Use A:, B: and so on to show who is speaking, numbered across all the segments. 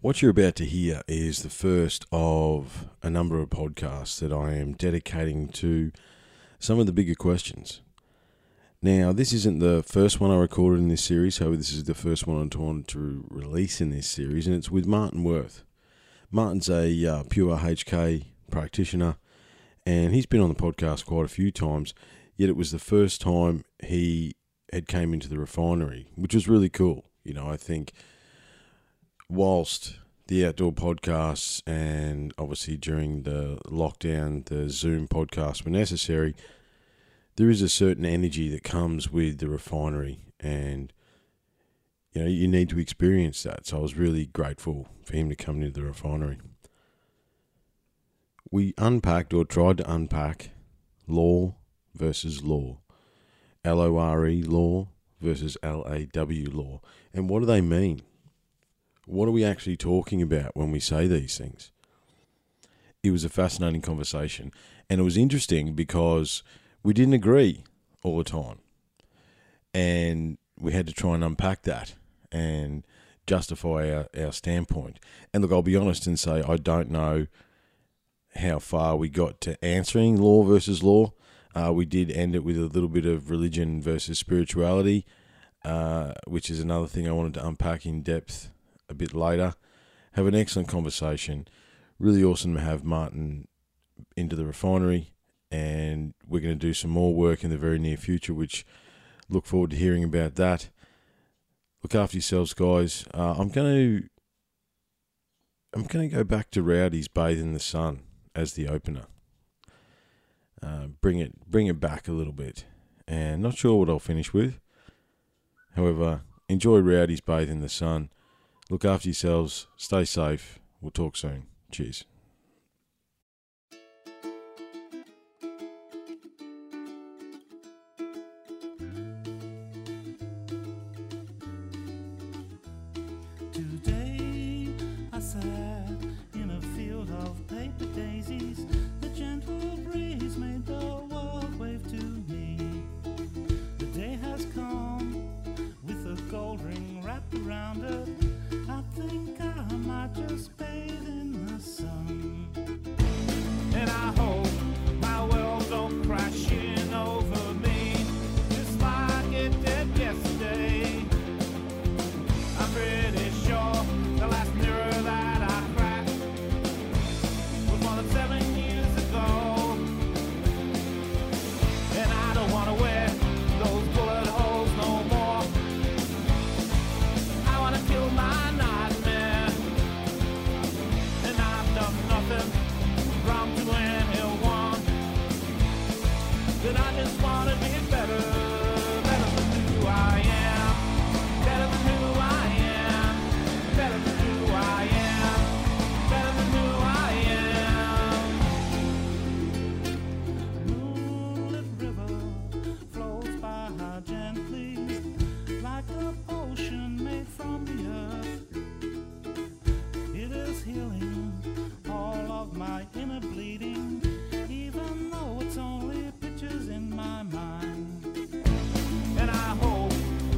A: What you're about to hear is the first of a number of podcasts that I am dedicating to some of the bigger questions. Now, this isn't the first one I recorded in this series, however, this is the first one I wanted to release in this series, and it's with Martin Worth. Martin's a uh, pure HK practitioner, and he's been on the podcast quite a few times, yet it was the first time he had came into the refinery, which was really cool. You know, I think whilst the outdoor podcasts and obviously during the lockdown, the Zoom podcasts were necessary, there is a certain energy that comes with the refinery and you know, you need to experience that. So I was really grateful for him to come into the refinery. We unpacked or tried to unpack law versus law. L O R E law versus L A W law. And what do they mean? What are we actually talking about when we say these things? It was a fascinating conversation. And it was interesting because we didn't agree all the time. And we had to try and unpack that and justify our, our standpoint. And look, I'll be honest and say I don't know how far we got to answering law versus law. Uh, we did end it with a little bit of religion versus spirituality, uh, which is another thing I wanted to unpack in depth a bit later. Have an excellent conversation. Really awesome to have Martin into the refinery, and we're going to do some more work in the very near future, which look forward to hearing about that. Look after yourselves, guys. Uh, I'm going to I'm going to go back to Rowdy's "Bathe in the Sun" as the opener. Uh, bring it bring it back a little bit, and not sure what I'll finish with. However, enjoy Rowdy's "Bathe in the Sun." Look after yourselves. Stay safe. We'll talk soon. Cheers.
B: Today I sat in a field of paper daisies. The gentle breeze made the world wave to me. The day has come with a gold ring wrapped around it. I think I might just bathe in the sun. And I hope my world don't crash in over me. Just like it did yesterday. I'm pretty sure the last mirror that I cracked was more than seven years ago. And I don't wanna wear those bullet holes no more. I wanna kill my nightmare. And I've done nothing wrong to anyone. Then I just wanna be better, better than who I am. Better than who I am. Better than who I am. Better than who I am. Moonlit river flows by gently, like an ocean made from the earth. It is healing all of my inner bleeding, even though it's only pictures in my mind and I hope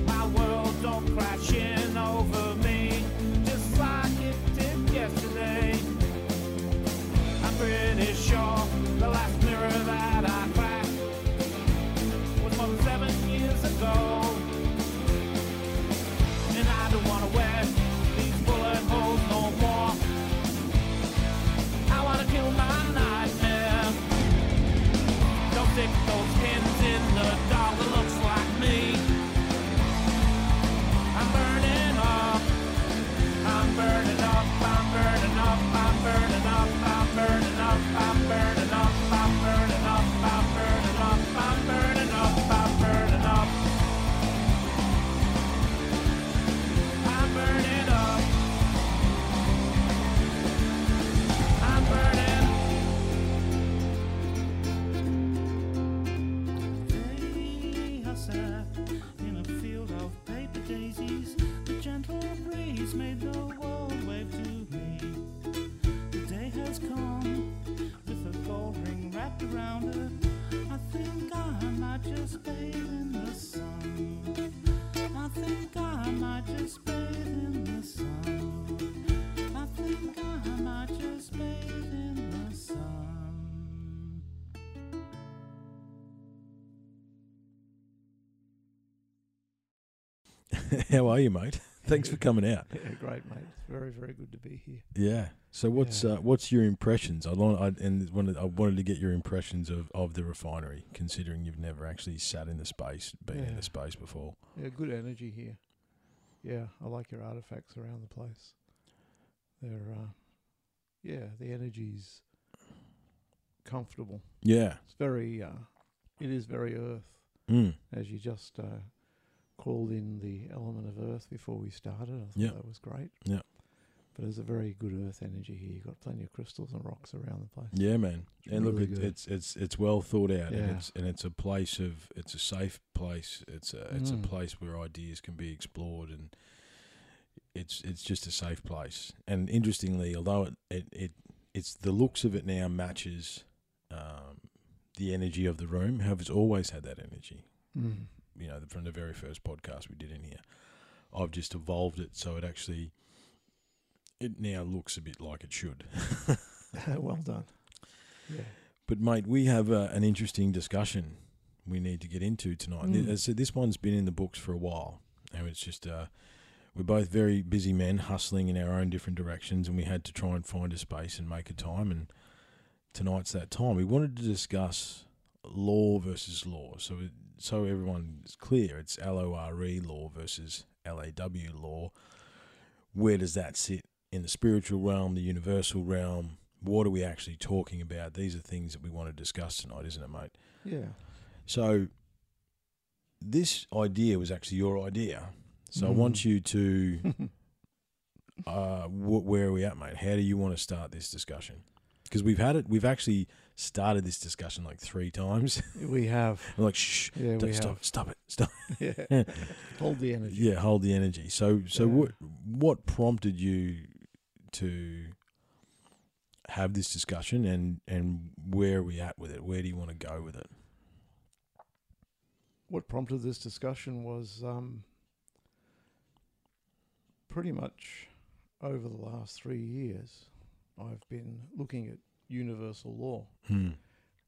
B: my world don't crash in over me just like it did yesterday. I'm pretty sure the last mirror that I cracked was more than seven years ago, and I don't wanna wear these bullet holes no more. I wanna kill my nightmare. Don't stick those pins in the doll that looks like me. I'm burning up. I'm burning up. I'm burning up. I'm burning up. I'm burning up. I'm burning up. I'm burning up. I'm burning up. I'm burning up. I'm burning up. I'm burning up. I'm burning Day I sat in a field of paper daisies. The gentle breeze made the world wave to me. The day has come with a gold ring wrapped around it. I think I might just bathe in the sun. I think I might just bathe in the sun.
A: How are you, mate? Thanks for coming out.
C: Yeah, great, mate. It's very, very good to be here.
A: Yeah. So what's
C: Yeah.
A: Uh, what's your impressions? I, long, I and wanted I wanted to get your impressions of, of the refinery, considering you've never actually sat in the space, been in
C: Yeah.
A: the space before.
C: Yeah, good energy here. Yeah, I like your artifacts around the place. They're, uh, yeah, the energy's comfortable.
A: Yeah.
C: It's very, uh, it is very earth.
A: Mm.
C: As you just uh, called in the element of earth before we started, I thought
A: Yeah.
C: that was great.
A: Yeah.
C: But there's a very good earth energy here. You've got plenty of crystals and rocks around the place.
A: Yeah, man.
C: It's
A: And look,
C: really
A: it,
C: good.
A: it's it's it's well thought out,
C: Yeah.
A: and it's and it's a place of it's a safe place. It's a it's
C: Mm.
A: a place where ideas can be explored, and it's it's just a safe place. And interestingly, although it it, it it's the looks of it now matches um, the energy of the room. Have it's always had that energy.
C: Mm.
A: You know, from the very first podcast we did in here, I've just evolved it so it actually it now looks a bit like it should.
C: well done. Yeah.
A: But mate, we have uh, an interesting discussion we need to get into tonight.
C: Mm.
A: Th- uh, So this one's been in the books for a while, and it's just uh, we're both very busy men, hustling in our own different directions, and we had to try and find a space and make a time. And tonight's that time. We wanted to discuss law versus law, so it, so everyone is clear. It's L O R E law versus L A W law. Where does that sit in the spiritual realm, the universal realm? What are we actually talking about? These are things that we want to discuss tonight, isn't it, mate?
C: Yeah.
A: So this idea was actually your idea. So I want
C: Mm.
A: you to, uh, wh- where are we at, mate? How do you want to start this discussion? Because we've had it, we've actually started this discussion like three times.
C: we have.
A: I'm like, shh,
C: Yeah,
A: don't
C: we
A: stop, stop it, stop.
C: have. Yeah. Hold the energy.
A: Yeah, hold the energy. So, so
C: Yeah.
A: what, what prompted you to have this discussion, and and where are we at with it? Where do you want to go with it?
C: What prompted this discussion was um, pretty much over the last three years, I've been looking at universal law,
A: Hmm.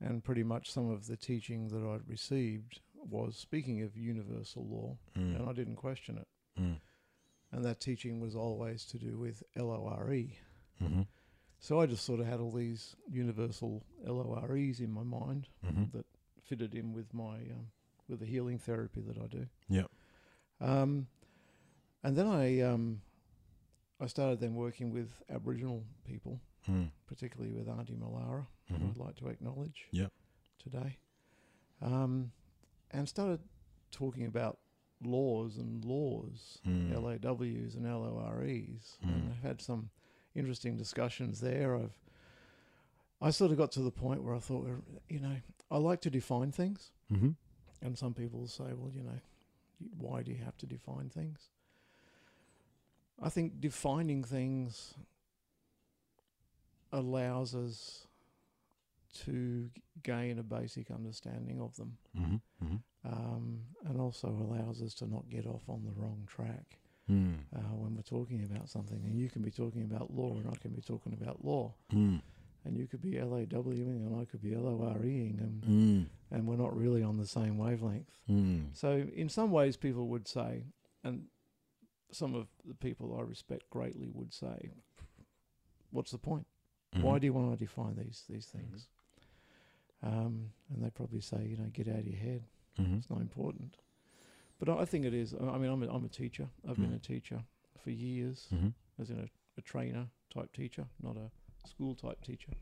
C: and pretty much some of the teaching that I'd received was speaking of universal law,
A: Hmm.
C: and I didn't question it.
A: Mm.
C: And that teaching was always to do with L O R E.
A: hmm
C: So I just sort of had all these universal L O R E's in my mind,
A: hmm
C: fitted in with my um, with the healing therapy that I do.
A: Yep.
C: Um, and then I um, I started then working with Aboriginal people,
A: Mm.
C: particularly with Auntie Malara, who I'd
A: Mhm.
C: like to acknowledge.
A: Yep.
C: Today, um, and started talking about laws and laws,
A: Mm.
C: LAWs and LOREs,
A: Mm.
C: and I've had some interesting discussions there. I've I sort of got to the point where I thought, well, you know, I like to define things.
A: Mm-hmm.
C: And some people will say, well, you know, y- why do you have to define things? I think defining things allows us to g- gain a basic understanding of them
A: Mm-hmm. Mm-hmm.
C: um, and also allows us to not get off on the wrong track
A: Mm.
C: uh, when we're talking about something. And you can be talking about law and I can be talking about law.
A: Mm.
C: And you could be LAWing and I could be LOREing E and,
A: Mm.
C: and we're not really on the same wavelength.
A: Mm.
C: So, in some ways, people would say, and some of the people I respect greatly would say, "What's the point?
A: Mm-hmm.
C: Why do you want to define these these things?" Um, and they probably say, "You know, get out of your head.
A: Mm-hmm.
C: It's not important." But I I think it is. I mean, I'm a, I'm a teacher. I've been
A: Mhm.
C: a teacher for years,
A: Mm-hmm.
C: as in a, a trainer type teacher, not a school type teacher.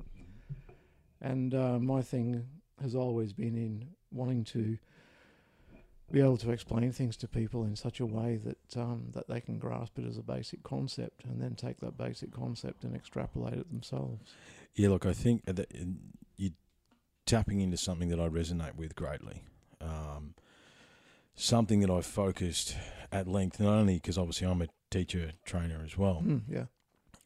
C: And uh, my thing has always been in wanting to be able to explain things to people in such a way that um, that they can grasp it as a basic concept, and then take that basic concept and extrapolate it themselves.
A: Yeah, look, I think that you're tapping into something that I resonate with greatly. Um, something that I focused at length, not only because obviously I'm a teacher trainer as well,
C: Mm, yeah,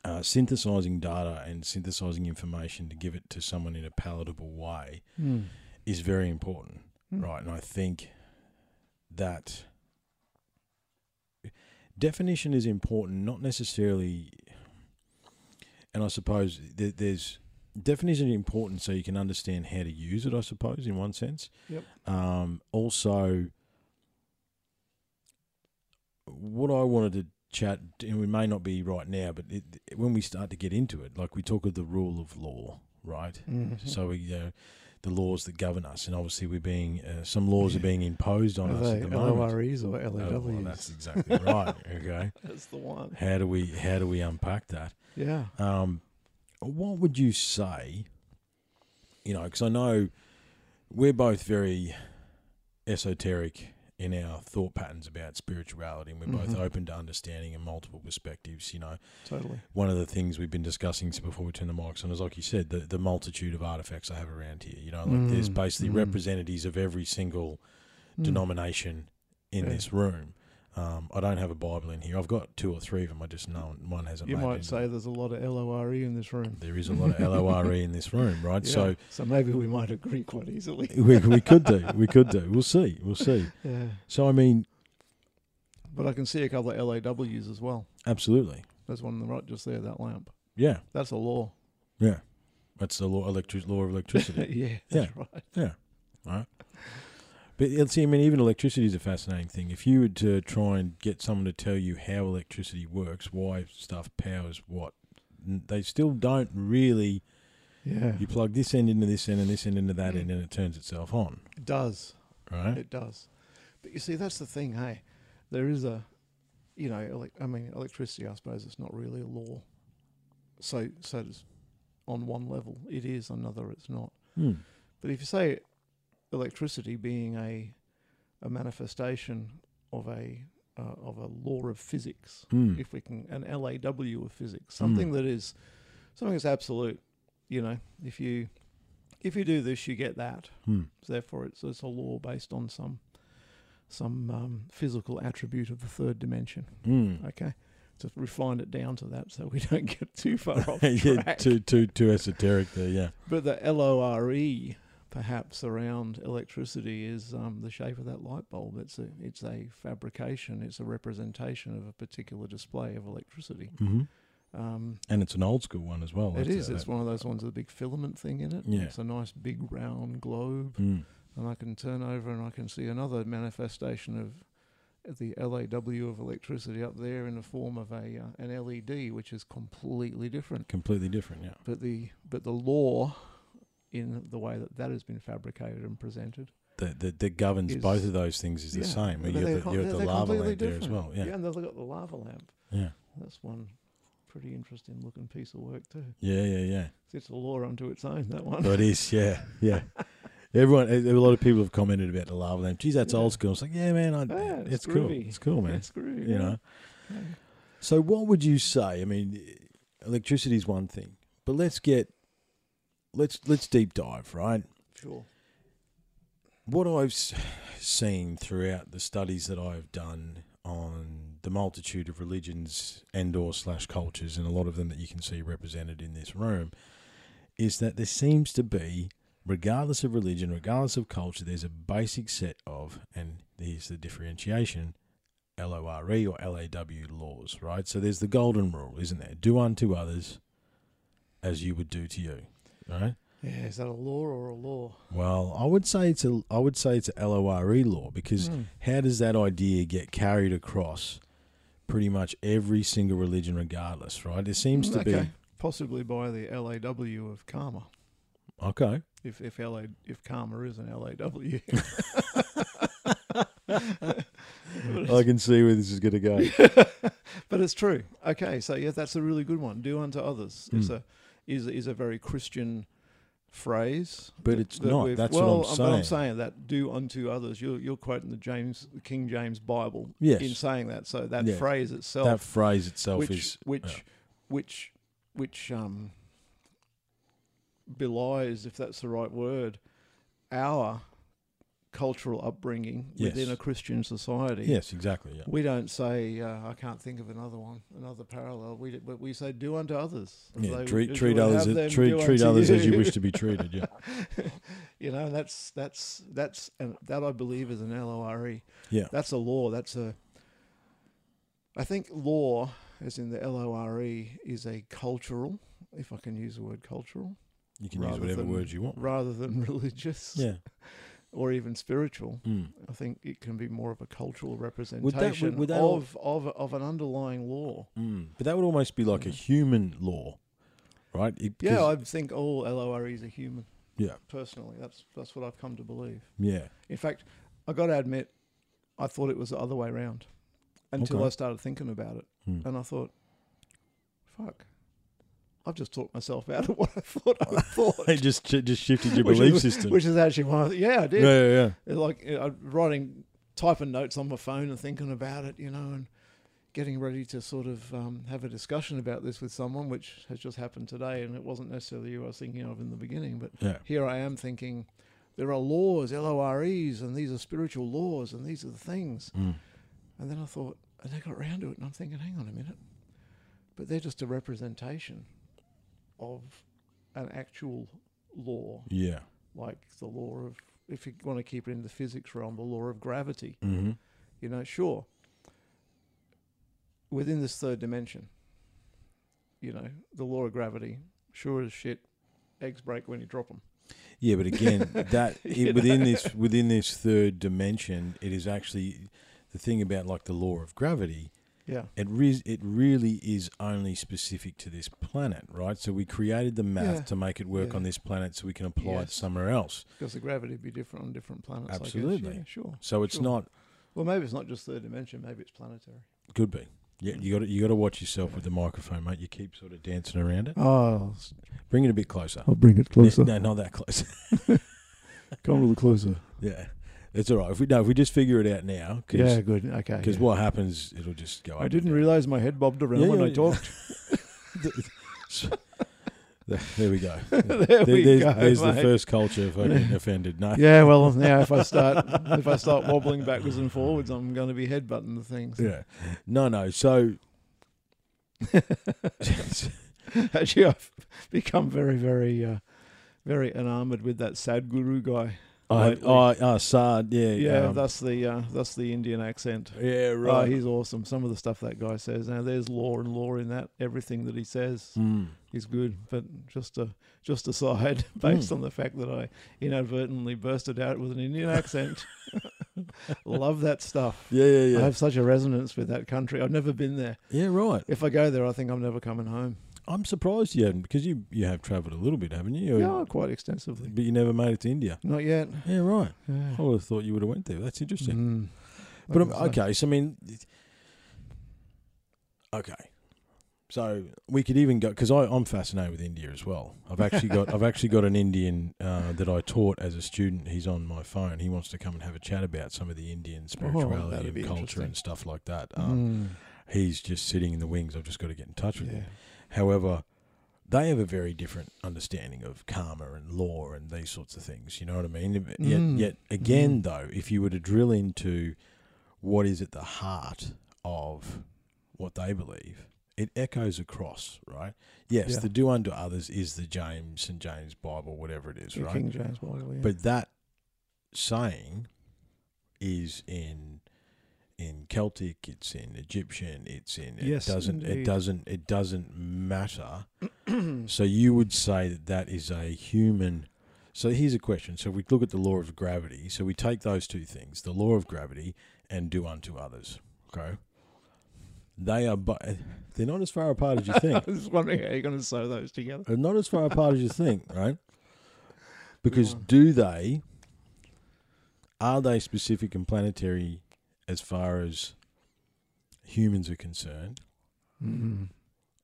A: uh, synthesizing data and synthesizing information to give it to someone in a palatable way
C: mm.
A: is very important.
C: Mm.
A: right? And I think that definition is important, not necessarily. And I suppose th- there's definition is important so you can understand how to use it. I suppose in Um, one sense.
C: Yep.
A: Um, also, what I wanted to chat, and we may not be right now, but it, when we start to get into it, like we talk of the rule of law, right?
C: Mm-hmm.
A: So we, uh, the laws that govern us, and obviously we're being uh, some laws are being imposed on
C: Are
A: us
C: they Oh,
A: at the moment.
C: LOREs or E LOWs?
A: Oh, well, that's exactly right. Okay,
C: That's the one.
A: how do we how do we unpack that?
C: Yeah.
A: Um, what would you say? You know, because I know we're both very esoteric in our thought patterns about spirituality, and we're both
C: Mhm.
A: open to understanding and multiple perspectives. You know,
C: Totally.
A: one of the things we've been discussing s- before we turn the mics on is, like you said, the, the multitude of artifacts I have around here. You know, like there's
C: Mm,
A: basically
C: mm.
A: representatives of every single denomination in
C: Yeah.
A: this room. Um, I don't have a Bible in here. I've got two or three of them. I just know one hasn't.
C: Hmm. You
A: made it
C: might
A: into
C: say there's a lot of LORE E in this room.
A: there is a lot of LORE E in this room, right?
C: Yeah.
A: So
C: so maybe we might agree quite easily.
A: we, we could do, we could do. We'll see, we'll see.
C: Yeah.
A: So I mean,
C: But I can see a couple of LAWs as well.
A: absolutely,
C: There's one on the right just there, that lamp.
A: yeah,
C: That's a law.
A: yeah. That's the law, electric law of electricity.
C: yeah,
A: Yeah.
C: that's right.
A: but let's see, I mean, even electricity is a fascinating thing. If you were to try and get someone to tell you how electricity works, why stuff powers what, n- they still don't really.
C: Yeah.
A: You plug this end into this end and this end into that end, and it turns itself on,
C: It does.
A: right?
C: Hmm. It does. But you see, that's the thing, hey. There is a, you know, elec I mean, electricity, I suppose, it's not really a law. So, so it's on one level, it is, another, it's not.
A: Hmm.
C: But if you say electricity being a, a manifestation of a, uh, of a law of physics,
A: Hmm.
C: if we can, an LAW of physics, something
A: Mm.
C: that is, something that's absolute. You know, if you, if you do this, you get that.
A: Hmm.
C: Therefore, it's, it's a law based on some, some um, physical attribute of the third dimension.
A: Hmm.
C: Okay, to refine it down to that, so we don't get too far off track.
A: yeah, too too too esoteric there. Yeah.
C: But the LORE, E, perhaps around electricity, is um, the shape of that light bulb. It's a it's a fabrication. It's a representation of a particular display of electricity.
A: Mm-hmm.
C: Um,
A: And it's an old school one as well.
C: it
A: That's uh,
C: is.
A: a-
C: It's one of those ones with a big filament thing in it.
A: Yeah.
C: It's a nice big round globe,
A: Mm.
C: and I can turn over and I can see another manifestation of the LAW of electricity up there in the form of a uh, an LED, which is completely different.
A: Completely different, yeah.
C: but the but the law in the way that that has been fabricated and presented
A: That that, that governs
C: Is-
A: both of those things is the
C: Yeah,
A: same.
C: but
A: You're,
C: they're
A: the,
C: com-
A: you're at
C: they're-
A: the
C: they're
A: lava
C: completely
A: land there as well.
C: different.
A: Yeah.
C: and they've got the lava lamp
A: yeah,
C: that's one pretty interesting looking piece of work too
A: yeah, yeah, yeah.
C: it's a law unto its own that one
A: But Oh, it is, yeah, yeah. Everyone, a a lot of people have commented about the lava lamp. Geez, that's
C: Yeah.
A: old school. It's like, yeah, man, I,
C: Yeah,
A: it's,
C: it's
A: cool.
C: groovy.
A: It's cool, man.
C: it's groovy
A: you know. So, what would you say? I mean, electricity is one thing, but let's get let's let's deep dive, right?
C: sure
A: what I've s- seen throughout the studies that I've done on the multitude of religions and or slash cultures, and a lot of them that you can see represented in this room, is that there seems to be, regardless of religion, regardless of culture, there's a basic set of, and here's the differentiation, LORE E or LAW laws, right? So there's the golden rule, isn't there? Do unto others as you would do to you, right?
C: yeah is that a law or a law
A: Well, I would say it's a I would say it's a LORE E law because
C: Mm.
A: how does that idea get carried across pretty much every single religion regardless, right? It seems to
C: Hmm, okay possibly by the law of karma
A: be okay.
C: if if la if karma is an law
A: I can see where this is going to go.
C: But it's true. Okay, so yeah, that's a really good one. Do unto others is
A: Mm.
C: a is is a very Christian phrase.
A: But
C: that-
A: it's
C: that
A: not.
C: we've-
A: That's what
C: well, uh,
A: I'm
C: But I'm
A: saying.
C: saying that do unto others. You're you're quoting the James the King James Bible
A: Yes.
C: in saying that. So that
A: Yeah.
C: phrase
A: that
C: itself,
A: phrase itself
C: which
A: is
C: which
A: yeah.
C: which which um belies, if that's the right word, our cultural upbringing
A: Yes.
C: within a Christian society.
A: yes, exactly. Yeah.
C: We don't say. Uh, I can't think of another one, another parallel. We we- we say do unto others. as
A: Yeah,
C: they
A: treat
C: would-
A: treat
C: would
A: others
C: have them
A: as, treat
C: do
A: treat
C: unto
A: others as you wish to be treated. Yeah,
C: you know, that's that's that's and that I believe is an LORE.
A: yeah,
C: That's a law. That's a. I think law, as in the LORE, E, is a cultural, if I can use the word cultural,
A: you can use
C: rather
A: whatever
C: than-
A: words you want.
C: rather than religious.
A: Yeah,
C: or even spiritual.
A: Mm.
C: I think it can be more of a cultural representation
A: would that al-
C: of, of of an underlying law.
A: Mm. But that would almost be like a
C: Yeah.
A: human law, right? It,
C: Yeah,
A: 'cause-
C: I think all LOREs are human.
A: Yeah.
C: personally, that's that's what I've come to believe.
A: yeah.
C: In fact, I got to admit, I thought it was the other way around until
A: Okay.
C: I started thinking about it,
A: Hmm.
C: and I thought, fuck, I've just talked myself out of what I thought I thought.
A: It just ch- just shifted your
C: Which is-
A: belief system.
C: Which is actually one of the, yeah, I
A: yeah,
C: did.
A: yeah, yeah.
C: It's like you know, I'm writing, typing notes on my phone and thinking about it, you know, and getting ready to sort of um, have a discussion about this with someone, which has just happened today, and it wasn't necessarily you I was thinking of in the beginning, but
A: Yeah.
C: here I am thinking there are laws, L O R Es, and these are spiritual laws, and these are the things.
A: Mm.
C: And then I thought, and I got round to it, and I'm thinking, hang on a minute, but they're just a representation of an actual law
A: Yeah.
C: like the law of, if you want to keep it in the physics realm, the law of gravity.
A: Mm-hmm.
C: You know, sure. Within this third dimension, you know, the law of gravity, sure as shit, eggs break when you drop them.
A: Yeah, but again, that it, within this within this third dimension, it is actually the thing about like the law of gravity.
C: Yeah.
A: It re- it really is only specific to this planet, right? So we created the math
C: Yeah.
A: to make it work
C: Yeah.
A: on this planet, so we can apply it
C: Yes.
A: somewhere else.
C: Because the gravity would be different on different planets. I guess.
A: Absolutely.
C: Yeah, sure.
A: So it's
C: Sure.
A: not
C: Well, maybe it's not just third dimension. Maybe it's planetary.
A: could be. Yeah, you got to you got to watch yourself with the microphone, mate. You keep sort of dancing around it.
C: Oh,
A: Bring it a bit closer.
C: I'll bring it
A: No, not that close.
C: Come a little closer.
A: yeah, it's all right. If we no, if we just figure it out now, because
C: good. Okay. yeah.
A: what happens, it'll just go. Up
C: I
A: and
C: didn't
A: down.
C: realize my head bobbed around
A: Yeah,
C: when
A: yeah,
C: I
A: yeah.
C: talked.
A: there we go.
C: there
A: There-
C: we
A: there's
C: go.
A: there's the
C: mate.
A: first culture fucking offended. No.
C: Yeah, well, now if I start if I start wobbling backwards and forwards, I'm going to be headbutting the things.
A: Yeah. No, no. So
C: Actually, I've become very, very, uh, very enamored with that sad guru guy.
A: I
C: Lately.
A: I uh, Saad, yeah.
C: Yeah,
A: um,
C: that's the uh, that's the Indian accent.
A: yeah,
C: Right,
A: right.
C: Oh, he's awesome. Some of the stuff that guy says. Now, there's law and law in that. Everything that he says
A: Mm.
C: is good. But just a just aside, based
A: Hmm.
C: on the fact that I inadvertently bursted out with an Indian accent, love that stuff.
A: Yeah, yeah,
C: I
A: yeah.
C: have such a resonance with that country. I've never been there.
A: yeah, right.
C: If I go there, I think I'm never coming home.
A: I'm surprised you hadn't because you you have travelled a little bit, haven't you?
C: Yeah, quite extensively.
A: But you never made it to India.
C: Not yet.
A: Yeah, right.
C: Yeah.
A: I would have thought you would have went there. That's interesting.
C: Mm.
A: But um,
C: Like I say.
A: okay, so I mean, it- okay, so we could even go because I'm fascinated with India as well. I've actually got I've actually got an Indian uh, that I taught as a student. He's on my phone. He wants to come and have a chat about some of the Indian spirituality
C: Oh, that'd be
A: and culture
C: interesting. Mm-hmm.
A: and stuff like that. Um, He's just sitting in the wings. I've just got to get in touch
C: Mm.
A: with
C: Hmm. Yeah.
A: him. However, they have a very different understanding of karma and law and these sorts of things. You know what I mean? Yet,
C: Mm.
A: yet again,
C: Mm.
A: though, if you were to drill into what is at the heart of what they believe, it echoes across, right? Yes,
C: Yeah.
A: the do unto others is the James St James Bible, whatever it is,
C: Yeah,
A: right?
C: King James Bible. Yeah.
A: But that saying is in in Celtic, it's in Egyptian, it's in it
C: Yes,
A: doesn't it
C: indeed.
A: doesn't it doesn't matter. so you would say that that is a human. So here's a question. So if we look at the law of gravity, so we take those two things, the law of gravity and do unto others. Okay. They are but they're not as far apart as you think.
C: I was wondering how you're going to sew those together.
A: They're not as far apart as you think, right? Because
C: Yeah.
A: do they? Are they specific and planetary as far as humans are concerned, Hmm.
C: Mm.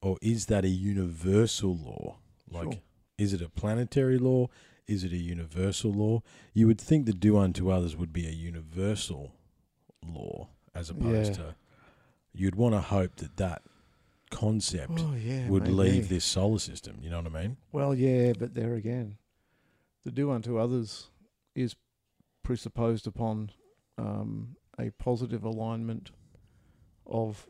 A: or is that a universal law? Like,
C: Sure.
A: is it a planetary law? Is it a universal law? You would think the do unto others would be a universal law, as opposed
C: Yeah.
A: to you'd want to hope that that concept
C: Oh yeah.
A: would
C: maybe.
A: leave this solar system. You know what I mean?
C: Well, yeah, but there again, the do unto others is presupposed upon um, a positive alignment of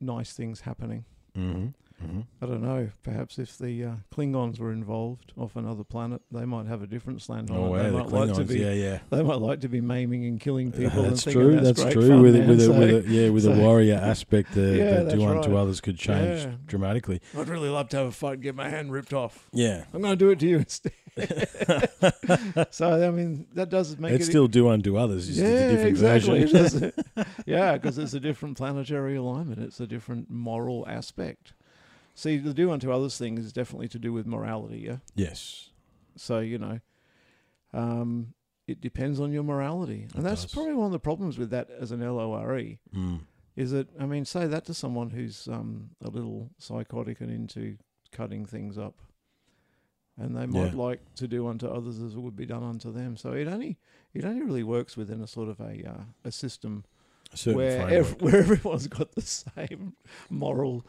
C: nice things happening.
A: Mm-hmm. Mm-hmm.
C: I don't know. Perhaps if the uh, Klingons were involved off another planet, they might have a different slant on
A: Oh,
C: it.
A: wow,
C: they
A: the
C: might like to
A: Klingons,
C: be.
A: yeah, yeah.
C: They might like to be maiming and killing people. and
A: That's
C: thinking
A: true.
C: That's,
A: That's,
C: great
A: true.
C: Fun,
A: With, a-
C: man."
A: with, a,
C: So,
A: with a, yeah, with a
C: so-
A: warrior aspect, the,
C: Yeah,
A: the
C: that's
A: do unto
C: right.
A: others could change
C: Yeah.
A: dramatically.
C: I'd really love to have a fight, and get my hand ripped off.
A: Yeah,
C: I'm going to do it to you instead. so I mean, that does make
A: It's
C: it e-
A: still do unto others. It's just a different
C: exactly.
A: version.
C: It is. yeah, because it's a different planetary alignment. It's a different moral aspect. See, the do unto others thing is definitely to do with morality. Yeah.
A: yes.
C: So you know, um, it depends on your morality, and
A: It
C: that's
A: does.
C: probably one of the problems with that as an LORE.
A: Mm.
C: Is that I mean, say that to someone who's um, a little psychotic and into cutting things up, and they might
A: Yeah.
C: like to do unto others as it would be done unto them. So it only it only really works within a sort of a uh, a system
A: A certain
C: where
A: framework.
C: ev- where everyone's got the same moral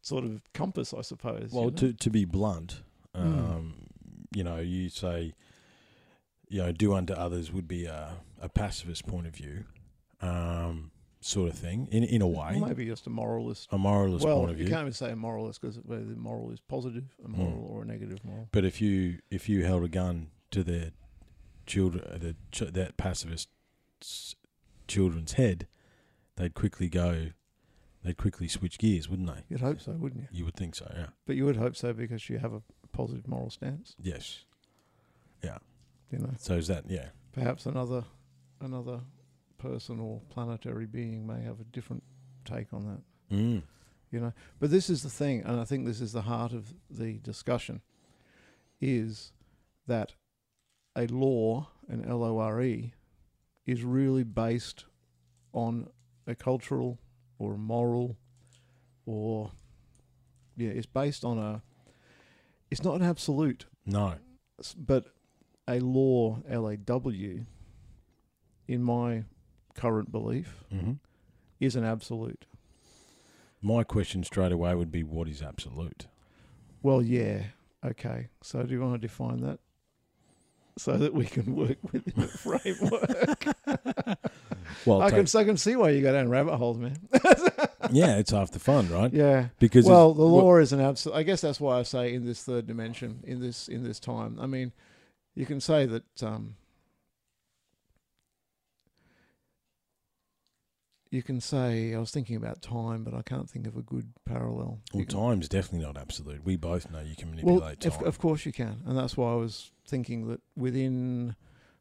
C: sort of compass, I suppose. you
A: Well,
C: know?
A: to, to be blunt,
C: Mm.
A: um, you know, you say, you know, do unto others would be a, a pacifist point of view, um, sort of thing, in, in a way,
C: Or maybe just a moralist.
A: a moralist
C: well,
A: point of
C: you
A: view.
C: can't even say a moralist because whether the moral is positive, a
A: Hmm.
C: moral, or a negative moral.
A: But if you if you held a gun to their children, uh, the ch- that pacifist's children's head, they'd quickly go, they'd quickly switch gears, wouldn't they?
C: You'd hope so, wouldn't you?
A: You would think so, yeah.
C: But you would hope so because you have a positive moral stance.
A: Yes.
C: You know,
A: So is that yeah?
C: perhaps another another person or planetary being may have a different take on that.
A: Mm.
C: you know but this is the thing and i think this is the heart of the discussion is that a law an lore E, is really based on a cultural or a moral or yeah it's based on a it's not an absolute
A: No.
C: s- but a law law in my current belief
A: hmm
C: is an absolute
A: My question straight away would be, what is absolute?
C: Well, yeah. Okay. So, do you want to define that so that we can work within the framework?
A: Well,
C: I
A: ta-
C: can, I can see why you go down rabbit holes, man.
A: yeah, it's half the fun, right?
C: yeah.
A: Because it's-
C: Well, the
A: well-
C: law is an absolute. I guess that's why I say in this third dimension, in this in this time. I mean, you can say that. Um, you can say I was thinking about time, but I can't think of a good parallel.
A: Well,
C: You can-
A: time's definitely not absolute. We both know you can manipulate
C: Well,
A: time.
C: of, of course you can, and that's why I was thinking that within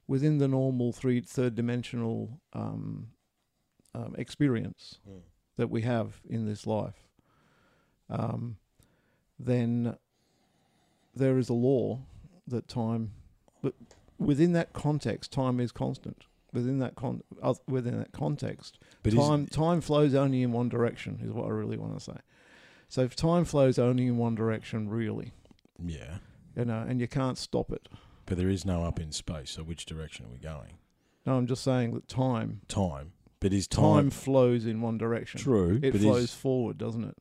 C: within the normal three third dimensional um, um, experience
A: Mm.
C: that we have in this life, um, then there is a law that time, but within that context, time is constant. Within that con, oth- within that context,
A: but is-
C: time time flows only in one direction is what I really want to say. So if time flows only in one direction, really,
A: yeah,
C: you know, and you can't stop it.
A: but there is no up in space. So which direction are we going?
C: No, I'm just saying that time
A: Time, but is
C: time,
A: time,
C: flows in one direction.
A: true?
C: It
A: but
C: flows
A: Is,
C: forward, doesn't it?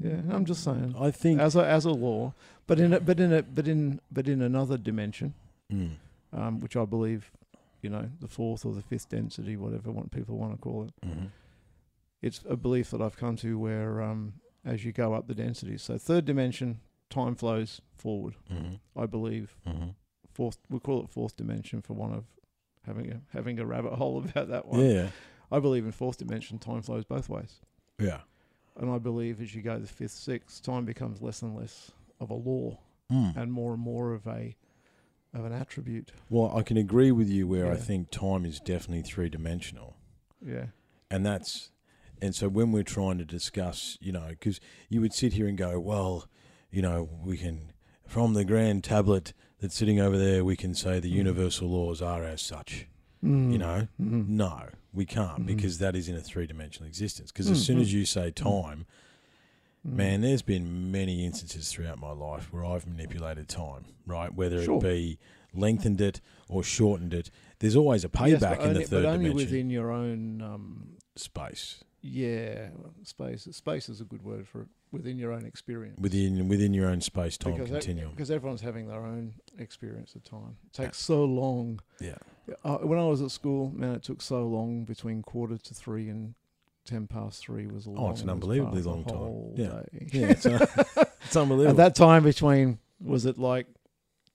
C: Yeah, I'm just saying.
A: I think.
C: As a as a law, but in a, but in a, but in but in another dimension,
A: Mm,
C: um, which I believe, you know, the fourth or the fifth density, whatever one people want to call it.
A: mhm.
C: it's a belief that I've come to where um, as you go up the densities, so third dimension, time flows forward.
A: Mhm.
C: I believe
A: Mhm.
C: fourth, we'll call it fourth dimension for one of having a having a rabbit hole about that one.
A: Yeah.
C: I believe in fourth dimension, time flows both ways,
A: Yeah.
C: and I believe as you go the fifth, sixth, time becomes less and less of a law
A: Mm.
C: and more and more of a of an attribute.
A: Well, I can agree with you where I
C: Yeah.
A: think time is definitely three dimensional.
C: Yeah,
A: and that's and so when we're trying to discuss you know because you would sit here and go well you know we can from the grand tablet that's sitting over there we can say the
C: Mm.
A: universal laws are as such you know
C: Mhm.
A: no we can't
C: Mhm.
A: because that is in a three-dimensional existence because as
C: Mm,
A: soon
C: mm.
A: as you say time
C: Mhm.
A: man there's been many instances throughout my life where i've manipulated time right whether
C: Sure.
A: it be lengthened it or shortened it there's always a
C: Yes, but
A: payback in
C: only-
A: the third
C: but only
A: dimension
C: within your own um,
A: space
C: Yeah, well, space. Space is a good word for it. Within your own experience.
A: within within your own space time
C: because e-
A: continuum.
C: because everyone's having their own experience of time. It takes so long.
A: yeah,
C: Uh, when I was at school, man, it took so long between quarter to three and ten past three was a long.
A: Oh, it's an
C: it was
A: unbelievably
C: part of
A: long
C: the
A: time.
C: whole
A: Yeah.
C: day.
A: yeah, it's, uh, un- it's unbelievable.
C: and that time between was it like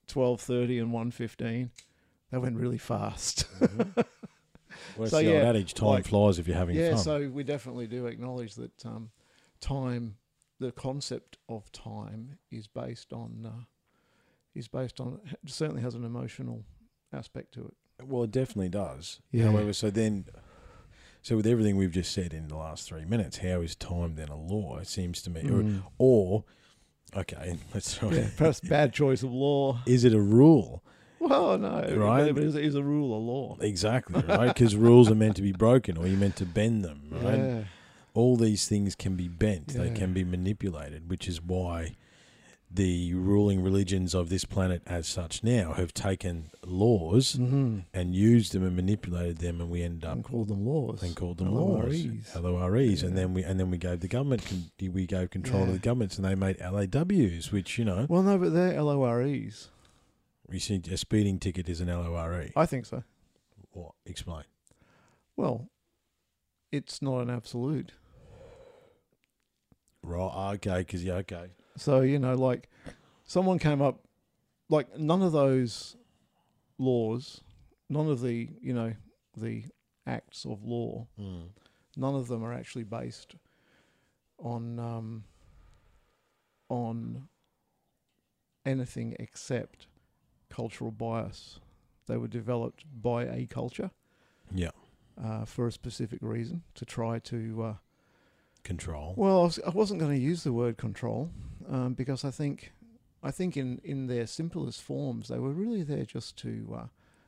C: twelve thirty and one fifteen? That went really fast.
A: well, it's
C: so,
A: the
C: yeah,
A: old adage: time
C: like-
A: flies if you're having
C: yeah,
A: fun.
C: so we definitely do acknowledge that um, time, the concept of time, is based on uh, is based on certainly has an emotional aspect to it.
A: Well, it definitely does.
C: Yeah.
A: However, so then, so with everything we've just said in the last three minutes, how is time then a law? It seems to me,
C: Mm.
A: or, or okay, let's try.
C: Yeah, perhaps bad choice of law.
A: Is it a rule?
C: Well, no,
A: Right.
C: But it is, it is a rule of law.
A: Exactly right, because rules are meant to be broken, or you're meant to bend them. Right.
C: Yeah.
A: All these things can be bent; they
C: Yeah.
A: can be manipulated, which is why the ruling religions of this planet, as such, now have taken laws
C: Mhm.
A: and used them and manipulated them, and we end up
C: And call them laws.
A: and called them laws,
C: LOREs.
A: LOREs, and
C: Yeah.
A: then we and then we gave the government con- we gave control to
C: Yeah.
A: the governments, and they made LAWs, which you know
C: Well, no, but they're LOREs.
A: you see a speeding ticket is an LORE.
C: I think so.
A: E. What? Explain.
C: Well, it's not an absolute.
A: Right? Okay, because yeah, okay,
C: So, you know, like someone came up, like none of those laws, none of the, you know, the acts of law,
A: Mm.
C: none of them are actually based on um, on anything except cultural bias. They were developed by a culture
A: yeah,
C: uh, for a specific reason to try to. Uh,
A: control.
C: well, I, was, I wasn't going to use the word control um, because I think I think in in their simplest forms they were really there just to. Uh,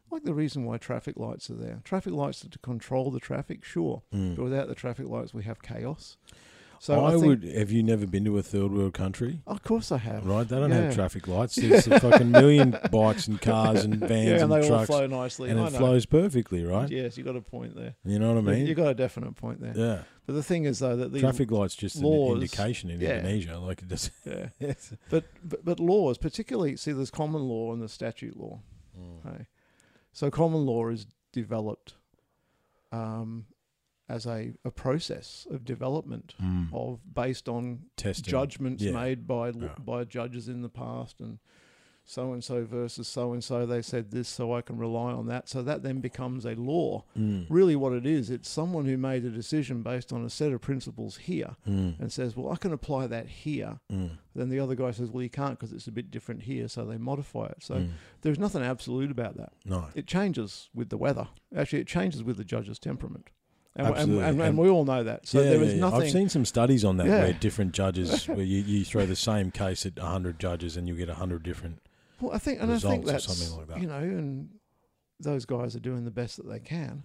C: like the reason why traffic lights are there. Traffic lights are to control the traffic, sure,
A: Mm.
C: but without the traffic lights, we have chaos.
A: So
C: So
A: I,
C: I, think,
A: would. Have you never been to a third world country?
C: of course, I have.
A: Right, they don't have
C: Yeah.
A: traffic lights. There's a fucking million bikes and cars and vans
C: yeah,
A: and,
C: and, they
A: trucks,
C: all flow nicely.
A: and
C: I
A: it
C: know.
A: flows perfectly, right?
C: Yes, you got a point there.
A: You know what I mean?
C: You got a definite point there.
A: yeah,
C: But the thing is, though, that these
A: traffic lights just an
C: laws-
A: indication in
C: yeah.
A: Indonesia, like it does.
C: yeah. but, but but laws, particularly, see, there's common law and there's statute law. okay? So common law is developed um, as a, a process of development
A: Mm.
C: of based on
A: Testing.
C: judgments
A: Yeah.
C: made by l-
A: Yeah.
C: by judges in the past and so and so versus so and so they said this so I can rely on that so that then becomes a law
A: Mm.
C: really what it is it's someone who made a decision based on a set of principles here
A: Mm.
C: and says well I can apply that here
A: Mm.
C: then the other guy says well you can't because it's a bit different here so they modify it so
A: Mm.
C: there's nothing absolute about that
A: No.
C: it changes with the weather actually it changes with the judge's temperament and, and,
A: Absolutely.
C: and,
A: And-
C: and we all know that so
A: Yeah,
C: there is
A: yeah, yeah.
C: nothing
A: I've seen some studies on that
C: Yeah.
A: where different judges, where you, you throw the same case at 100 judges and you get 100 different.
C: Well, I think, and I think
A: results or
C: that's
A: something like that.
C: You know, and those guys are doing the best that they can.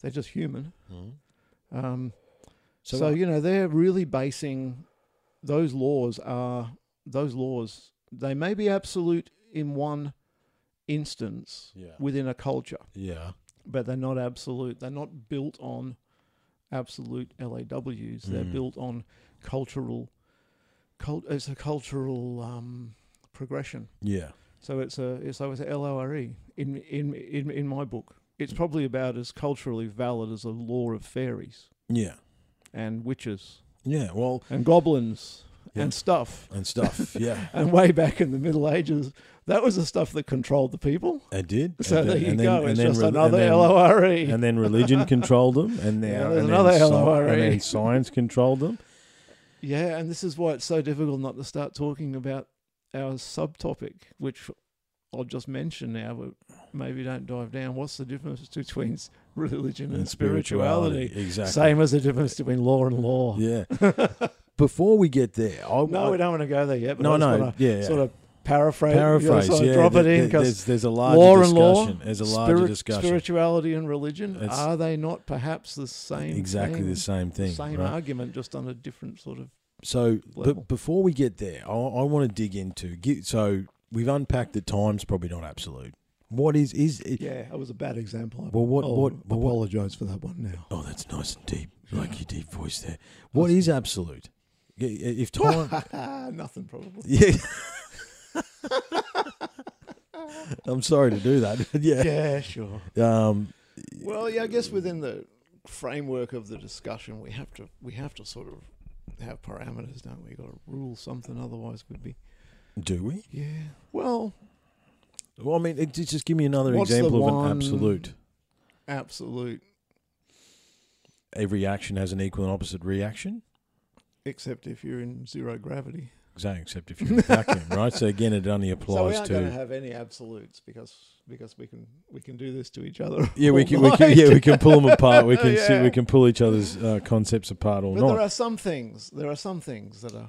C: They're just human. Um,
A: So,
C: so you know, they're really basing those laws are those laws. They may be absolute in one instance
A: yeah.
C: within a culture,
A: yeah.
C: but they're not absolute. They're not built on absolute LAWs. They're
A: Mm.
C: built on cultural. Cult, it's a cultural um, progression.
A: Yeah.
C: So it's a it's so it's a LORE E in in in in my book. It's probably about as culturally valid as a law of fairies
A: Yeah.
C: and witches
A: Yeah. Well,
C: and goblins
A: Yeah.
C: and stuff.
A: and stuff. yeah.
C: And way back in the Middle Ages, that was the stuff that controlled the people.
A: It did.
C: So
A: and
C: there
A: then,
C: you
A: and then,
C: go.
A: And
C: it's
A: then,
C: just
A: re-
C: another
A: and then,
C: LORE.
A: And then religion controlled them. And now
C: Yeah, there's
A: and
C: another E.
A: then sci-
C: LORE.
A: And then science controlled them.
C: yeah, and this is why it's so difficult not to start talking about our subtopic, which I'll just mention now, but maybe don't dive down. What's the difference between s- religion and, spirituality?
A: Exactly.
C: Same as the difference between law and law.
A: Yeah. Before we get there, I,
C: No,
A: I,
C: we don't want to go there yet. But
A: no,
C: I
A: no,
C: just want to
A: yeah, yeah.
C: sort of paraphrase, you know,
A: paraphrase.
C: sort of
A: yeah,
C: drop
A: there-
C: it in
A: there-
C: because
A: there's, there's a larger
C: law
A: discussion.
C: and law,
A: There's a larger
C: spirit-
A: discussion.
C: spirituality and religion
A: It's-
C: are they not perhaps the same?
A: exactly
C: thing,
A: the same thing.
C: Same
A: right?
C: argument, just on a different sort of.
A: So,
C: level.
A: but before we get there, I, I want to dig into. gi- So we've unpacked that time's probably not absolute. What is is it?
C: Yeah, Oh, that was a bad example.
A: Well, what- what- well, what-
C: apologize for that one now.
A: Oh, that's nice and deep, like your deep voice there. What is absolute? Y- y- If time,
C: Nothing probably.
A: yeah. I'm sorry to do that. but yeah.
C: Yeah, sure.
A: Um,
C: Well, yeah, I guess within the framework of the discussion, we have to we have to sort of have parameters, don't we? Got to rule something, otherwise we'd be.
A: do we?
C: Yeah. Well,
A: Well, I mean, it, just just give me another
C: What's the
A: example of
C: one-
A: an absolute.
C: absolute,
A: Every action has an equal and opposite reaction.
C: except if you're in zero gravity.
A: Zone, except if you're in the dark room, right? So again, it only
C: so we
A: applies
C: aren't going to
A: to
C: have any absolutes because because we can we can do this to each other.
A: yeah, we
C: all
A: can, we can
C: night.
A: yeah we can pull them apart. We can see,
C: Yeah.
A: we can pull each other's uh, concepts apart all
C: But there
A: night.
C: are some things. There are some things that are.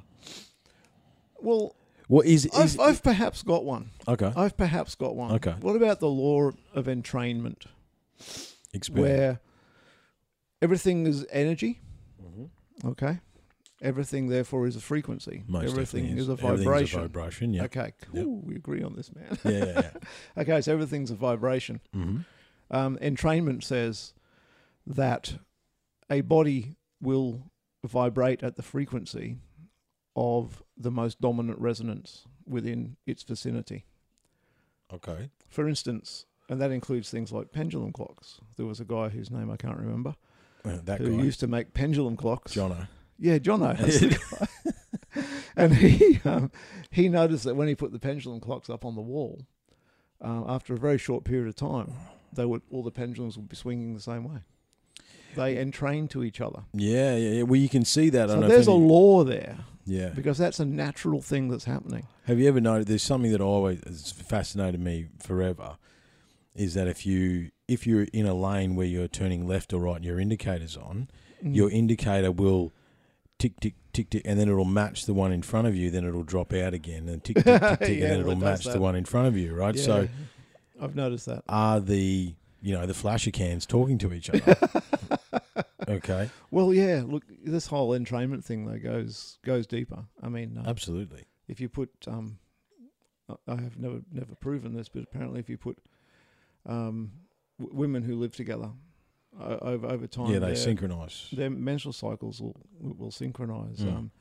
C: Well,
A: What is, is
C: I've, I've perhaps got one.
A: okay?
C: I've perhaps got one.
A: Okay.
C: What about the law of entrainment,
A: Expand.
C: where everything is energy?
A: Mhm.
C: Okay. Everything, therefore, is a frequency.
A: Most
C: everything
A: definitely
C: is a
A: everything's
C: vibration.
A: vibration, yeah.
C: Okay, cool. We agree on this, man.
A: yeah, yeah, yeah.
C: okay, so everything's a vibration.
A: Mhm.
C: Um, entrainment says that a body will vibrate at the frequency of the most dominant resonance within its vicinity.
A: Okay.
C: For instance, and that includes things like pendulum clocks. There was a guy whose name I can't remember
A: Well, Uh, that
C: who
A: guy,
C: used to make pendulum clocks.
A: Jono.
C: Yeah, John that's the guy. and he um, he noticed that when he put the pendulum clocks up on the wall, um, after a very short period of time, they would all the pendulums would be swinging the same way. They entrained to each other.
A: Yeah, yeah, yeah. Well, you can see that. I
C: So
A: don't know if
C: there's a
A: any-
C: law there
A: Yeah.
C: because that's a natural thing that's happening.
A: Have you ever noted? There's something that always has fascinated me forever, is that if you if you're in a lane where you're turning left or right and your indicator's on,
C: Mm.
A: your indicator will tick tick tick tick, and then it'll match the one in front of you. Then it'll drop out again, and tick tick tick tick,
C: Yeah,
A: and then
C: well,
A: it'll
C: it does
A: match the
C: that.
A: one in front of you. Right.
C: Yeah,
A: So
C: I've noticed that.
A: are the you know the flasher cans talking to each other? okay.
C: Well, yeah. Look, this whole entrainment thing though goes goes deeper. I mean, uh,
A: Absolutely.
C: if you put um I- I have never never proven this, but apparently if you put um w- women who live together o- over over time
A: Yeah, they
C: their,
A: synchronize.
C: their menstrual cycles will will synchronize
A: Mm.
C: um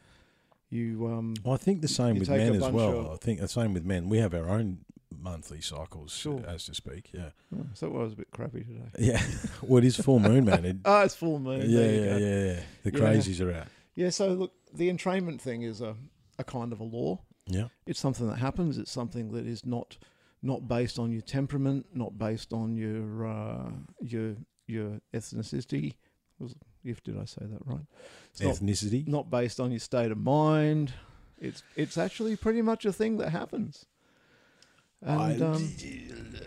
C: you um
A: Well, I think the same
C: you
A: with
C: take a
A: men as
C: bunch
A: well.
C: of-
A: I think the same with men. We have our own monthly cycles,
C: Sure.
A: as to speak. Yeah,
C: oh, so it was a bit crappy today.
A: yeah. well, it is full moon, man. It,
C: Oh, it's full moon.
A: yeah,
C: there you
A: yeah, yeah,
C: go.
A: yeah. The
C: Yeah.
A: crazies are out.
C: Yeah, so look, the entrainment thing is a a kind of a law.
A: Yeah,
C: It's something that happens. It's something that is not not based on your temperament, not based on your uh, your your ethnicity. Was, if did I say that right? It's not,
A: ethnicity.
C: not based on your state of mind. It's it's actually pretty much a thing that happens. And
A: I,
C: um,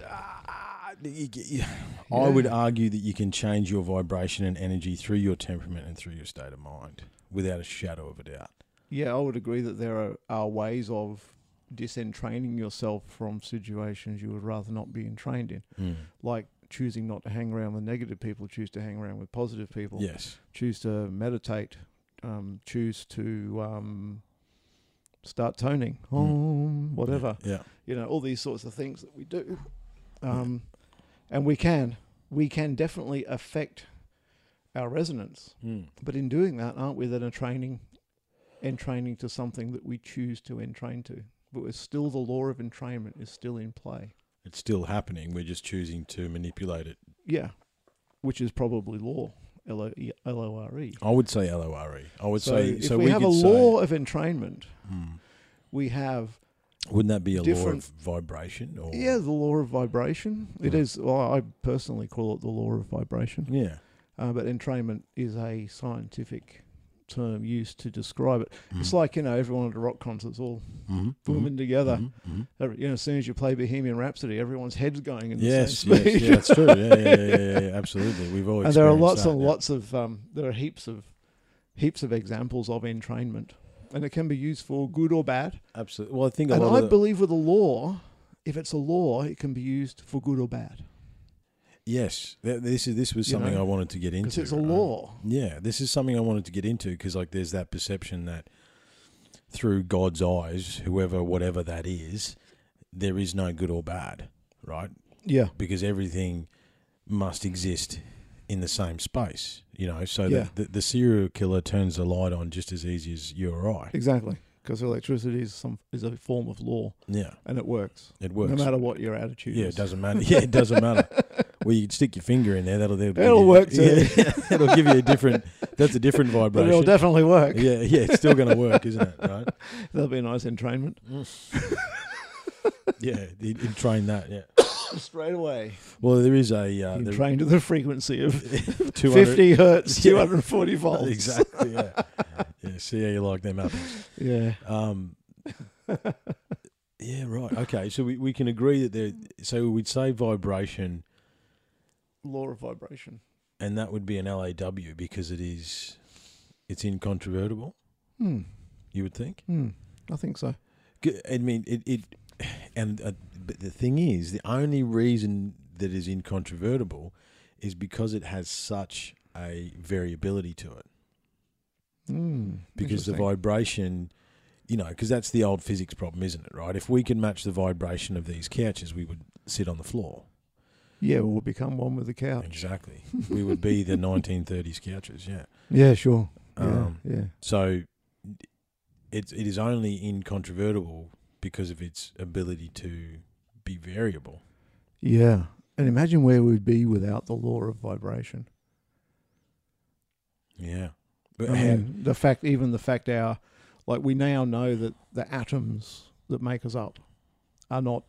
A: Ah, you get- yeah. I would argue that you can change your vibration and energy through your temperament and through your state of mind, without a shadow of a doubt.
C: yeah, I would agree that there are, are ways of disentraining yourself from situations you would rather not be entrained in. like choosing not to hang around with negative people, choose to hang around with positive people,
A: Yes.
C: choose to meditate, um, choose to um, start toning, Om, whatever,
A: Yeah.
C: you know, all these sorts of things that we do. Um, and we can, we can definitely affect our resonance. But in doing that, aren't we then entraining, entraining to something that we choose to entrain to? But it's still the law of entrainment is still in play.
A: It's still happening. We're just choosing to manipulate it.
C: Yeah, which is probably law. L O E- L O R E.
A: I would say L O R E. I would
C: So,
A: say
C: if
A: so.
C: we, have a
A: could say-
C: law of entrainment,
A: Hmm.
C: we have
A: Wouldn't that be a law
C: different-
A: of vibration? Or
C: yeah the law of vibration. It
A: Mm.
C: is. Well, I personally call it the law of vibration,
A: yeah.
C: uh, but entrainment is a scientific term used to describe it. It's
A: Mhm.
C: like you know everyone at a rock concert's all
A: Mhm,
C: booming
A: mhm,
C: together.
A: mhm, mhm.
C: Every- you know, as soon as you play Bohemian Rhapsody, everyone's heads going in
A: Yes,
C: the same
A: yes,
C: speed.
A: yeah, that's true. Yeah, yeah, yeah, yeah, yeah, absolutely. We've all
C: and there are
A: experienced
C: lots
A: that,
C: and
A: yeah.
C: lots of um, there are heaps of heaps of examples of entrainment, and it can be used for good or bad.
A: Absolutely. Well, I think a
C: And
A: lot
C: I
A: of the-
C: believe with a law, if it's a law, it can be used for good or bad
A: yes, th- this is this was
C: You
A: something
C: know,
A: I wanted to get into.
C: because it's a
A: right?
C: law.
A: Yeah, this is something I wanted to get into because like there's that perception that through God's eyes, whoever whatever that is, there is no good or bad, right?
C: Yeah,
A: because everything must exist in the same space, you know. So
C: Yeah.
A: the, the, the serial killer turns the light on just as easy as you or I.
C: exactly. Because electricity is some is a form of law,
A: Yeah,
C: and it works,
A: it works.
C: no matter what your attitude.
A: yeah,
C: is.
A: it doesn't matter. Yeah, it doesn't matter. well, you can stick your finger in there. That'll that'll give
C: It'll
A: you-
C: work too.
A: Yeah, it'll give you a different. That's a different
C: But it'll
A: vibration.
C: definitely work.
A: yeah, yeah, it's still going to work, isn't it? Right?
C: That'll be a nice entrainment
A: Yeah, you, you train that. Yeah.
C: straight away.
A: Well, there is a uh,
C: you
A: there-
C: train to the frequency of
A: 200
C: fifty hertz,
A: Yeah.
C: two hundred forty volts.
A: Exactly. Yeah. yeah. See how you like them apples.
C: Yeah.
A: Um, Yeah, right. Okay, so we, we can agree that there. So we'd say vibration,
C: Law of vibration.
A: and that would be an LAW because it is, it's incontrovertible.
C: Hmm.
A: You would think.
C: Hmm. I think so.
A: G- I mean, it it, and uh, but the thing is, the only reason that is incontrovertible is because it has such a variability to it.
C: Hmm.
A: because the
C: Interesting.
A: vibration, you know, because that's the old physics problem, isn't it? Right? If we can match the vibration of these couches, we would sit on the floor.
C: Yeah, we'll become one with the couch.
A: Exactly. we would be the 1930s couches. Yeah.
C: Yeah, sure.
A: Um,
C: yeah, yeah.
A: So it it is only incontrovertible because of its ability to be variable.
C: Yeah. And imagine where we'd be without the law of vibration.
A: Yeah. But
C: I
A: how-
C: mean, the fact, even the fact, our like we now know that the atoms that make us up are not.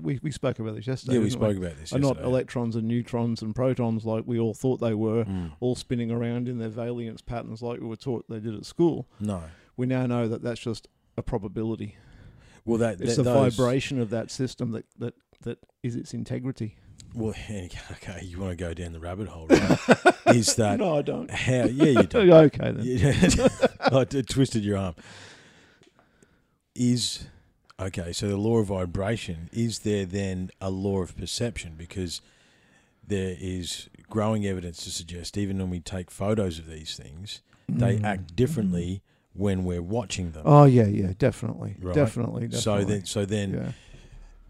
C: We we spoke about this yesterday.
A: yeah, we
C: didn't
A: spoke about this.
C: Are not
A: yesterday.
C: electrons and neutrons and protons like we all thought they were,
A: Mm.
C: all spinning around in their valence patterns like we were taught they did at school.
A: No.
C: We now know that that's just a probability.
A: Well, that
C: It's
A: that-
C: the
A: those-
C: vibration of that system that that that is its integrity.
A: Well, okay, you want to go down the rabbit hole, right? is that
C: no, I don't.
A: how? Yeah, you do.
C: Oh, okay then.
A: Yeah, I t- twisted your arm. Is okay. So the law of vibration is there then a law of perception because there is growing evidence to suggest even when we take photos of these things, they act differently when we're watching them.
C: Mm. Hmm. Oh yeah, yeah, definitely,
A: Right.
C: definitely,
A: so
C: definitely.
A: then, so then,
C: yeah.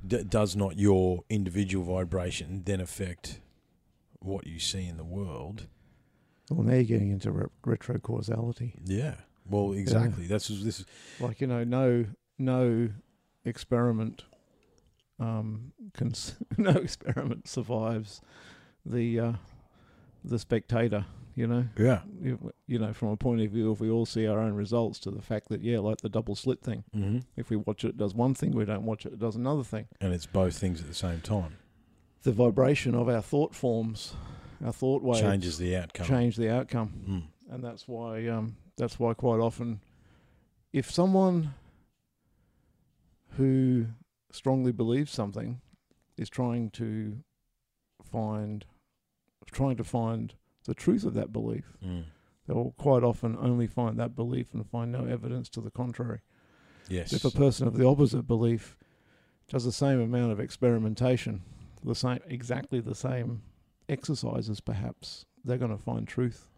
A: d- does not your individual vibration then affect what you see in the world?
C: Well, now you're getting into re- retro causality.
A: Yeah. Well, exactly. That's this. Is,
C: Like you know, no, no experiment, um, can, s- no experiment survives the uh, the spectator. You know,
A: yeah.
C: you, you know, from a point of view, if we all see our own results, to the fact that yeah, like the double slit thing.
A: Mm-hmm.
C: If we watch it, it does one thing. We don't watch it, it does another thing.
A: And it's both things at the same time.
C: The vibration of our thought forms, our thought waves,
A: changes the outcome.
C: change the outcome.
A: Mm.
C: and that's why um, that's why quite often, if someone who strongly believes something is trying to find trying to find the truth of that belief,
A: Mm.
C: they'll quite often only find that belief and find no evidence to the contrary.
A: Yes.
C: If a person of the opposite belief does the same amount of experimentation, the same exactly the same exercises, perhaps they're going to find truth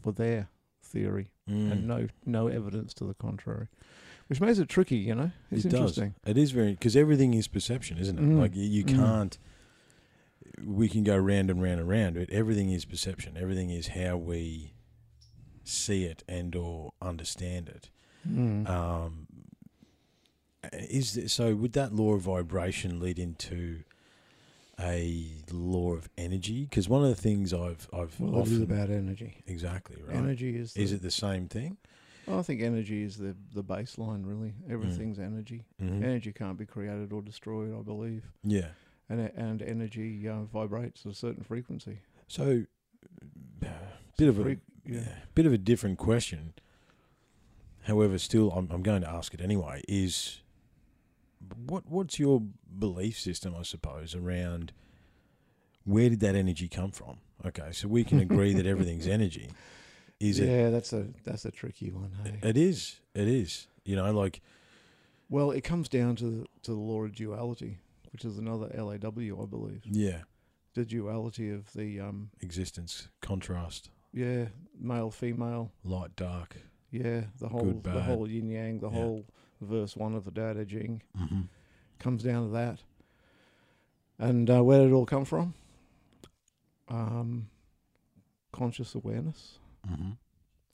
C: for their theory
A: Mm.
C: and no no evidence to the contrary, which makes it tricky. You know, it's
A: it does.
C: interesting.
A: It is very because everything is perception, isn't it?
C: Mm.
A: Like you, you
C: Mm.
A: can't. We can go round and round and round, but everything is perception. Everything is how we see it and or understand it.
C: Mm.
A: Um, is there, so? Would that law of vibration lead into a law of energy? Because one of the things I've I've
C: well, it is
A: often-
C: about energy.
A: exactly right.
C: Energy is. The,
A: Is it the same thing?
C: I think energy is the the baseline. Really,
A: Mm.
C: everything's energy.
A: Mhm.
C: Energy can't be created or destroyed. I believe,
A: yeah.
C: and e, and energy uh, vibrates at a certain frequency.
A: So, uh, bit of a
C: Freak-
A: yeah.
C: yeah.
A: bit of a different question. However, still, I'm, I'm going to ask it anyway. Is what what's your belief system? I suppose around where did that energy come from? Okay, so we can agree that everything's energy. Is it?
C: yeah, that's a that's a tricky one. Hey?
A: It is. It is. You know, like
C: well, it comes down to the, to the law of duality, which is another LAW, I believe.
A: yeah,
C: The duality of the um,
A: existence, contrast,
C: yeah, male female,
A: light, dark.
C: yeah, the whole the
A: bad.
C: whole yin yang, the
A: Yeah.
C: whole verse one of the Tao Te Ching
A: Mm-hmm.
C: comes down to that. And uh, where did it all come from? Um, conscious awareness,
A: Mm-hmm.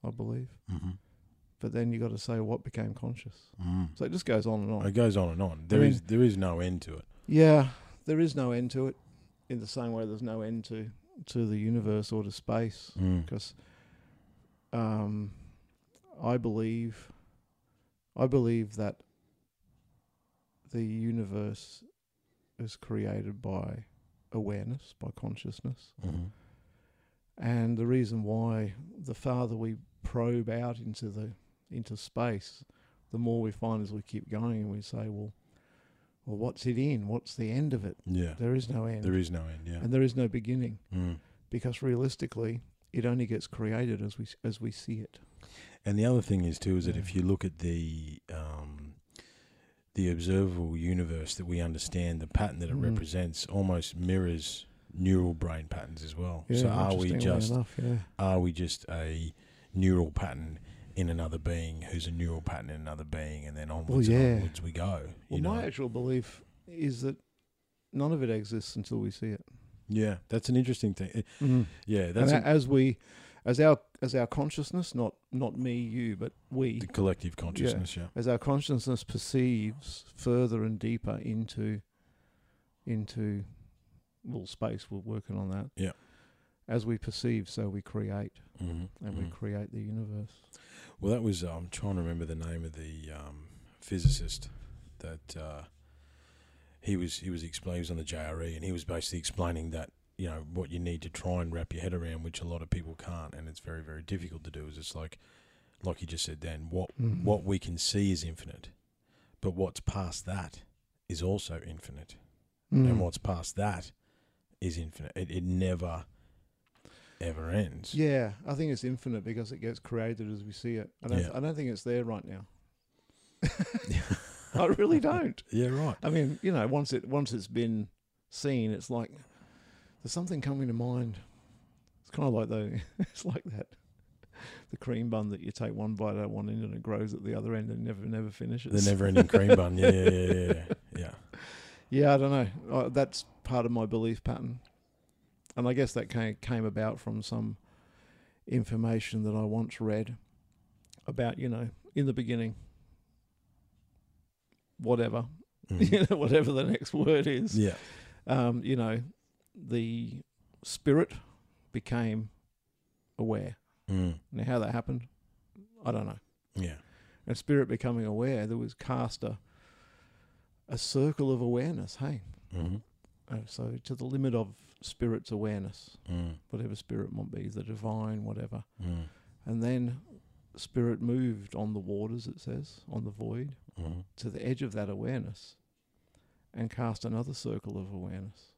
C: I believe.
A: Mm-hmm.
C: But then you got to say what became conscious.
A: Mm.
C: So it just goes on and on.
A: It goes on and on. There is
C: mean-
A: there is no end to it.
C: Yeah, there is no end to it, in the same way there's no end to to the universe or to space,
A: Mm.
C: because um, I believe, I believe that the universe is created by awareness, by consciousness,
A: Mm-hmm.
C: and the reason why the farther we probe out into the into space, the more we find as we keep going and we say, well, well, what's it in? What's the end of it?
D: Yeah.
C: There is no end,
D: There is no end. Yeah.
C: and there is no beginning
D: Mm.
C: because realistically, it only gets created as we s- as we see it.
D: And the other thing is too is that
C: Yeah.
D: if you look at the um, the observable universe that we understand, the pattern that it
C: Mm.
D: represents almost mirrors neural brain patterns as well.
C: Yeah,
D: so are we
C: interestingly
D: just
C: Enough, yeah.
D: are we just a neural pattern in another being who's a neural pattern in another being, and then onwards
C: yeah.
D: and onwards we go.
C: Well,
D: you know?
C: my actual belief is that none of it exists until we see it.
D: yeah, that's an interesting thing. It- Yeah,
C: Mm-hmm. And
D: that's
C: a- as we, as our as our consciousness, not not me, you, but
D: a-
C: we,
D: the collective consciousness. Yeah.
C: as our consciousness perceives further and deeper into into well space we're working on that
D: Yeah.
C: as we perceive so we create
D: Mhm,
C: and
D: mhm.
C: we create the universe
D: Well, that was I'm trying to remember the name of the um, physicist that uh, he was. He was explaining. He was on the JRE, and he was basically explaining that you know what you need to try and wrap your head around, which a lot of people can't, and it's very very difficult to do. Is it's like, like you just said, then what
A: Mm.
C: Mhm.
D: what we can see is infinite, but what's past that is also infinite,
A: Mm.
C: Mm.
D: and what's past that is infinite. It, it never ever ends.
C: yeah i think it's infinite because it gets created as we see it i don't
D: Yeah.
C: i don't think it's there right now i really don't
D: Yeah, right.
C: i mean you know once it once it's been seen it's like there's something coming to mind it's kind of like the it's like that the cream bun that you take one bite out one end and it grows at the other end and never never finishes
D: The never-ending cream bun. Yeah, yeah, yeah, yeah, yeah. yeah.
C: Yeah, I don't know. Uh, that's part of my belief pattern, and I guess that came came about from some information that I once read about you know in the beginning, whatever
D: Mhm.
C: you know, whatever the next word is,
D: yeah.
C: um, you know, the spirit became aware.
D: Mm.
C: Now, how that happened, I don't know.
D: Yeah.
C: And spirit becoming aware, there was cast a a circle of awareness. Hey.
D: Mm-hmm.
C: Uh, so to the limit of spirit's awareness,
D: Mm.
C: whatever spirit might be, the divine, whatever.
D: Mm.
C: And then spirit moved on the waters, it says, on the void,
D: Mm.
C: to the edge of that awareness and cast another circle of awareness.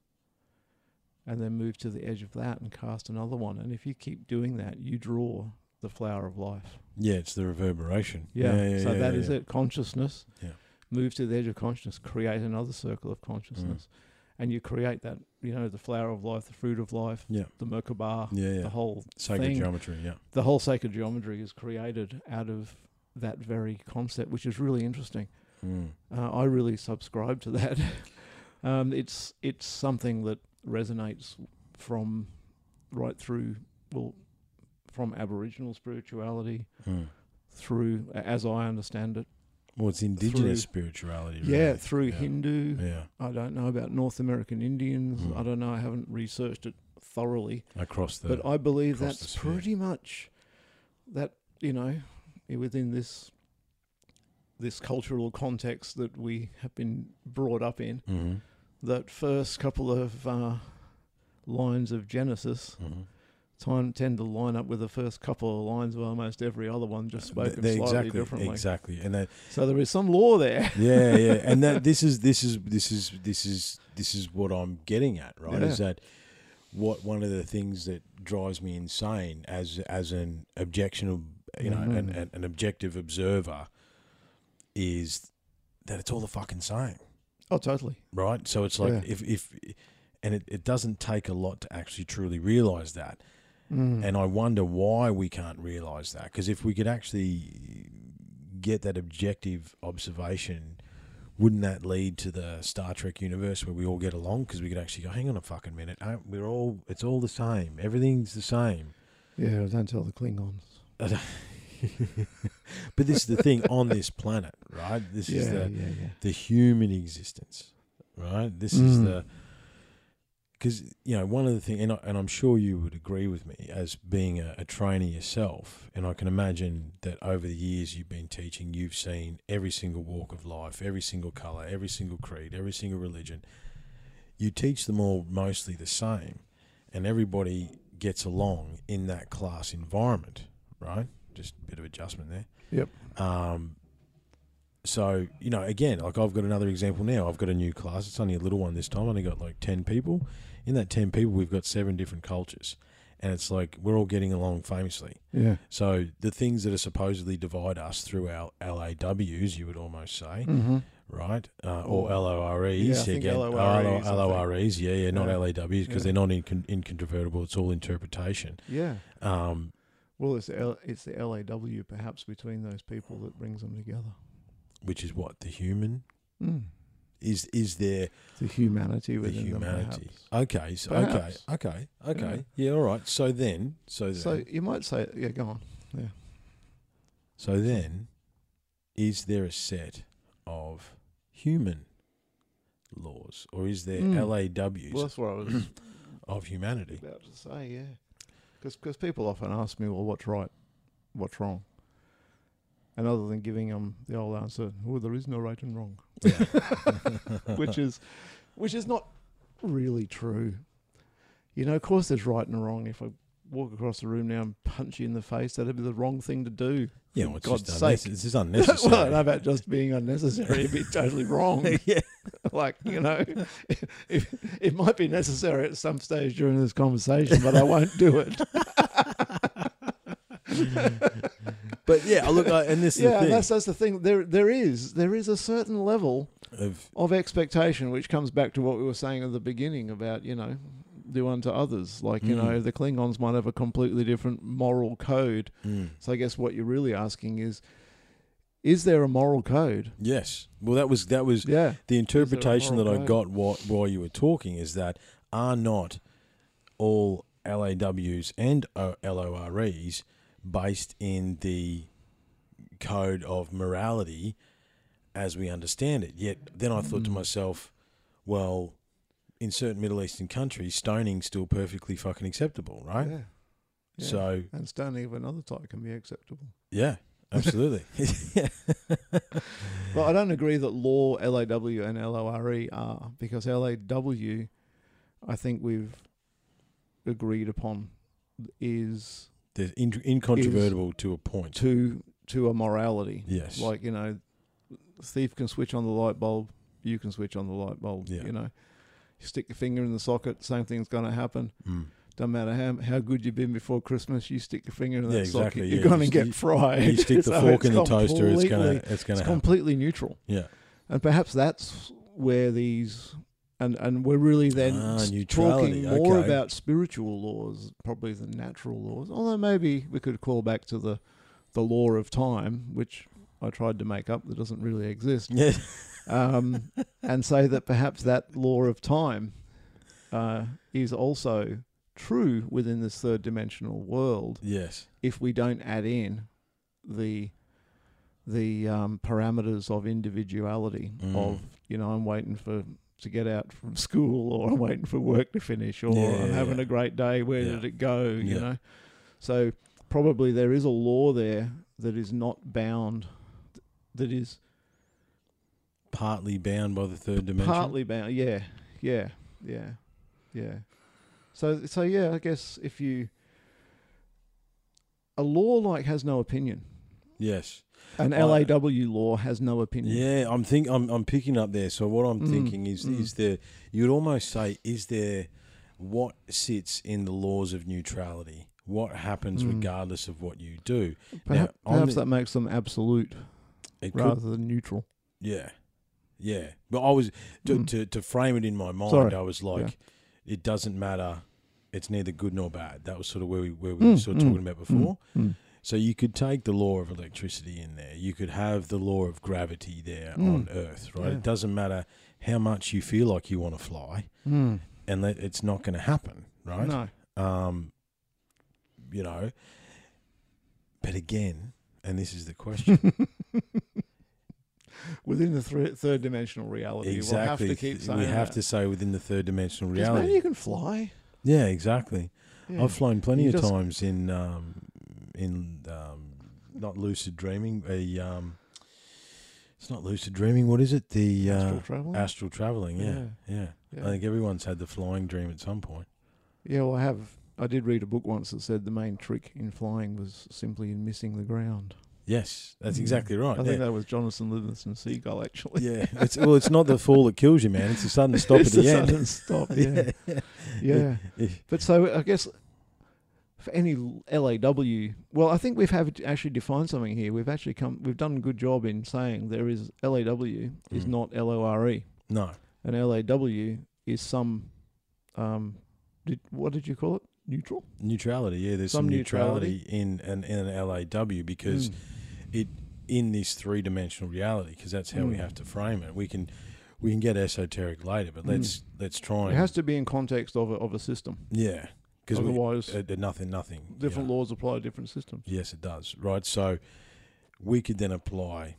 C: And then moved to the edge of that and cast another one. And if you keep doing that, you draw the flower of life.
D: Yeah, it's the reverberation.
C: so that is
D: yeah, yeah.
C: it. Consciousness.
D: Yeah.
C: Move to the edge of consciousness. Create another circle of consciousness,
D: Mm.
C: and you create that. You know, the flower of life, the fruit of life,
D: Yeah.
C: the Merkaba,
D: Yeah, yeah.
C: the whole
D: Sacred
C: thing.
D: geometry. Yeah.
C: the whole sacred geometry is created out of that very concept, which is really interesting.
D: Mm.
C: Uh, I really subscribe to that. um, it's it's something that resonates from right through well from Aboriginal spirituality
D: Mm.
C: through, as I understand it.
D: Well, it's indigenous
C: Through-
D: spirituality.
C: Yeah,
D: really.
C: through
D: yeah.
C: Hindu.
D: Yeah,
C: I don't know about North American Indians.
D: Mm.
C: I don't know. I haven't researched it thoroughly,
D: across the.
C: but I believe
D: across the
C: that's
D: sphere.
C: pretty much that you know i- within this this cultural context that we have been brought up in.
D: Mhm,
C: That first couple of uh, lines of Genesis
D: mhm.
C: time tend to line up with the first couple of lines of almost every other one, just spoken
D: They're
C: slightly
D: exactly,
C: differently.
D: Exactly, and that,
C: So there is some law there.
D: yeah, yeah, and that this is this is this is this is this is what I'm getting at, right? Is that what one of the things that drives me insane as as an objectionable, you know, an,
C: Mhm.
D: an, an objective observer is that it's all the fucking same.
C: Oh, totally.
D: right? So it's like
C: Yeah.
D: if if and it, it doesn't take a lot to actually truly realize that.
C: Mm.
D: And I wonder why we can't realize that because if we could actually get that objective observation, wouldn't that lead to the Star Trek universe where we all get along because we could actually go, hang on a fucking minute, aren't- we're all it's all the same, everything's the same.
C: Yeah, don't tell the Klingons.
D: But this is the thing on this planet, right? This is the
C: yeah, yeah.
D: the human existence, right? This is
C: Mm.
D: the because you know one of the things, and, I, and I'm sure you would agree with me as being a, a trainee yourself, and I can imagine that over the years you've been teaching, you've seen every single walk of life, every single color, every single creed, every single religion. You teach them all mostly the same, and everybody gets along in that class environment, right? Just a bit of adjustment there.
C: Yep.
D: Um, So, you know, again, like I've got another example now. I've got a new class. It's only a little one this time. I only got like 10 people. In that 10 people, we've got seven different cultures. And it's like we're all getting along famously.
C: Yeah.
D: So the things that are supposedly divide us through our LAWs, you would almost say,
C: Mm-hmm.
D: right? Uh, or LOREs.
C: Yeah, I think
D: again.
C: LOREs, I think.
D: LOREs, yeah, yeah, not
C: E Yeah.
D: LAWs because
C: Yeah.
D: they're not incon- incontrovertible. It's all interpretation.
C: Yeah.
D: Um,
C: Well, it's the L- it's the LAW perhaps between those people that brings them together.
D: which is what the human
C: Mm.
D: is. Is there
C: The humanity
D: Hmm. the
C: within
D: humanity?
C: them.
D: Okay, so
C: Perhaps.
D: okay, okay, okay. Yeah. all right. So then, so then,
C: Perhaps. So
D: so,
C: you might say, yeah, go on.
D: then, is there a set of human laws, or is there
C: Mm.
D: LAWs
C: Well, that's what I was
D: of humanity?
C: about to say. Yeah, because people often ask me, well, what's right, what's wrong, and other than giving them the old answer, well, there is no right and wrong, which is, which is not really true. You know, of course, there's right and wrong. If I walk across the room now and punch you in the face, that'd be the wrong thing to do.
D: Yeah,
C: for
D: well, it's
C: God's
D: just
C: sake.
D: unnecessary. This is unnecessary.
C: well, I know about just being unnecessary. It'd be totally wrong.
D: yeah,
C: like, you know, it, it might be necessary at some stage during this conversation, but I won't do it.
D: but yeah, I look, I, and this is
C: yeah,
D: the
C: and
D: thing
C: that's that's the thing. There there is there is a certain level
D: of
C: of expectation which comes back to what we were saying at the beginning about you know do unto others like you
D: Mm.
C: know the Klingons might have a completely different moral code.
D: mm,
C: So I guess what you're really asking is, is there a moral code?
D: yes. Well, that was that was
C: Yeah,
D: The interpretation that
C: moral
D: I
C: code?
D: got while, while you were talking is that are not all LAWs and uh, O- LOREs based in the code of morality as we understand it. Yet then I thought to
C: Hmm.
D: myself, well, in certain Middle Eastern countries, stoning's still perfectly fucking acceptable, right?
C: yeah. Yeah.
D: So,
C: and standing of another type can be acceptable.
D: yeah, absolutely. yeah.
C: Well, I don't agree that law, LAW, and LORE E are because LAW, I think we've agreed upon, is
D: They're in- incontrovertible to a point.
C: to to a morality.
D: Yes.
C: Like you know, thief can switch on the light bulb. You can switch on the light bulb.
D: Yeah.
C: You know, you stick your finger in the socket. Same thing's going to happen.
D: Mm.
C: Doesn't matter how how good you've been before Christmas. You stick your finger in
D: Yeah,
C: that
D: exactly,
C: socket,
D: yeah.
C: you're going to
D: You- you-
C: get fried.
D: You stick the
C: So
D: fork in the
C: it's
D: toaster, it's gonna,
C: completely-
D: it's
C: it's
D: gonna happen.
C: completely neutral.
D: Yeah.
C: and perhaps that's where these and and we're really then
D: Ah,
C: s-
D: neutrality,
C: talking more
D: okay.
C: about spiritual laws probably than natural laws although maybe we could call back to the the law of time which I tried to make up that doesn't really exist
D: Yeah,
C: um, and say that perhaps that law of time uh, is also true within this third dimensional world
D: yes.
C: if we don't add in the the um, parameters of individuality
D: Mm.
C: of you know I'm waiting for to get out from school or I'm waiting for work to finish or
D: Yeah,
C: I'm
D: yeah,
C: having
D: yeah.
C: a great day where
D: Yeah.
C: did it go you
D: Yeah.
C: know so probably there is a law there that is not bound that is
D: Partly bound by the third dimension.
C: partly bound yeah yeah yeah yeah so so yeah I guess if you a law like has no opinion
D: Yes.
C: An
D: I-
C: LAW law has no opinion.
D: Yeah, I'm think I'm I'm picking up there. So what I'm
C: Mm,
D: thinking is
C: mm.
D: is there you'd almost say is there what sits in the laws of neutrality? What happens
C: Mm.
D: regardless of what you do?
C: Perha-
D: Now, on
C: perhaps
D: the-
C: that makes them absolute
D: It could-
C: rather than neutral.
D: yeah. Yeah. But I was to
C: Mm.
D: to, to frame it in my mind,
C: Sorry.
D: I was like it doesn't matter. It's neither good nor bad. That was sort of where we where we were
C: Mm,
D: sort of
C: mm,
D: talking about before.
C: Mm.
D: So you could take the law of electricity in there. You could have the law of gravity there
C: Mm.
D: on Earth, right?
C: Yeah.
D: It doesn't matter how much you feel like you want to fly,
C: Mm.
D: and that it's not going to happen, Hmm. right?
C: No.
D: Um, you know. But again, and this is the question:
C: Within the thre- third dimensional reality, we'll have
D: exactly,
C: to keep
D: th-
C: saying
D: we have
C: that.
D: to say within the third dimensional
C: 'Cause maybe
D: reality.
C: you can fly.
D: Yeah, exactly.
C: Yeah.
D: I've flown plenty
C: Mm. You
D: of
C: just-
D: times in um, in um, not lucid dreaming. A um, it's not lucid dreaming. What is it? The uh,
C: Astral
D: astral,
C: traveling.
D: traveling. Yeah, yeah,
C: yeah.
D: I think everyone's had the flying dream at some point.
C: Yeah, well, I have. I did read a book once that said the main trick in flying was simply in missing the ground.
D: Yes,
C: Mm.
D: that's exactly right.
C: I
D: yeah.
C: think that was Jonathan Livingston Seagull, actually.
D: yeah, it's, well, it's not the fall that kills you, man. It's the sudden stop at
C: It's
D: the
C: a
D: end.
C: sudden stop. Yeah. yeah.
D: yeah.
C: But so I guess for any LAW, well, I think we've have actually defined something here. We've actually come, we've done a good job in saying there is LAW is
D: Mm.
C: not LORE,
D: No,
C: E. and LAW is some, um, did, what did you call it? Neutral.
D: neutrality. Yeah, there's some,
C: Some
D: neutrality, in an in an LAW because
C: Mm.
D: in this three dimensional reality, because that's how we
C: Mm.
D: have to frame it. We can we can get esoteric later, but
C: Mm.
D: let's let's try.
C: it
D: And,
C: has to be in context of a, of a system.
D: yeah, because we
C: Otherwise,
D: uh, uh, nothing nothing
C: different
D: yeah.
C: laws apply to different systems.
D: Yes, it does. Right, so we could then apply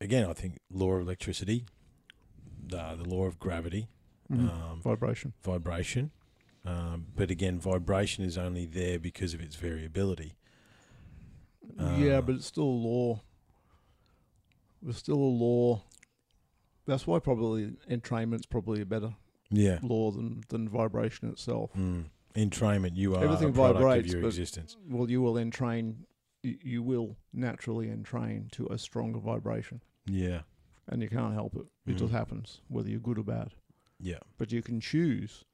D: again. I think law of electricity, uh, the law of gravity,
C: Mm-hmm.
D: um,
C: Mm. Vibration.
D: vibration. Um, but again, vibration is only there because of its variability.
C: yeah,
D: Uh,
C: but it's still a law. It's still a law. That's why probably entrainment's probably a better
D: Yeah.
C: law than, than vibration itself.
D: Mm. Entrainment, you are
C: Everything
D: a product
C: vibrates,
D: of your
C: but-
D: existence.
C: Well, you will entrain, y- you will naturally entrain to a stronger vibration,
D: Yeah.
C: and you can't help it. It
D: Mhm.
C: just happens, whether you're good or bad.
D: Yeah.
C: But you can choose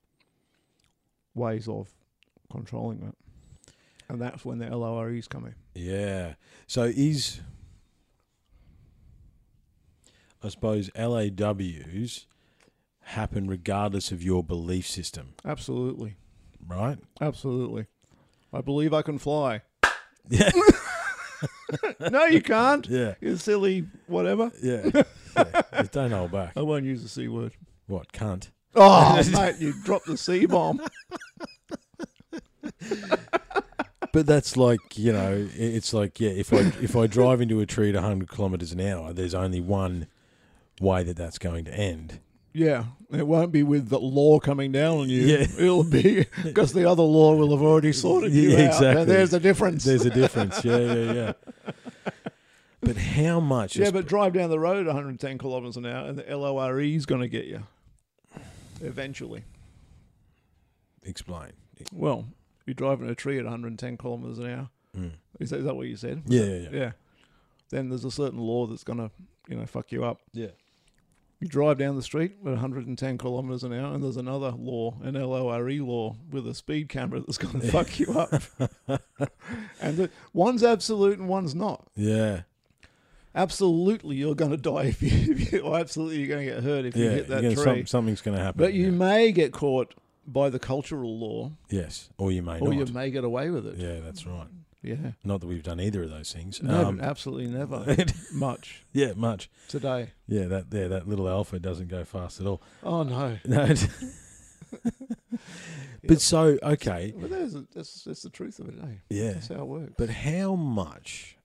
C: ways of controlling that. And that's when the LOREs come in.
D: Yeah. So is I suppose LAWs happen regardless of your belief system,
C: Absolutely.
D: right?
C: Absolutely. I believe I can fly.
D: Yeah.
C: No, you can't.
D: yeah.
C: You silly whatever.
D: Yeah. yeah. Just Don't hold back.
C: I won't use the C word.
D: What, cunt?
C: Oh, mate, you dropped the C bomb.
D: But that's like you know, i- it's like yeah. If I if I drive into a tree at hundred kilometers an hour, there's only one way that that's going to end.
C: Yeah, it won't be with the law coming down on you.
D: Yeah.
C: It'll be because the other law will have already sorted you
D: Yeah,
C: out.
D: exactly.
C: And there's the difference.
D: There's a difference. Yeah, yeah, yeah. But how much?
C: yeah,
D: is-
C: but drive down the road 110 kilometres an hour and the LORE E is going to get you eventually.
D: explain.
C: Well, you're driving a tree at 110 kilometres an hour.
D: Mm.
C: Is that, is that what you said?
D: Yeah, yeah, yeah.
C: Yeah. Then there's a certain law that's going to, you know, fuck you up.
D: Yeah.
C: You drive down the street at 110 kilometres an hour, and there's another law, an LORE E law, with a speed camera that's going to fuck you up. and the, one's absolute and one's not.
D: Yeah,
C: Absolutely, you're going to die if you, if you or absolutely you're going to get hurt if you
D: yeah.
C: hit that
D: you're gonna-
C: tree.
D: some- something's going to happen.
C: but you
D: yeah.
C: may get caught by the cultural law,
D: yes, or you may
C: or
D: not.
C: you may get away with it.
D: yeah, that's right.
C: Yeah.
D: Not that we've done either of those things.
C: No,
D: Um,
C: but uh absolutely never much
D: yeah, much.
C: today.
D: Yeah, that yeah, that little alpha doesn't go fast at all.
C: Oh no.
D: No. it- but so okay,
C: Well, there's a, that's, that's the truth of it, eh?
D: yeah.
C: That's how it works.
D: But how much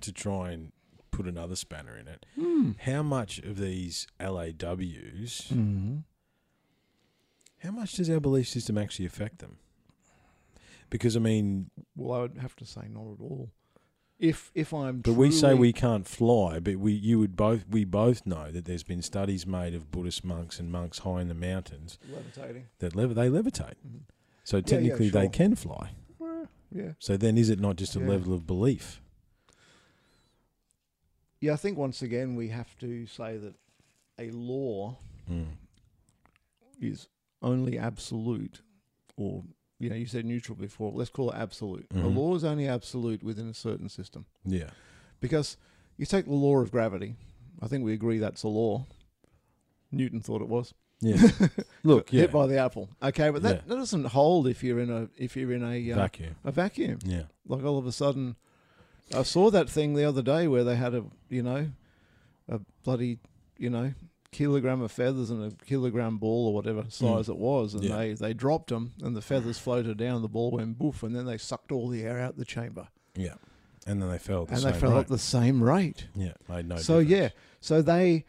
D: to try and put another spanner in it? How much of these LAWs? How much does our belief system actually affect them? Because I mean,
C: well, I would have to say not at all. If if I'm,
D: but we say
C: truly-
D: we can't fly, but we you would both we both know that there's been studies made of Buddhist monks and monks high in the mountains
C: levitating.
D: that lev- they levitate.
C: Mhm.
D: So
C: yeah,
D: technically, they
C: sure.
D: can fly.
C: Well, yeah,
D: So then, is it not just a
C: Yeah.
D: level of belief?
C: yeah. I think once again we have to say that a law
D: Mm.
C: is only absolute, or you know, you said neutral before. Let's call it absolute. A
D: Mhm.
C: law is only absolute within a certain system
D: Yeah,
C: because you take the law of gravity. I think we agree that's a law. Newton thought it was.
D: yeah. Look, yeah,
C: hit by the apple. Okay, but that,
D: Yeah.
C: that doesn't hold if you're in a if you're in a uh,
D: vacuum.
C: a vacuum.
D: Yeah.
C: Like all of a sudden, I saw that thing the other day where they had a you know a bloody you know kilogram of feathers and a kilogram ball or whatever size it was, and
D: Mm. Yeah.
C: they they dropped them and the feathers floated down, the ball went boof, and then they sucked all the air out the chamber,
D: Yeah, and then they fell. At the
C: and
D: same
C: they fell
D: rate.
C: at the same rate.
D: yeah made no.
C: so
D: difference.
C: yeah, so they.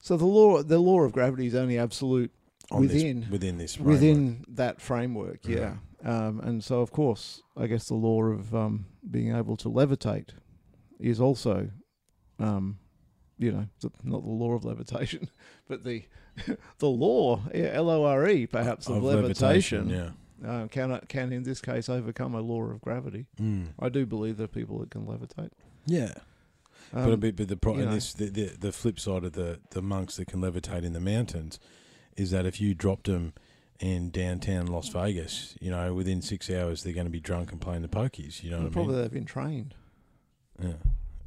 C: So the law, the law of gravity is only absolute
D: On this-
C: within-
D: within this framework. Mm-hmm.
C: within that framework, yeah. Um, and so, of course, I guess the law of um, being able to levitate is also, um, you know, the, not the law of levitation, but the the law, yeah, L O R E, perhaps of, levitation,
D: Yeah,
C: uh, can can in this case overcome a law of gravity.
D: Mm.
C: I do believe there are people that can levitate.
D: Yeah. but a
C: Um,
D: bit, but the, pro-
C: you
D: and
C: know.
D: this, the, the the flip side of the the monks that can levitate in the mountains is that if you dropped them in downtown Las Vegas, you know, within six hours they're going to be drunk and playing the pokies. You know what I
C: probably
D: mean?
C: they've been trained.
D: Yeah.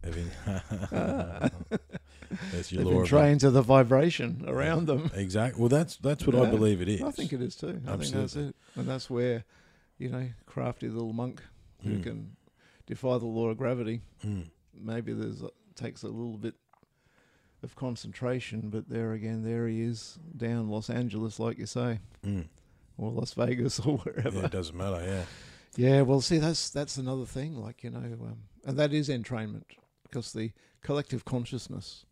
D: I mean,
C: Ah.
D: that's your
C: They've
D: law
C: been
D: of-
C: trained to the vibration around them.
D: Exact. Well, that's that's what I
C: Yeah.
D: believe it is.
C: I think it is too. I think that's
D: Absolutely.
C: it, and that's where, you know, crafty little monk who
D: Mm.
C: can defy the law of gravity.
D: Mm.
C: Maybe there's takes a little bit of concentration, but there again, there he is down Los Angeles, like you say,
D: Mm.
C: or Las Vegas, or
D: Yeah,
C: wherever.
D: it doesn't matter. Yeah.
C: Yeah, well, see, that's that's another thing. Like you know, um, and that is entrainment because the collective consciousness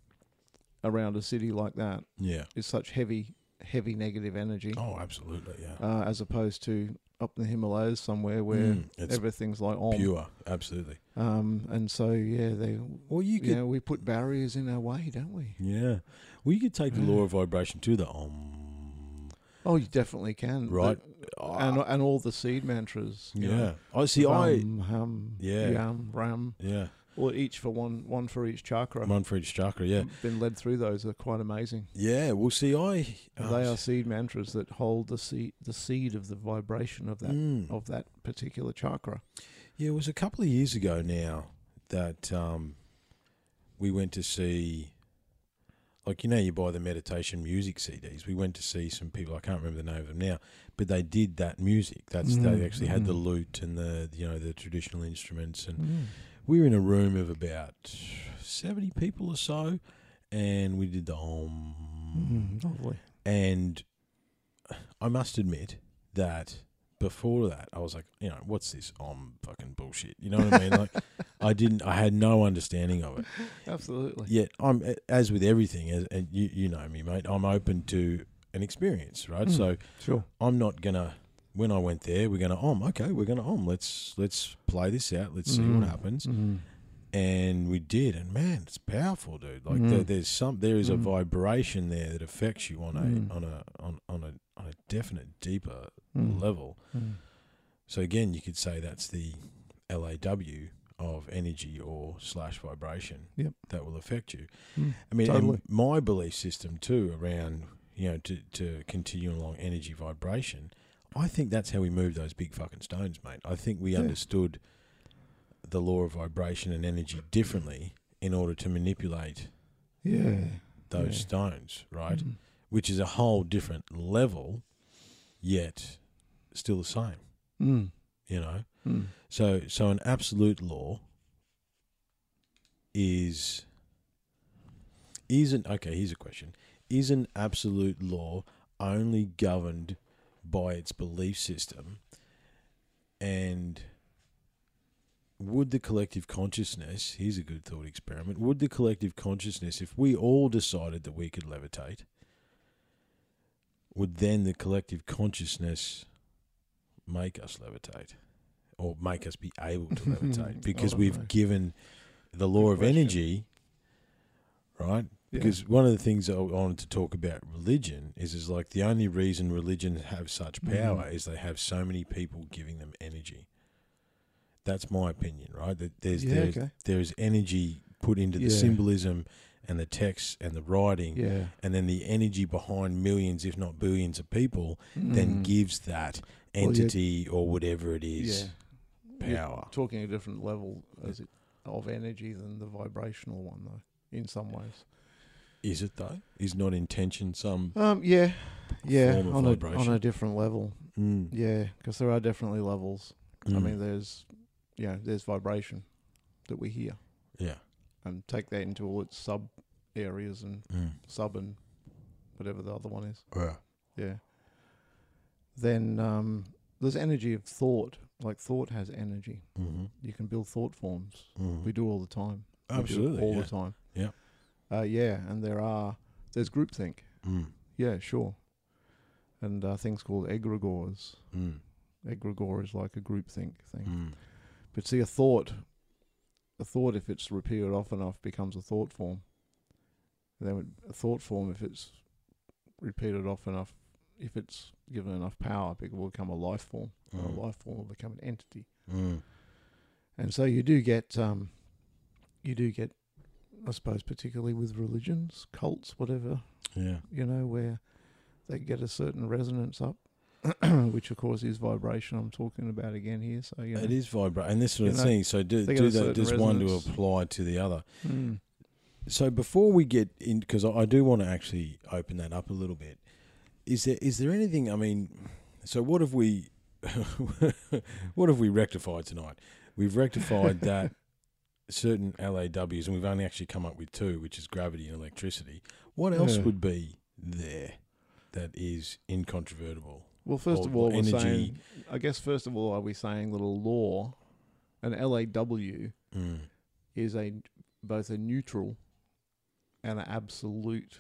C: around a city like that
D: Yeah.
C: is such heavy, heavy negative energy,
D: Oh, absolutely. Yeah.
C: uh, as opposed to up in the Himalayas somewhere where
D: Mm. it's
C: everything's like on.
D: pure. Absolutely.
C: Um, and so yeah, they
D: Well, you
C: you
D: could.
C: know we put barriers in our way, don't we?
D: Yeah. Well, you could take the
C: Yeah.
D: law of vibration to the om.
C: Oh, you definitely can.
D: Right.
C: The- and and all the seed mantras. you
D: Ah, Yeah.
C: know.
D: I see. I.
C: Ram, hum,
D: Yeah.
C: yam, ram,
D: Yeah.
C: or each for one, one for each chakra.
D: One for each chakra. Yeah.
C: been led through those are quite amazing.
D: Yeah. Well, see, I.
C: And they are seed mantras that hold the seed, the seed of the vibration of that Oh.
D: Mm.
C: of that particular chakra.
D: Yeah, it was a couple of years ago now that um, we went to see, like, you know, you buy the meditation music CDs. We went to see some people, I can't remember the name of them now, but they did that music. That's They
C: Mhm,
D: actually had the
C: mhm.
D: lute and the, you know, the traditional instruments. And
C: Mm.
D: we were in a room of about 70 people or so, and we did the om. Mm.
C: Mm. Lovely.
D: And I must admit that before that, I was like, you know, what's this? om fucking bullshit. You know what I mean? Like, I didn't, I had no understanding of it.
C: Absolutely.
D: Yet, I'm as with everything, as and you, you know me, mate. I'm open to an experience, right?
C: Mm.
D: So
C: Sure.
D: I'm not gonna. When I went there, we're gonna om. Okay, we're gonna om. Let's let's play this out. Let's see
C: Mm.
D: what happens and we did and man it's powerful dude like
C: Mm.
D: there, there's some there is a
C: Mm.
D: vibration there that affects you on a
C: Mm.
D: on a on, on a on a definite deeper
C: Mm.
D: level
C: Mm.
D: so again you could say that's the law of energy or slash vibration
C: Yep.
D: that will affect you
C: Mm.
D: i mean and
C: Totally.
D: my belief system too around you know to, to continue along energy vibration i think that's how we moved those big fucking stones mate i think we
C: Yeah.
D: understood the law of vibration and energy differently in order to manipulate
C: Yeah.
D: those
C: Yeah.
D: stones, right?
C: Mm.
D: Which is a whole different level, yet still the same,
C: Mm.
D: you know?
C: Mm.
D: So, so an absolute law is isn't okay. Here's a question: Is an absolute law only governed by its belief system, and would the collective consciousness? Here's a good thought experiment: Would the collective consciousness, if we all decided that we could levitate, would then the collective consciousness make us levitate? or make us be able to levitate because
C: don't
D: we've
C: know.
D: given the law
C: Good
D: of
C: question.
D: energy, right?
C: Yeah.
D: Because one of the things I wanted to talk about religion is is like the only reason religions have such
C: Mm-hmm.
D: power is they have so many people giving them energy. That's my opinion, right? That there's
C: Yeah,
D: there's,
C: okay.
D: there's energy put into the
C: Yeah.
D: symbolism and the text and the writing
C: Yeah.
D: and then the energy behind millions if not billions of people then
C: Mm.
D: gives that
C: Well, yeah.
D: entity or whatever it is
C: yeah.
D: power.
C: Talking a different level as it, of energy than the vibrational one, though, in some ways.
D: Is it though? Is not intention some?
C: Um. Yeah. Yeah.
D: Form of
C: On a, on
D: vibration.
C: a different level.
D: Mm,
C: Yeah, because there are definitely levels. I
D: mm,
C: mean, there's, you know, there's vibration that we hear,
D: yeah.
C: and take that into all its sub areas and
D: Mm.
C: sub and whatever the other one is.
D: Yeah.
C: Yeah. Then um, there's energy of thought. Like thought has energy.
D: Mm-hmm.
C: You can build thought forms.
D: Mm-hmm.
C: We do all the time. We do it
D: Absolutely.
C: all
D: yeah.
C: the time.
D: Yeah.
C: Uh, yeah, and there are there's groupthink.
D: Mm,
C: Yeah, sure. And uh, things called egregores.
D: mm,
C: Egregore is like a groupthink thing.
D: mm.
C: But see, a thought, a thought, if it's repeated off and off, becomes a thought form. And then a thought form, if it's repeated off and off, if it's given enough power, it will become a life form. or
D: Mm.
C: A life form will become an entity,
D: Mm.
C: and so you do get, um, you do get, I suppose, particularly with religions, cults, whatever
D: Yeah.
C: you know, where they get a certain resonance up, which of course is vibration. I'm talking about again here. So you know,
D: It is vibrant, and this sort
C: You
D: of
C: know,
D: thing. So do
C: they
D: do
C: got a
D: that.
C: certain
D: Does one to
C: resonance.
D: apply to the other?
C: Mm.
D: So before we get in, because I I do want to actually open that up a little bit. Is there is there anything? I mean, so what have we, what have we rectified tonight? We've rectified that certain LAWs, and we've only actually come up with two, which is gravity and electricity. What else
C: Yeah.
D: would be there that is incontrovertible?
C: Well, first
D: Or
C: of all, we're
D: energy.
C: saying. I guess first of all, are we saying that a law, an LAW,
D: Mm.
C: is a both a neutral and an absolute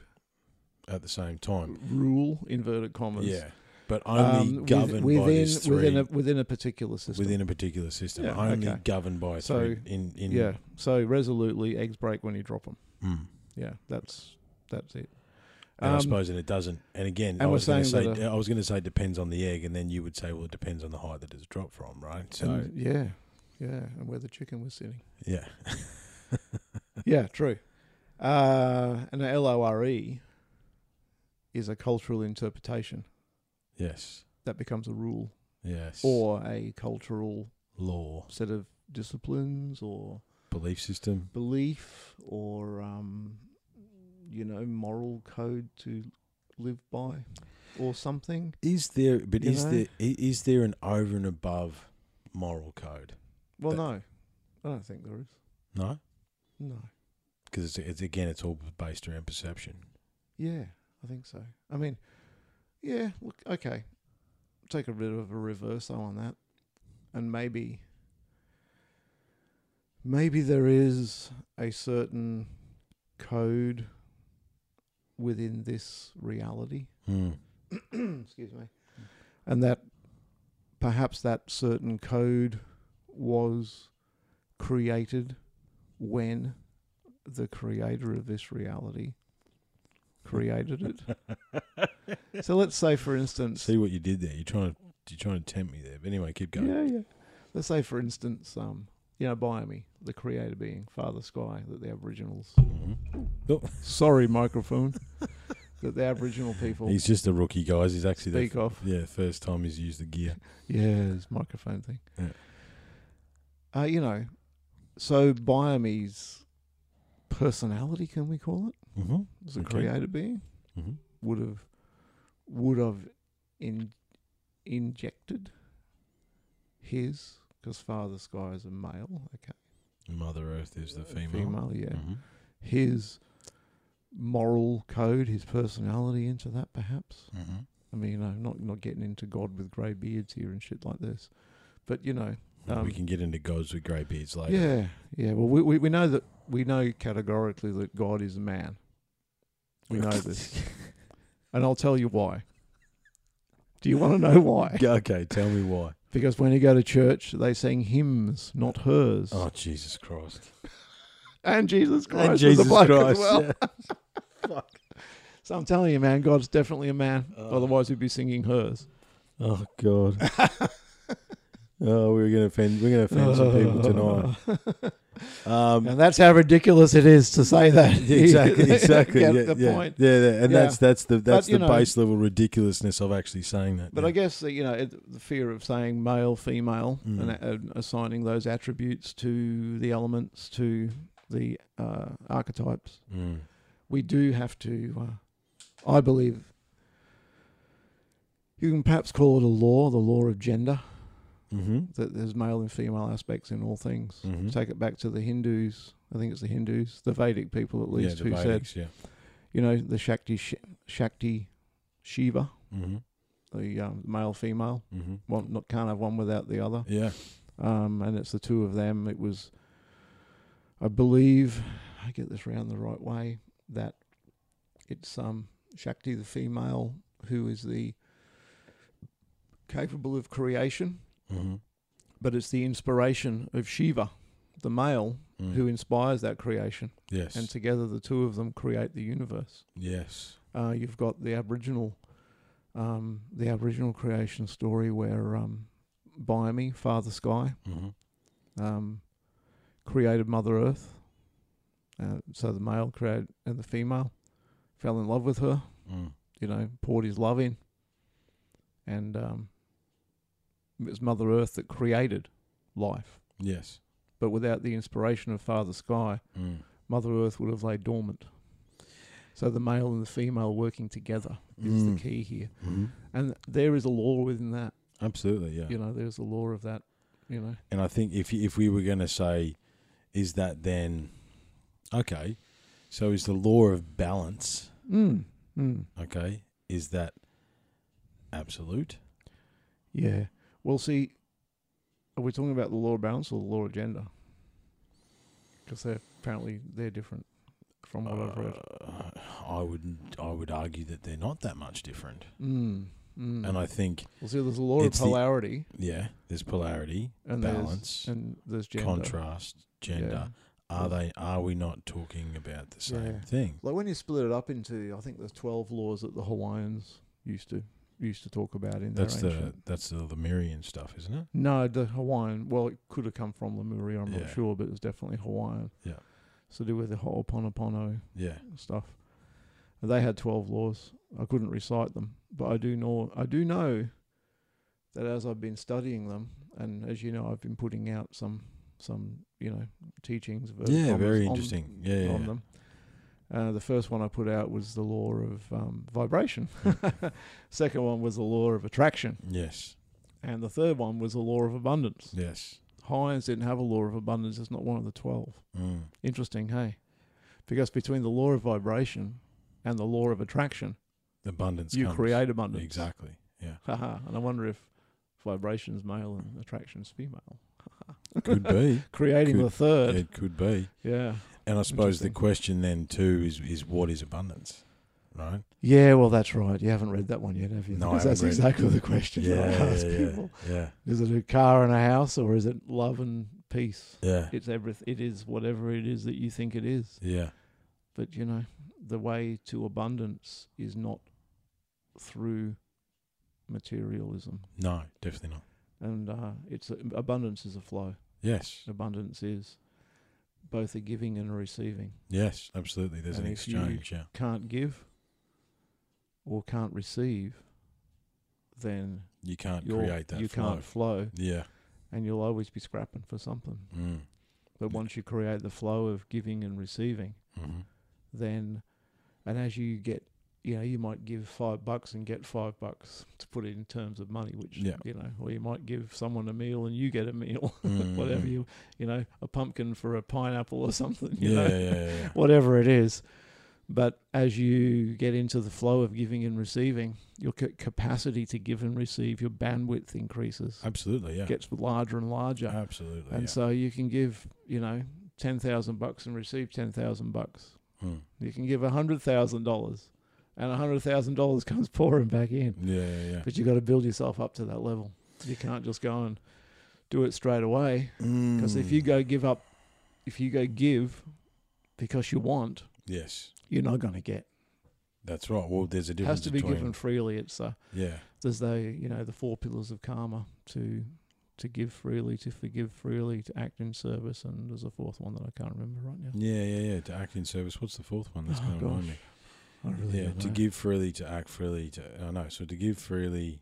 D: At the same time,
C: rule inverted commas.
D: yeah, but
C: um,
D: only
C: with-
D: governed
C: within
D: by this three
C: within a within a particular system.
D: within a particular system,
C: Yeah,
D: only
C: okay.
D: governed by
C: So,
D: three. In, in
C: yeah. So resolutely, eggs break when you drop them.
D: Mm.
C: Yeah, that's that's it.
D: And I
C: Um,
D: suppose, and it doesn't. And again,
C: and
D: I
C: we're
D: was going to
C: saying
D: say,
C: that uh,
D: I was going to say, depends on the egg, and then you would say, well, it depends on the height that it's dropped from, right? So,
C: and yeah, yeah, and where the chicken was sitting.
D: yeah,
C: yeah, true. Uh, and a LORE E is a cultural interpretation
D: yes,
C: that becomes a rule
D: yes,
C: or a cultural
D: law,
C: set of disciplines or
D: belief system,
C: belief or, um, you know, moral code to live by or something.
D: is there? But
C: You
D: is
C: know?
D: there? i- Is there an over and above moral code?
C: Well,
D: That-
C: no, I don't think there is.
D: No,
C: No.
D: because it's, it's again, it's all based around perception.
C: Yeah, I think so. I mean, yeah, look, okay. Take a bit of a reverso on that. And maybe, maybe there is a certain code within this reality.
D: Mm.
C: Excuse me. And that perhaps that certain code was created when the creator of this reality created it. So let's say, for instance,
D: See what you did there. You're trying to you're trying to tempt me there. But anyway, keep going.
C: yeah, yeah. Let's say, for instance, um, you know, Biami, the creator being Father Sky, that the Aboriginals.
D: Mhm.
C: Sorry, microphone. that the Aboriginal people
D: He's just a rookie, guys. He's actually the
C: speak of.
D: yeah first time he's used the gear.
C: Yeah, this microphone thing.
D: Yeah.
C: Uh, you know, so Biami's personality, can we call it,
D: Mm-hmm.
C: as a
D: Okay.
C: creator being,
D: Mm-hmm.
C: would have would have in, injected his because Father Sky is a male. Okay.
D: Mother Earth is the female.
C: yeah.
D: Mhm.
C: His moral code, his personality into that, perhaps.
D: mm-hmm.
C: I mean, you know, not not getting into God with grey beards here and shit like this, but you know,
D: we
C: Um,
D: can get into gods with grey beards later.
C: yeah, yeah. Well, we, we we know that we know categorically that God is a man. We know this, and I'll tell you why. Do you want to know why?
D: Yeah, okay, tell me why.
C: Because when you go to church, they sing hymns, not hers.
D: Oh, Jesus Christ.
C: and Jesus Christ.
D: and
C: was
D: Jesus
C: a bloke
D: Christ.
C: As well.
D: yeah.
C: So I'm telling you, man, God's definitely a man.
D: Oh.
C: Otherwise, we'd be singing hers.
D: Oh God. oh, we're gonna offend we're gonna offend some
C: Oh.
D: people tonight. Um
C: And that's how ridiculous it is to say that.
D: yeah, exactly, exactly.
C: Get
D: yeah,
C: the
D: yeah,
C: point.
D: yeah, yeah, and
C: Yeah.
D: that's that's the that's
C: you
D: the
C: know-
D: base level ridiculousness of actually saying that.
C: But
D: yeah.
C: I guess that, you know it, the fear of saying male, female,
D: Mm.
C: and a- and assigning those attributes to the elements, to the uh, archetypes.
D: Mm.
C: We do have to, uh, I believe, you can perhaps call it a law, the law of gender,
D: Mm-hmm.
C: that there's male and female aspects in all things.
D: Mhm.
C: Take it back to the Hindus. I think it's the Hindus, the Vedic people at
D: Yeah,
C: least,
D: the
C: who said,
D: Vedics, yeah.
C: you know, the Shakti, Sh- Shakti, Shiva,
D: Mm-hmm.
C: the um, male, female.
D: Mm-hmm.
C: one not can't have one without the other.
D: Yeah.
C: Um, and it's the two of them. It was, I believe, I get this round the right way that it's um Shakti the female who is the capable of creation,
D: Mm-hmm.
C: but it's the inspiration of Shiva, the male,
D: Mm.
C: who inspires that creation,
D: Yes.
C: and together the two of them create the universe.
D: yes.
C: Uh, you've got the Aboriginal um, the Aboriginal creation story where um, Byami, Father Sky,
D: Mm-hmm.
C: um, created Mother Earth. Uh, so the male created and the female fell in love with her.
D: Mm.
C: You know, poured his love in, and um, it was Mother Earth that created life.
D: Yes.
C: But without the inspiration of Father Sky,
D: Mm.
C: Mother Earth would have laid dormant. So the male and the female working together is
D: Mm.
C: the key here,
D: Mhm.
C: and there is a law within that.
D: Absolutely. Yeah.
C: You know, there is a law of that. You know,
D: And I think if if we were going to say, is that then okay? So is the law of balance
C: mm. Mm.
D: okay? Is that absolute?
C: Yeah. Well, see, are we talking about the law of balance or the law of gender? Because they're apparently they're different from what I've read.
D: Uh, I would I would argue that they're not that much different.
C: Mm, mm.
D: And I think
C: well, see, there's a law of
D: it's the-
C: polarity
D: yeah, there's polarity,
C: and
D: balance,
C: there's and there's gender.
D: contrast,
C: Yeah.
D: gender. Are they are we not talking about the same
C: Yeah.
D: thing?
C: Like when you split it up into, I think there's twelve laws that the Hawaiians used to used to talk about in their
D: That's the
C: ancient.
D: that's the Lemurian stuff, isn't it?
C: No, the Hawaiian. Well, it could have come from Lemuria. I'm
D: Yeah.
C: not sure, but it's definitely Hawaiian.
D: Yeah.
C: It's to do with the Ho'oponopono
D: Yeah.
C: stuff. They had twelve laws. I couldn't recite them, but I do know I do know that as I've been studying them, and as you know, I've been putting out some some you know teachings. verse
D: Yeah,
C: comments
D: very
C: on-
D: interesting. Yeah, yeah,
C: on
D: yeah.
C: them. Uh, the first one I put out was the law of um, vibration. Second one was the law of attraction,
D: Hmm. Yes.
C: and the third one was the law of abundance.
D: Yes.
C: Hawaiians didn't have a law of abundance. It's not one of the twelve.
D: Mm.
C: Interesting, hey? Because between the law of vibration and the law of attraction,
D: Abundance.
C: you
D: comes.
C: create abundance.
D: Exactly. Yeah.
C: Haha. and I wonder if vibration's male and attraction's female.
D: Could be.
C: Creating
D: Could-
C: the third.
D: it could be.
C: Yeah. yeah.
D: And I suppose the
C: Interesting.
D: question then too is is what is abundance, right?
C: well, that's right. You haven't read that one yet, have you?
D: No, I
C: Because that's
D: haven't read it.
C: exactly the question that I ask people.
D: yeah,
C: Is it a car and a house, or is it love and peace?
D: yeah,
C: It's everything. It is whatever it is that you think it is.
D: yeah.
C: But you know, the way to abundance is not through materialism,
D: No, definitely not.
C: and uh, it's abundance is a flow.
D: Yes,
C: abundance is both a giving and a receiving.
D: yes, absolutely. There's
C: And
D: an
C: if you-
D: exchange. Yeah,
C: Can't give or can't receive, then
D: you can't
C: you're-
D: create that.
C: you
D: flow.
C: can't flow
D: Yeah.
C: and you'll always be scrapping for something.
D: Mm.
C: But once you create the flow of giving and receiving,
D: hmm
C: then, and as you get, you know, you might give five bucks and get five bucks to put it in terms of money, which,
D: Yeah.
C: you know, or you might give someone a meal and you get a meal,
D: Mm,
C: whatever
D: mm.
C: you, you know, a pumpkin for a pineapple or something, you
D: Yeah,
C: know.
D: yeah, yeah, yeah.
C: whatever it is. But as you get into the flow of giving and receiving, your ca- capacity to give and receive, your bandwidth increases,
D: Absolutely. Yeah.
C: gets larger and larger,
D: absolutely.
C: and
D: yeah.
C: so you can give, you know, ten thousand bucks and receive ten thousand bucks.
D: Mm.
C: You can give a hundred thousand dollars, and a hundred thousand dollars comes pouring back in.
D: Yeah, yeah, yeah.
C: But you got to build yourself up to that level. You can't just go and do it straight away because if you
D: Mm.
C: go give up, if you go give because you want,
D: yes,
C: you're not going to get.
D: that's right. Well, there's a
C: It
D: difference
C: has to be
D: between
C: given freely. It's uh,
D: yeah,
C: there's the you know the four pillars of karma to to give freely, to forgive freely, to act in service, and there's a fourth one that I can't remember right now.
D: yeah, yeah, yeah. To act in service. What's the fourth one? That's
C: Oh,
D: going to remind
C: gosh.
D: me.
C: I really
D: yeah,
C: don't
D: to
C: know.
D: give freely, to act freely, to I know. So to give freely,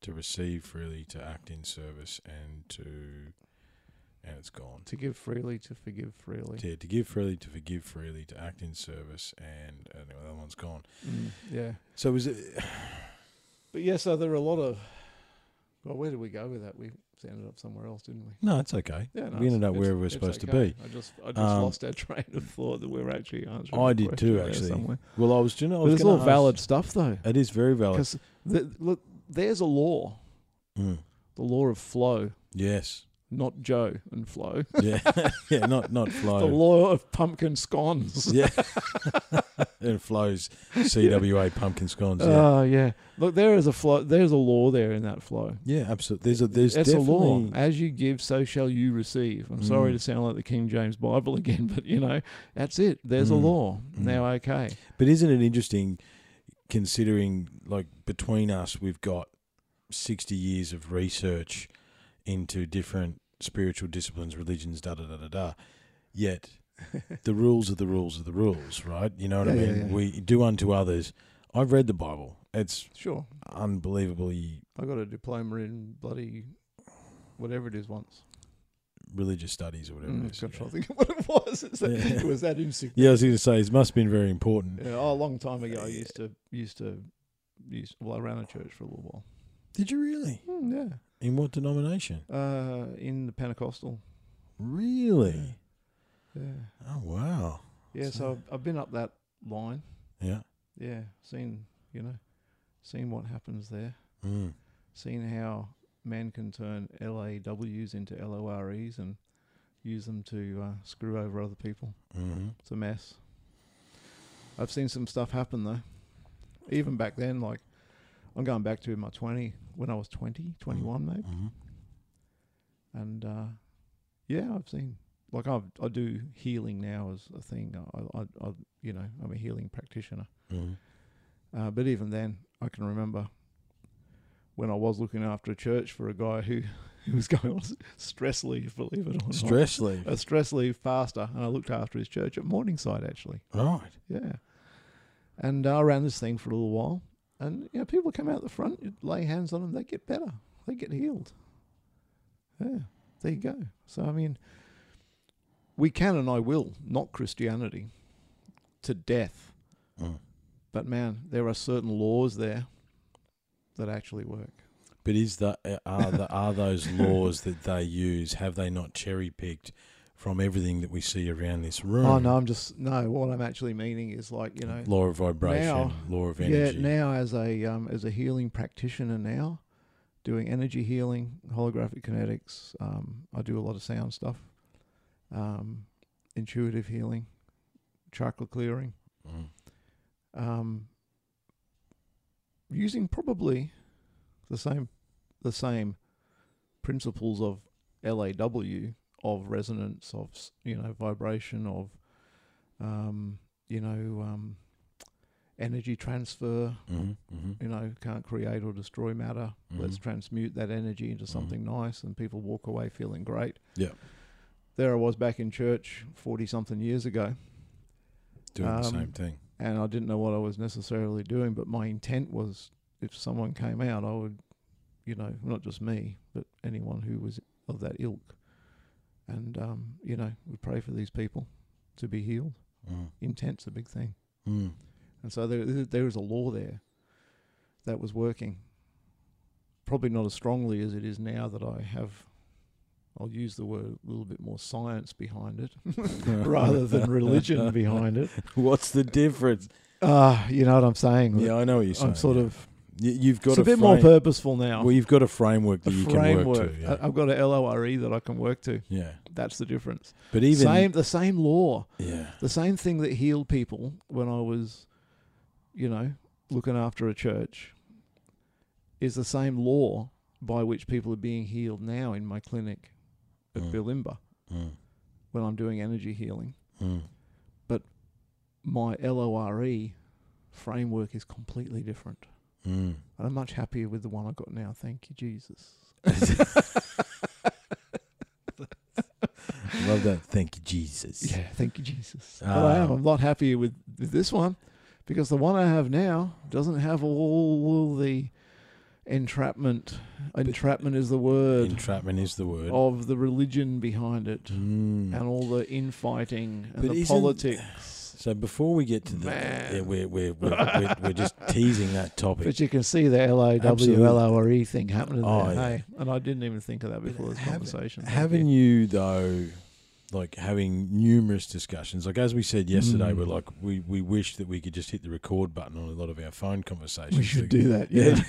D: to receive freely, to act in service, and to and it's gone.
C: to give freely, to forgive freely.
D: Yeah, to give freely, to forgive freely, to act in service, and and the other one's gone.
C: Mm, yeah,
D: So is it?
C: but yeah, so there are a lot of. Well, where did we go with that? We ended up somewhere else, didn't we?
D: No, it's okay.
C: Yeah, no,
D: we
C: it's-
D: ended up
C: it's-
D: where we were
C: it's
D: supposed
C: okay.
D: to
C: I just, I just
D: Um,
C: lost our train of thought that we were actually
D: be.
C: answering.
D: I
C: a
D: did
C: question
D: too,
C: there
D: actually.
C: somewhere.
D: Well, I was. Do you know? I
C: But
D: was
C: it's all
D: gonna
C: valid
D: ask-
C: stuff, though,
D: It is very valid.
C: because the, look, there's a law
D: Mm.
C: the law of flow,
D: Yes.
C: not Joe and flow.
D: Yeah. yeah. Not not flow.
C: The law of pumpkin scones.
D: Yeah. it flows. CWA pumpkin scones. Yeah.
C: Oh yeah. Look, there is a flow. There's a law there in that flow.
D: Yeah, absolutely. There's a there's
C: it's a
D: definitely
C: law. As you give, so shall you receive. I'm sorry
D: Mm.
C: to sound like the King James Bible again, but you know that's it. There's a
D: Mm.
C: law.
D: Mm.
C: Now, okay.
D: But isn't it interesting? considering like between us we've got 60 years of research into different spiritual disciplines religions da da da da da yet the rules are the rules are the rules right you know what i
C: Yeah, yeah,
D: mean
C: yeah.
D: we do unto others i've read the bible it's
C: Sure.
D: unbelievably
C: I got a diploma in bloody whatever it is once.
D: religious studies or whatever
C: Mm,
D: it is
C: God, I'm trying
D: yeah.
C: to think of what it was. It's that,
D: Yeah.
C: It was that insect.
D: Yeah, i was going to say it must have been very important
C: Yeah, oh, a long time ago, I used to used to use. Well, I ran a church for a little while.
D: did you really
C: Mm,
D: in what denomination
C: yeah, uh, in the Pentecostal.
D: really
C: Yeah,
D: oh wow
C: yeah. So I've, I've been up that line.
D: yeah
C: Yeah, seen you know, seen what happens there.
D: mm.
C: Seen how man can turn LAWs into LOREs and use them to uh, screw over other people.
D: hmm
C: It's a mess. I've seen some stuff happen though. Even back then, like I'm going back to my 20 when I was 20, 21 maybe,
D: hmm
C: and uh, yeah, I've seen like I I do healing now as a thing. I I, I you know I'm a healing practitioner,
D: hmm
C: uh, but even then I can remember when I was looking after a church for a guy who who was going on s- stress leave, believe it or not,
D: stress leave
C: a stress leave faster, and I looked after his church at Morningside actually.
D: right
C: Yeah. And uh, I ran this thing for a little while. And, you know, people come out the front, you lay hands on them, they get better. They get healed. Yeah. There you go. So, I mean, we can and I will knock Christianity to death.
D: Mm.
C: But, man, there are certain laws there that actually work.
D: But is that uh, are the, are those laws that they use? Have they not cherry picked from everything that we see around this room?
C: Oh, no, I'm just, no, what I'm actually meaning is like, you know,
D: law of vibration,
C: Now-
D: law of energy.
C: Yeah, now as a um, as a healing practitioner now, doing energy healing, holographic kinetics. Um, I do a lot of sound stuff, um, intuitive healing, chakra clearing.
D: Mm.
C: Um, using probably the same the same principles of LAW of resonance of s- you know vibration of um, you know um, energy transfer
D: Mhm, mhm,
C: you know, can't create or destroy matter. Let's
D: Mhm.
C: transmute that energy into something nice, and people walk away feeling great.
D: Yeah.
C: There I was back in church 40 something years ago,
D: Doing the
C: Um,
D: same thing.
C: and I didn't know what I was necessarily doing, but my intent was if someone came out, I would, you know, not just me, but anyone who was of that ilk, and, um, you know, would pray for these people to be healed.
D: Mm.
C: Intent's a big thing.
D: Mm.
C: And so there, there is a law there that was working. Probably not as strongly as it is now that I have, I'll use the word a little bit more science behind it rather than religion behind it.
D: What's the difference?
C: Ah, you know what I'm saying?
D: Yeah, I know what you're saying.
C: I'm sort
D: yeah.
C: of,
D: You, you've got
C: it's a, bit more
D: frame-
C: purposeful now.
D: Well, you've got a framework
C: a
D: that you can work
C: framework. Uh,
D: to. Yeah.
C: I- I've got a LORE E that I can work to.
D: yeah.
C: That's the difference.
D: But even
C: same, the same law.
D: yeah.
C: the same thing that healed people when I was, you know, looking after a church is the same law by which people are being healed now in my clinic at
D: Mm.
C: Bulimba
D: Mm.
C: when I'm doing energy healing.
D: Mm.
C: My LORE E framework is completely different.
D: Mm.
C: And I'm much happier with the one I got now. Thank you, Jesus.
D: Love that. Thank you, Jesus.
C: Yeah, thank you, Jesus. but I am.
D: Ah.
C: I'm a lot happier with, with this one because the one I have now doesn't have all the entrapment. Entrapment is the word
D: Entrapment is the word.
C: of the religion behind it
D: Mm.
C: Oh. and all the infighting and
D: But
C: the
D: isn't-
C: politics.
D: So before we get to the,
C: Man.
D: yeah, we're, we're, we're, we're, we're just teasing that topic.
C: But you can see the L A W L O R E thing happening
D: Oh,
C: there,
D: yeah.
C: hey? And I didn't even think of that
D: But
C: before this
D: have-
C: conversation. thank
D: Haven't
C: you?
D: you though, like having numerous discussions, like as we said yesterday,
C: Mm.
D: we're like we, we wish that we could just hit the record button on a lot of our phone conversations.
C: We should do that. Yeah.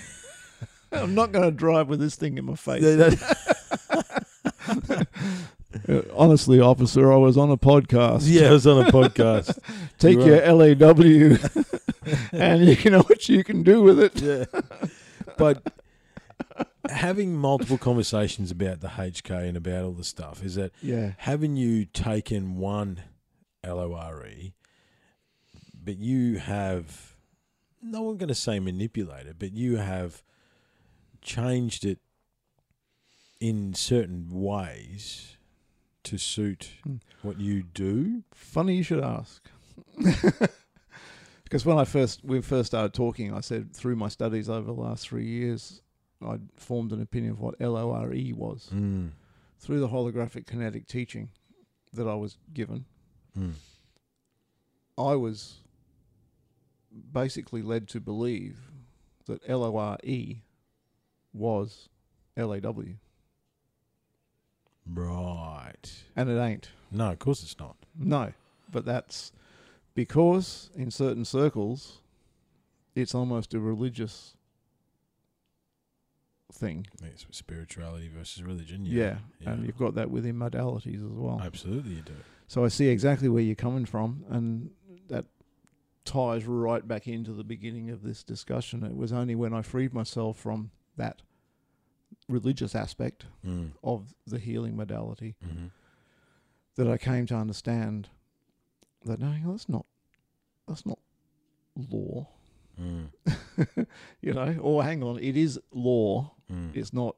C: I'm not going to drive with this thing in my face. Uh, Honestly, officer, I was on a podcast.
D: yeah, I was on a podcast.
C: Take
D: you
C: your LAW and you know what you can do with it.
D: yeah, but having multiple conversations about the HK and about all the stuff is that
C: Yeah.
D: haven't you taken one LORE, but you E, have no one going to say manipulated, but you have changed it in certain ways to suit
C: Hmm.
D: what you do.
C: Funny you should ask. because when I first we first started talking, I said through my studies over the last three years, I formed an opinion of what LORE E was
D: Mm.
C: through the holographic kinetic teaching that I was given.
D: Mm.
C: I was basically led to believe that LORE E was LAW,
D: Right.
C: and it ain't.
D: No, of course it's not.
C: No, but that's because in certain circles, it's almost a religious thing.
D: It's spirituality versus religion.
C: Yeah,
D: Yeah.
C: and you've got that within modalities as well.
D: Absolutely, you do.
C: So I see exactly where you're coming from, and that ties right back into the beginning of this discussion. It was only when I freed myself from that religious aspect
D: Mm.
C: of the healing modality
D: hmm
C: that I came to understand that no, hang on, that's not that's not law,
D: Mm.
C: you know. Or hang on, it is law.
D: Mm.
C: It's not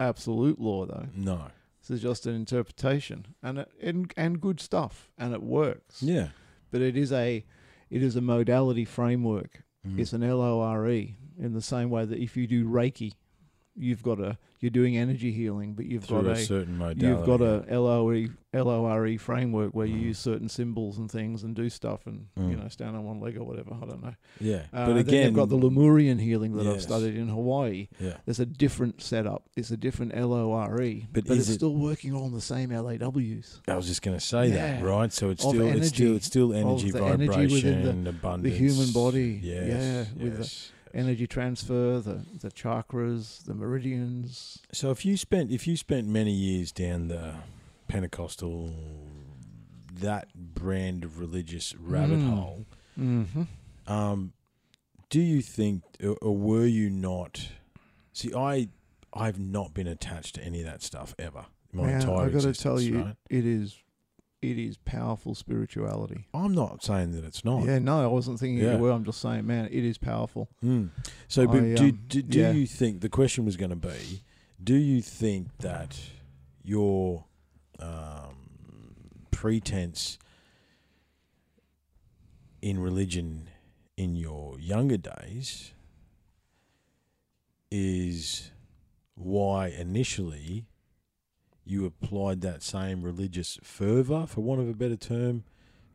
C: absolute law though.
D: No.
C: This is just an interpretation, and it, and and good stuff, and it works.
D: Yeah.
C: But it is a it is a modality framework.
D: Mm.
C: It's an LORE E in the same way that if you do Reiki, you've got a you're doing energy healing, but you've
D: Through
C: got
D: a,
C: a
D: certain modality.
C: you've got a E, LOE, LORE framework where you
D: Mhm.
C: use certain symbols and things and do stuff and you
D: Mm.
C: know stand on one leg or whatever. I don't know.
D: Yeah. but
C: Uh, then
D: again,
C: they've got the Lemurian healing that I've
D: Yes.
C: studied in Hawaii.
D: Yeah.
C: There's a different setup. It's a different LORE,
D: But
C: E, but,
D: is
C: it's
D: it-
C: still working on the same LAWs.
D: I was just going to say that,
C: Yeah.
D: right? So it's
C: Of
D: still, it's still,
C: energy.
D: it's still
C: Of
D: energy,
C: the energy
D: vibration,
C: within
D: abundance,
C: human body.
D: Yes,
C: Yeah, with the
D: yes.
C: Energy transfer, the the chakras, the meridians.
D: So if you spent, if you spent many years down the Pentecostal, that brand of religious rabbit
C: Mm.
D: hole,
C: Mm-hmm.
D: um, do you think, or, or were you not? See, I, I've not been attached to any of that stuff ever. in My entire
C: I've got to
D: existence,
C: tell you,
D: right?
C: it is it is powerful spirituality.
D: I'm not saying that it's not.
C: Yeah, no, I wasn't thinking
D: Oh, Yeah.
C: you were. I'm just saying, man, it is powerful.
D: Mm. So, but
C: I,
D: do,
C: um,
D: do, do
C: yeah.
D: you think the question was going to be, do you think that your um, pretense in religion in your younger days is why initially you applied that same religious fervor, for want of a better term,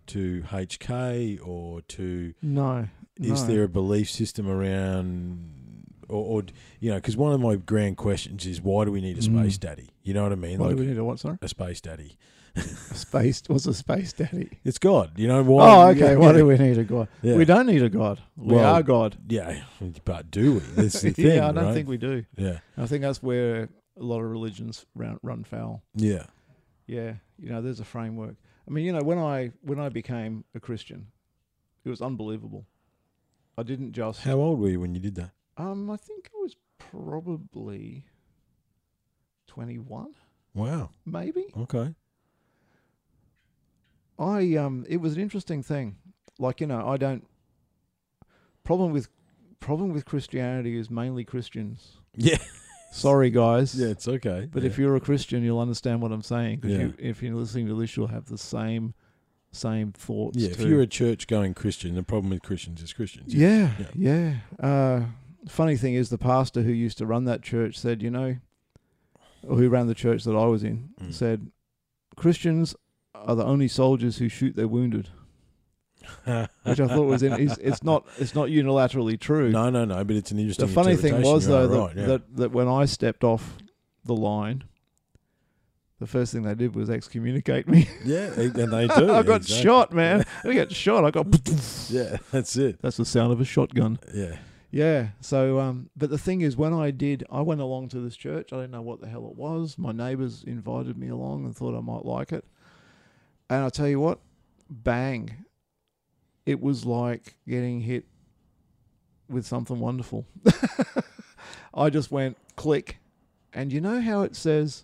D: to HK or to
C: No,
D: is
C: no.
D: there a belief system around or, or you know because one of my grand questions is why do we need a
C: Mm.
D: space daddy you know what i mean
C: Why
D: like
C: do we need a what? Sorry,
D: a space daddy
C: a space. What's a space daddy?
D: it's god you know why
C: oh, okay.
D: yeah,
C: Why
D: yeah,
C: do we need a god?
D: yeah,
C: We don't need a god. We
D: Well,
C: are God.
D: yeah but do we that's the thing
C: yeah, I don't
D: right?
C: think we do.
D: yeah
C: I think that's where a lot of religions run, run foul.
D: yeah
C: Yeah, you know, there's a framework. I mean, you know, when I when I became a Christian, it was unbelievable. I didn't just
D: how old were you when you did that
C: um. I think I was probably twenty one,
D: wow
C: maybe.
D: okay
C: I um it was an interesting thing. Like, you know, I don't problem with problem with Christianity is mainly Christians.
D: yeah
C: Sorry guys.
D: yeah it's okay
C: But
D: yeah.
C: if you're a Christian, you'll understand what I'm saying 'cause
D: Yeah.
C: you, if you're listening to this, you'll have the same same thoughts.
D: yeah, if
C: too.
D: you're a church going Christian, the problem with Christians is Christians.
C: yeah, yeah. Uh, funny thing is, the pastor who used to run that church said, you know, or who ran the church that I was in,
D: Mm.
C: said, Christians are the only soldiers who shoot their wounded. which I thought was in, is, it's not it's not unilaterally true.
D: No, no, no, but it's an
C: the
D: interesting
C: funny thing
D: interpretation.
C: was
D: You are
C: though that,
D: right, yeah.
C: that that when I stepped off the line, the first thing they did was excommunicate me.
D: Yeah, and they do.
C: I got
D: exactly.
C: shot, man. I got shot. I got.
D: Yeah, that's it.
C: That's the sound of a shotgun.
D: Yeah.
C: Yeah. So, um, but the thing is, when I did, I went along to this church. I didn't know what the hell it was. My neighbors invited me along and thought I might like it. And I'll tell you what, bang. It was like getting hit with something wonderful. I just went click. And you know how it says,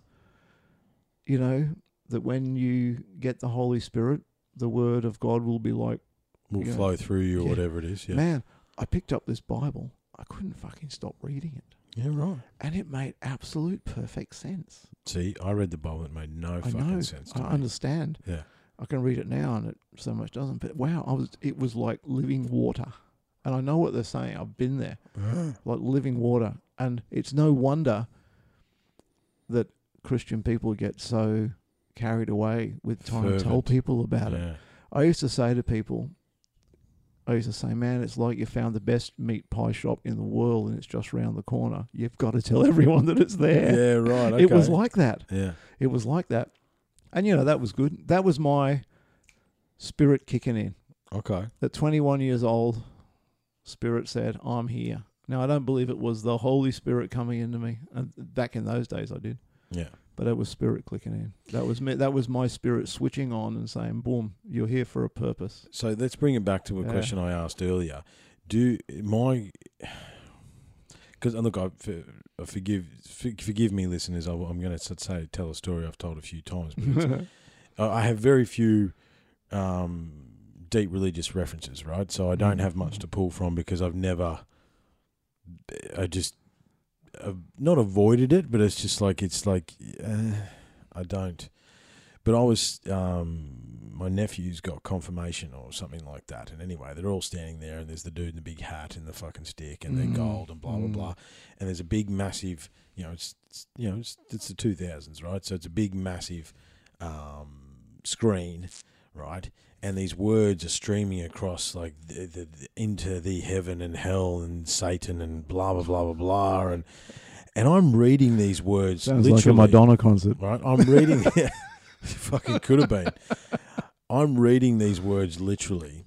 C: you know, that when you get the Holy Spirit, the word of God will be like,
D: will
C: Yeah.
D: flow through you or
C: Yeah.
D: whatever it is. Yeah.
C: Man, I picked up this Bible. I couldn't fucking stop reading it.
D: Yeah, right.
C: And it made absolute perfect sense.
D: See, I read the Bible. It made no
C: I
D: fucking
C: know.
D: sense to
C: I
D: me.
C: understand.
D: Yeah.
C: I can read it now and it so much doesn't. But wow, I was it was like living water. And I know what they're saying. I've been there.
D: Uh-huh.
C: like living water. And it's no wonder that Christian people get so carried away with trying to tell
D: Fervent.
C: people about it.
D: yeah.
C: I used to say to people, I used to say, man, it's like you found the best meat pie shop in the world and it's just round the corner. You've got to tell everyone that it's
D: Yeah.
C: there.
D: right.
C: It was
D: okay.
C: like that.
D: yeah,
C: It was like that. And, you know, that was good. That was my spirit kicking in.
D: okay.
C: At 21 years old, spirit said, I'm here. Now, I don't believe it was the Holy Spirit coming into me. And back in those days, I did.
D: Yeah,
C: But it was spirit clicking in. That was me. That was my spirit switching on and saying, "Boom, you're here for a purpose."
D: So let's bring it back to a
C: Yeah.
D: question I asked earlier. Do my because look, I for- I forgive for- forgive me, listeners. I, am going to say tell a story I've told a few times, but it's, Uh, I I have very few um, deep religious references, right? So I don't
C: Mm.
D: have much to pull from because I've never. I just, i not avoided it, but it's just like it's like uh, I don't. But I was, um, my nephews got confirmation or something like that. And anyway, they're all standing there, and there's the dude in the big hat and the fucking stick, and
C: Mm.
D: they're gold and blah blah
C: Mm.
D: blah. And there's a big massive, you know, it's, it's you know, it's, it's the two thousands, right? So it's a big massive um, screen, right? And these words are streaming across like the, the, the, into the heaven and hell and Satan and blah blah blah blah blah. And and I'm reading these words literally
C: concert.
D: right? I'm reading. yeah, fucking could have been. I'm reading these words literally,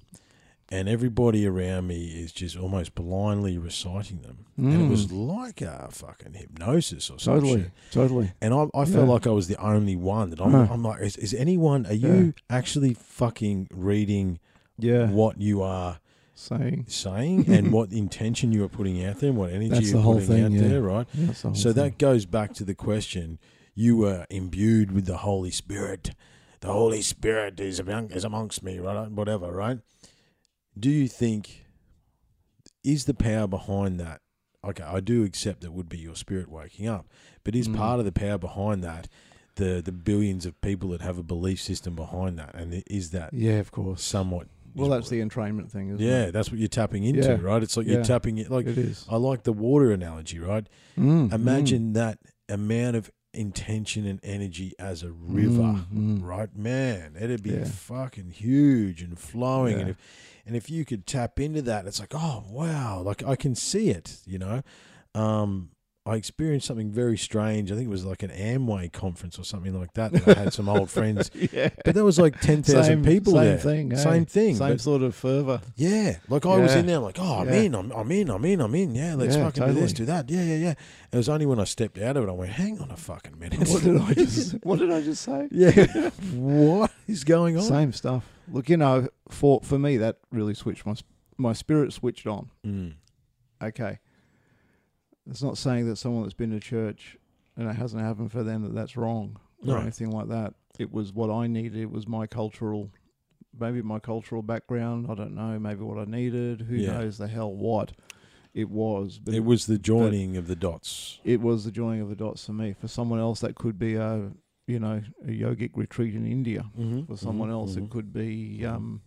D: and everybody around me is just almost blindly reciting them. And it was like a fucking hypnosis or something.
C: Mm. Totally, totally.
D: And I, I felt
C: Yeah.
D: like I was the only one that I'm,
C: Huh.
D: I'm like, is, is anyone, are you actually fucking reading
C: Yeah,
D: what you are
C: saying
D: saying and what intention you are putting out there and what energy
C: That's
D: you're
C: the whole
D: putting
C: thing,
D: out
C: yeah.
D: there, right?
C: That's the whole
D: So
C: thing.
D: that goes back to the question: you were imbued with the Holy Spirit. The Holy Spirit is among, is amongst me, right? Whatever, right? Do you think is the power behind that? Okay, I do accept that would be your spirit waking up, but is
C: Mm.
D: part of the power behind that the the billions of people that have a belief system behind that, and is that
C: yeah, of course.
D: somewhat?
C: Well, that's the entrainment thing, isn't
D: yeah,
C: it?
D: that's what you're tapping into,
C: Yeah.
D: right? It's like
C: Yeah.
D: you're tapping it like
C: it is.
D: I like the water analogy, right?
C: Mm,
D: Imagine that amount of intention and energy as a river,
C: mm.
D: right? Man, it'd be
C: Yeah.
D: fucking huge and flowing. And
C: Yeah.
D: if and if you could tap into that, it's like, oh wow, like I can see it, you know. Um I experienced something very strange. I think it was like an Amway conference or something like that. that I had some old friends,
C: Mm. yeah.
D: but there was like ten
C: Same
D: thousand people
C: same
D: there.
C: Thing, eh?
D: Same thing.
C: Same
D: but-
C: sort of fervor.
D: yeah, like I was
C: Yeah.
D: in there, like, oh, I'm
C: Yeah.
D: in, I'm, I'm in, I'm in, I'm in. Yeah, let's
C: Yeah,
D: fucking do this, do
C: totally.
D: that. Yeah, yeah, yeah. It was only when I stepped out of it, I went, hang on a fucking minute.
C: what did I just? What did I just say?
D: yeah, what is going on?
C: Same stuff. Look, you know, for for me, that really switched my sp- my spirit switched on.
D: Mm.
C: okay. It's not saying that someone that's been to church and it hasn't happened for them that that's wrong or
D: No.
C: anything like that. It was what I needed. It was my cultural, maybe my cultural background. I don't know. Maybe what I needed. Who
D: Yeah.
C: knows the hell what it was. But
D: It
C: it,
D: was the joining of the dots.
C: it was the joining of the dots for me. For someone else, that could be a you know a yogic retreat in India.
D: Mm-hmm.
C: For someone else, it could be um,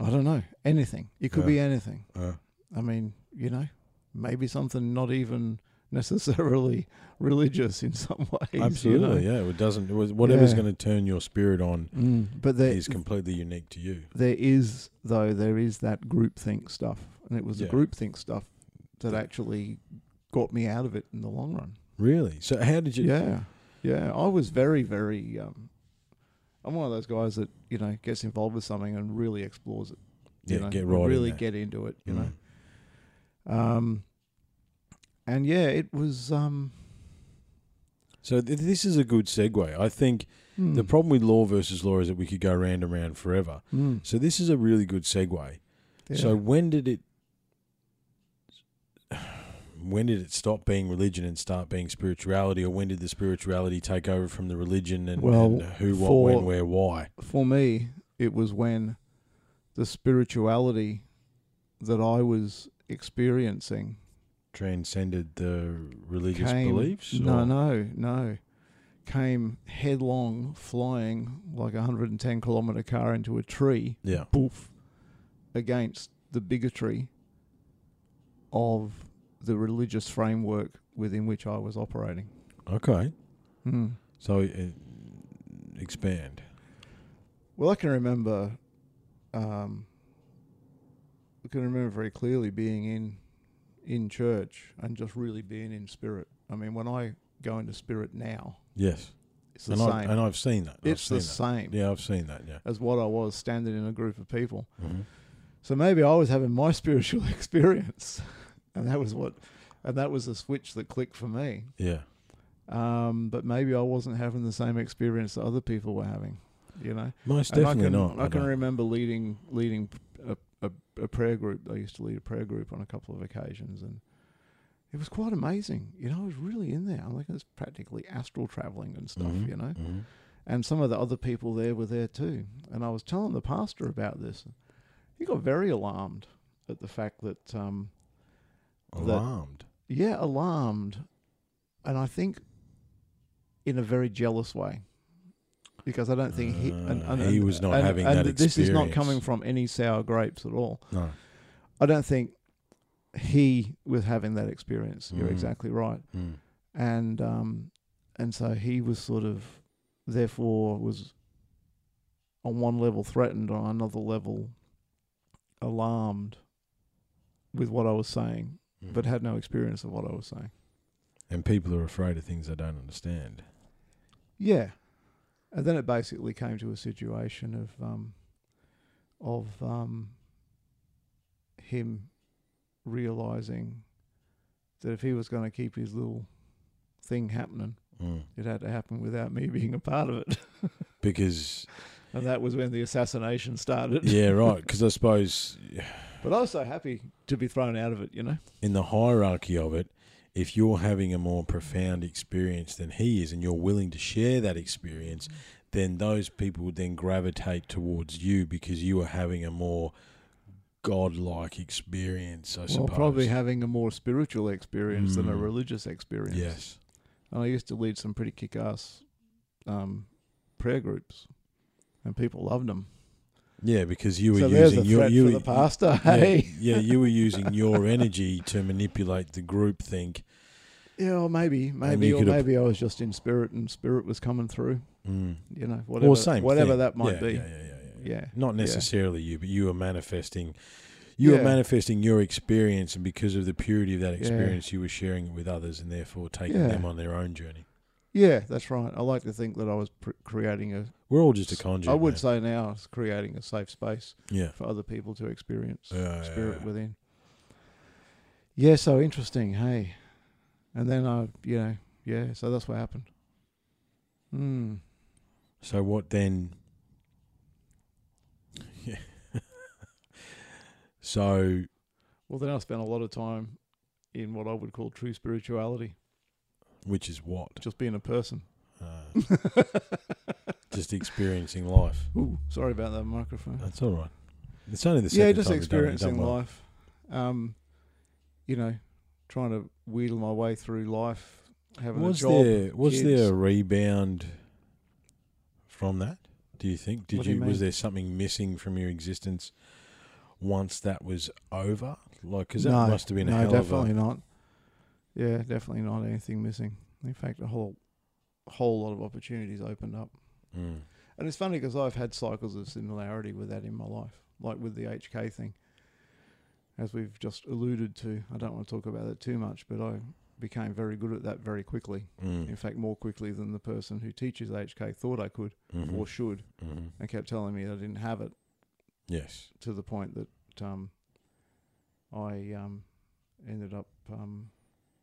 C: I don't know anything. It could
D: Yeah.
C: be anything.
D: Uh,
C: I mean, you know, maybe something not even necessarily religious in some ways. you know.
D: absolutely, yeah. It doesn't. It was, whatever's
C: Yeah.
D: going to turn your spirit on
C: Mm, but there,
D: is completely unique to you.
C: there is though there is that groupthink stuff, and it was
D: Yeah.
C: the groupthink stuff that actually got me out of it in the long run.
D: Really? So how did you?
C: Yeah, yeah. I was very, very. Um, I'm one of those guys that you know gets involved with something and really explores it. You
D: Yeah,
C: know,
D: get right. in
C: Really
D: there.
C: get into it. You know.
D: Mm.
C: Um, and yeah, it was. Um,
D: So th- this is a good segue. I think the
C: hmm,
D: problem with law versus law is that we could go round and round forever.
C: hmm,
D: So this is a really good segue.
C: yeah.
D: So when did it when did it stop being religion and start being spirituality or when did the spirituality take over from the religion and,
C: Well,
D: and who what
C: for-
D: when uh, where why
C: for me, it was when the spirituality that I was experiencing
A: Transcended the religious
C: came-
A: beliefs?
C: No,
A: or-
C: no, no. Came headlong, flying like a 110 kilometer car into a tree,
A: Yeah.
C: poof, against the bigotry of the religious framework within which I was operating.
A: Okay.
C: Hmm.
A: So uh, expand.
C: Well, I can remember, um, I can remember very clearly being in in church and just really being in spirit. I mean, when I go into spirit now,
A: Yes.
C: it's the
A: and,
C: same.
A: I, and I've seen that.
C: it's the
A: I've seen
C: same
A: that. Yeah, I've seen that. Yeah.
C: as what I was standing in a group of people.
A: hmm
C: So maybe I was having my spiritual experience, and that was what, and that was the switch that clicked for me.
A: Yeah.
C: Um, but maybe I wasn't having the same experience that other people were having. You know.
A: Most
C: And
A: definitely
C: I can,
A: not.
C: I can
A: don't-
C: remember leading leading a, a, a prayer group. I used to lead a prayer group on a couple of occasions, and it was quite amazing. You know, I was really in there. I'm like, it's practically astral traveling and stuff.
A: Mhm,
C: You know,
A: mhm.
C: and some of the other people there were there too. And I was telling the pastor about this. He got very alarmed at the fact that, um, that-
A: Alarmed.
C: yeah, alarmed, and I think in a very jealous way. Because I don't think he and,
A: Ah,
C: and,
A: he
C: and-
A: was not
C: and-
A: having
C: and
A: that
C: this is not
A: experience.
C: coming from any sour grapes at all.
A: No.
C: I don't think he was having that experience. You're
A: Mm.
C: exactly right.
A: Mm.
C: And um, and so he was sort of, therefore, was on one level threatened, on another level alarmed with what I was saying,
A: Mm.
C: but had no experience of what I was saying.
A: and people are afraid of things they don't understand.
C: Yeah, and then it basically came to a situation of um, of um, him realizing that if he was going to keep his little thing happening,
A: Mm.
C: it had to happen without me being a part of it,
A: Because
C: and that was when the assassination started.
A: yeah, right. Because I suppose
C: But I was so happy to be thrown out of it, you know.
A: in the hierarchy of it, if you're having a more profound experience than he is, and you're willing to share that experience, then those people would then gravitate towards you because you are having a more godlike experience. I
C: well,
A: suppose.
C: probably having a more spiritual experience than a
A: Mm.
C: religious experience.
A: yes.
C: And I used to lead some pretty kick-ass um, prayer groups, and people loved them.
A: Yeah, because you were
C: so there's
A: using
C: a
A: your
C: threat
A: you
C: for
A: were-
C: the pastor.
A: Yeah,
C: Hey,
A: yeah, you were using your energy to manipulate the group think.
C: yeah, or maybe, maybe,
A: you
C: or
A: could have-
C: maybe I was just in spirit, and spirit was coming through.
A: Mm.
C: You know, whatever,
A: or same
C: whatever
A: thing.
C: that might
A: Yeah,
C: be.
A: Yeah, yeah, yeah, yeah, yeah.
C: Yeah,
A: Not
C: yeah.
A: necessarily you, but you are manifesting. You are
C: Yeah.
A: manifesting your experience, and because of the purity of that
C: Yeah.
A: experience, you were sharing it with others, and therefore taking
C: Yeah.
A: them on their own journey.
C: Yeah, that's right. I like to think that I was pr- creating a.
A: We're all just a conduit.
C: I would
A: mate.
C: say now it's creating a safe space
A: Yeah.
C: for other people to experience
A: Yeah,
C: spirit
A: yeah, yeah.
C: within. Yeah, so interesting. Hey, and then I, you know, yeah, so that's what happened. Hmm.
A: So what then? Yeah. so
C: Well, then I spent a lot of time in what I would call true spirituality,
A: which is what?
C: just being a person.
A: Uh, just experiencing life.
C: Ooh, sorry about that microphone.
A: That's all right. It's only Uh, the second
C: yeah, just
A: time we've done it. You've done
C: experiencing
A: well.
C: life. Um, you know, trying to wheedle my way through life, having
A: was
C: a job.
A: there was
C: kids.
A: there a rebound from that? Do you think? Did
C: What do
A: you,
C: you
A: was
C: mean?
A: there something missing from your existence once that was over? Like, because that
C: no,
A: must have been a
C: no,
A: hell
C: definitely
A: of
C: not. Yeah, definitely not anything missing. In fact, a whole whole lot of opportunities opened up.
A: a. Mm,
C: And it's funny because I've had cycles of similarity with that in my life, like with the HK thing, as we've just alluded to. I don't want to talk about it too much, but I became very good at that very quickly.
A: mm,
C: In fact, more quickly than the person who teaches HK thought I could
A: mhm,
C: or should,
D: mm,
A: mhm.
C: and kept telling me that I didn't have it
A: Yes.
C: to the point that um, I um, ended up um,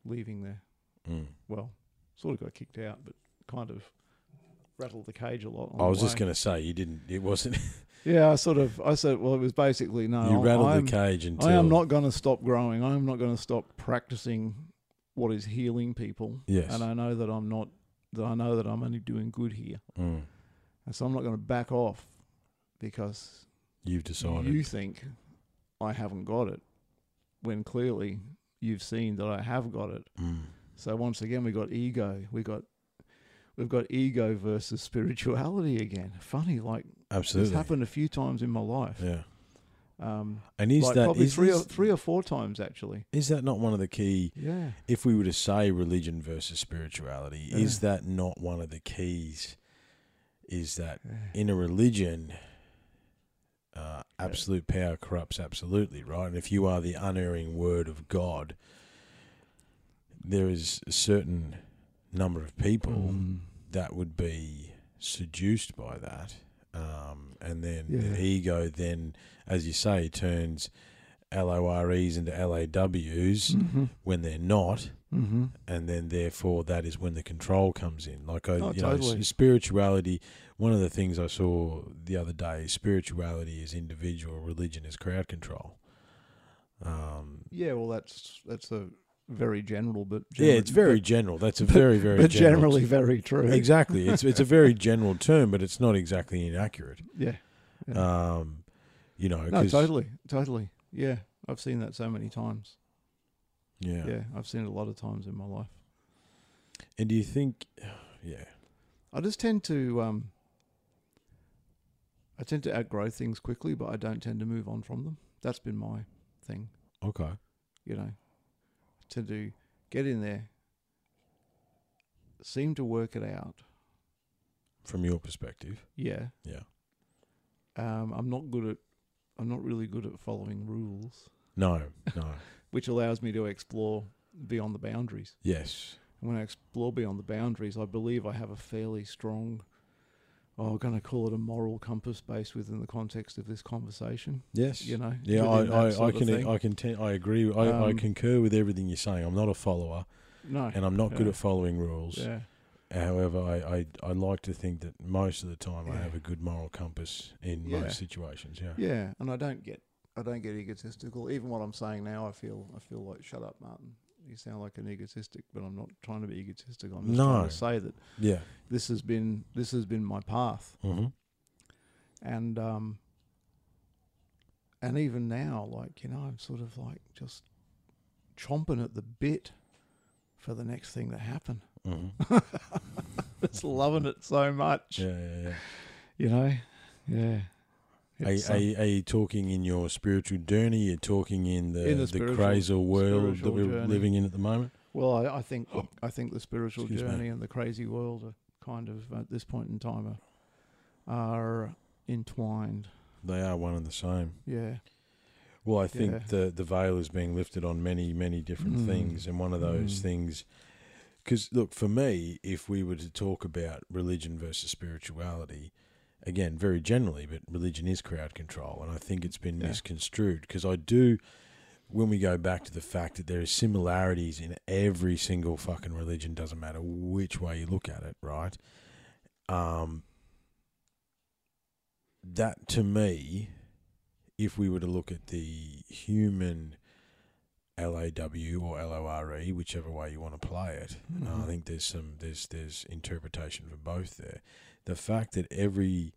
C: leaving there.
A: Mm.
C: Well, sort of got kicked out, but kind of rattled the cage a lot. on
A: I
C: the
A: was just
C: way.
A: going to say you didn't. It wasn't.
C: Yeah, I sort of. I said, well, it was basically no.
A: you
C: I-
A: rattled
C: Oh, I'm,
A: the cage until.
C: I am not going to stop growing. I am not going to stop practicing what is healing people.
A: Yes.
C: And I know that I'm not. That I know that I'm only doing good here,
A: Mm.
C: and so I'm not going to back off because
A: You've decided.
C: you think I haven't got it, when clearly you've seen that I have got it.
A: Mm.
C: So once again, we got ego. We got we've got ego versus spirituality again. Funny, like it's
D: Absolutely.
C: happened a few times in my life.
D: Yeah.
C: Um,
D: And is
C: like
D: that
C: probably
D: is,
C: three or,
D: this-
C: three or four times actually.
D: is that not one of the key?
C: Yeah.
D: If we were to say religion versus spirituality, is
C: Yeah.
D: that not one of the keys? Is that in a religion, uh, absolute power corrupts absolutely, right? And if you are the unerring word of God, there is a certain number of people
C: Mm. Um,
D: that would be seduced by that. Um, and then
C: Yeah.
D: the ego then, as you say, turns LOREs into LAWs
C: Mm-hmm.
D: when they're not
C: Mm-hmm.
D: and then therefore that is when the control comes in. Like I,
C: Oh,
D: you know, s-
C: totally.
D: spirituality. One of the things I saw the other day: spirituality is individual, religion is crowd control. Um,
C: Yeah. Well, that's that's a very general, but
D: yeah, it's very general. That's a
C: but-
D: very very
C: but
D: general
C: generally very true.
D: exactly. It's it's a very general term, but it's not exactly inaccurate.
C: Yeah. Yeah.
D: Um, you know,
C: No,
D: 'cause-
C: totally, totally. Yeah, I've seen that so many times.
D: Yeah.
C: Yeah. I've seen it a lot of times in my life.
D: And do you think? Yeah.
C: I just tend to, um, I tend to outgrow things quickly, but I don't tend to move on from them. That's been my thing,
D: Okay.
C: you know. To do, get in there, seem to work it out.
D: From your perspective,
C: Yeah.
D: yeah.
C: Um, I'm not good at, I'm not really good at following rules,
D: No. No.
C: which allows me to explore beyond the boundaries.
D: yes.
C: And when I explore beyond the boundaries, I believe I have a fairly strong, oh, I'm going to call it a moral compass based within the context of this conversation.
D: Yes.
C: You know,
D: Yeah, I,
C: within that
D: I, I
C: sort of
D: can e,
C: thing.
D: I can te- I agree I, I
C: Um,
D: concur with everything you're saying. I'm not a follower
C: no,
D: and I'm not good
C: yeah.
D: at following rules.
C: yeah,
D: However, I, I, I like to think that most of the time I
C: Yeah.
D: have a good moral compass in
C: Yeah.
D: most situations. Yeah.
C: yeah, and I don't get, I don't get egotistical. Even what I'm saying now, I feel, I feel like, shut up, Martin. You sound like an egotistic, but I'm not trying to be egotistical. I'm just
D: No.
C: trying to say that
D: Yeah.
C: this has been, this has been my path,
D: hmm
C: and um, and even now, like you know, I'm sort of like just chomping at the bit for the next thing to happen.
D: hmm
C: It's loving it so much.
D: Yeah, yeah,
C: You know? Yeah.
D: yeah. Are,
C: It's,
D: are,
C: um,
D: you- are you talking in your spiritual journey? You're talking in the,
C: In the
D: the
C: spiritual-
D: crazy world that
C: spiritual
D: we're
C: journey.
D: living in at the moment?
C: well, I, I think I think the spiritual
D: Oh. Excuse me.
C: journey and the crazy world are kind of at this point in time are, are entwined.
D: They are one and the same.
C: Yeah.
D: Well, I think
C: Yeah.
D: the the veil is being lifted on many many different
C: Mm.
D: things, and one of those
C: Mm.
D: things, because look for me, if we were to talk about religion versus spirituality, again, very generally, but religion is crowd control, and I think it's been
C: Yeah.
D: misconstrued because I do. When we go back to the fact that there are similarities in every single fucking religion, doesn't matter which way you look at it, right? Um, that to me if we were to look at the human LAW or LORE, E, whichever way you want to play it,
C: Mm-hmm.
D: I think there's some there's there's interpretation for both there. The fact that every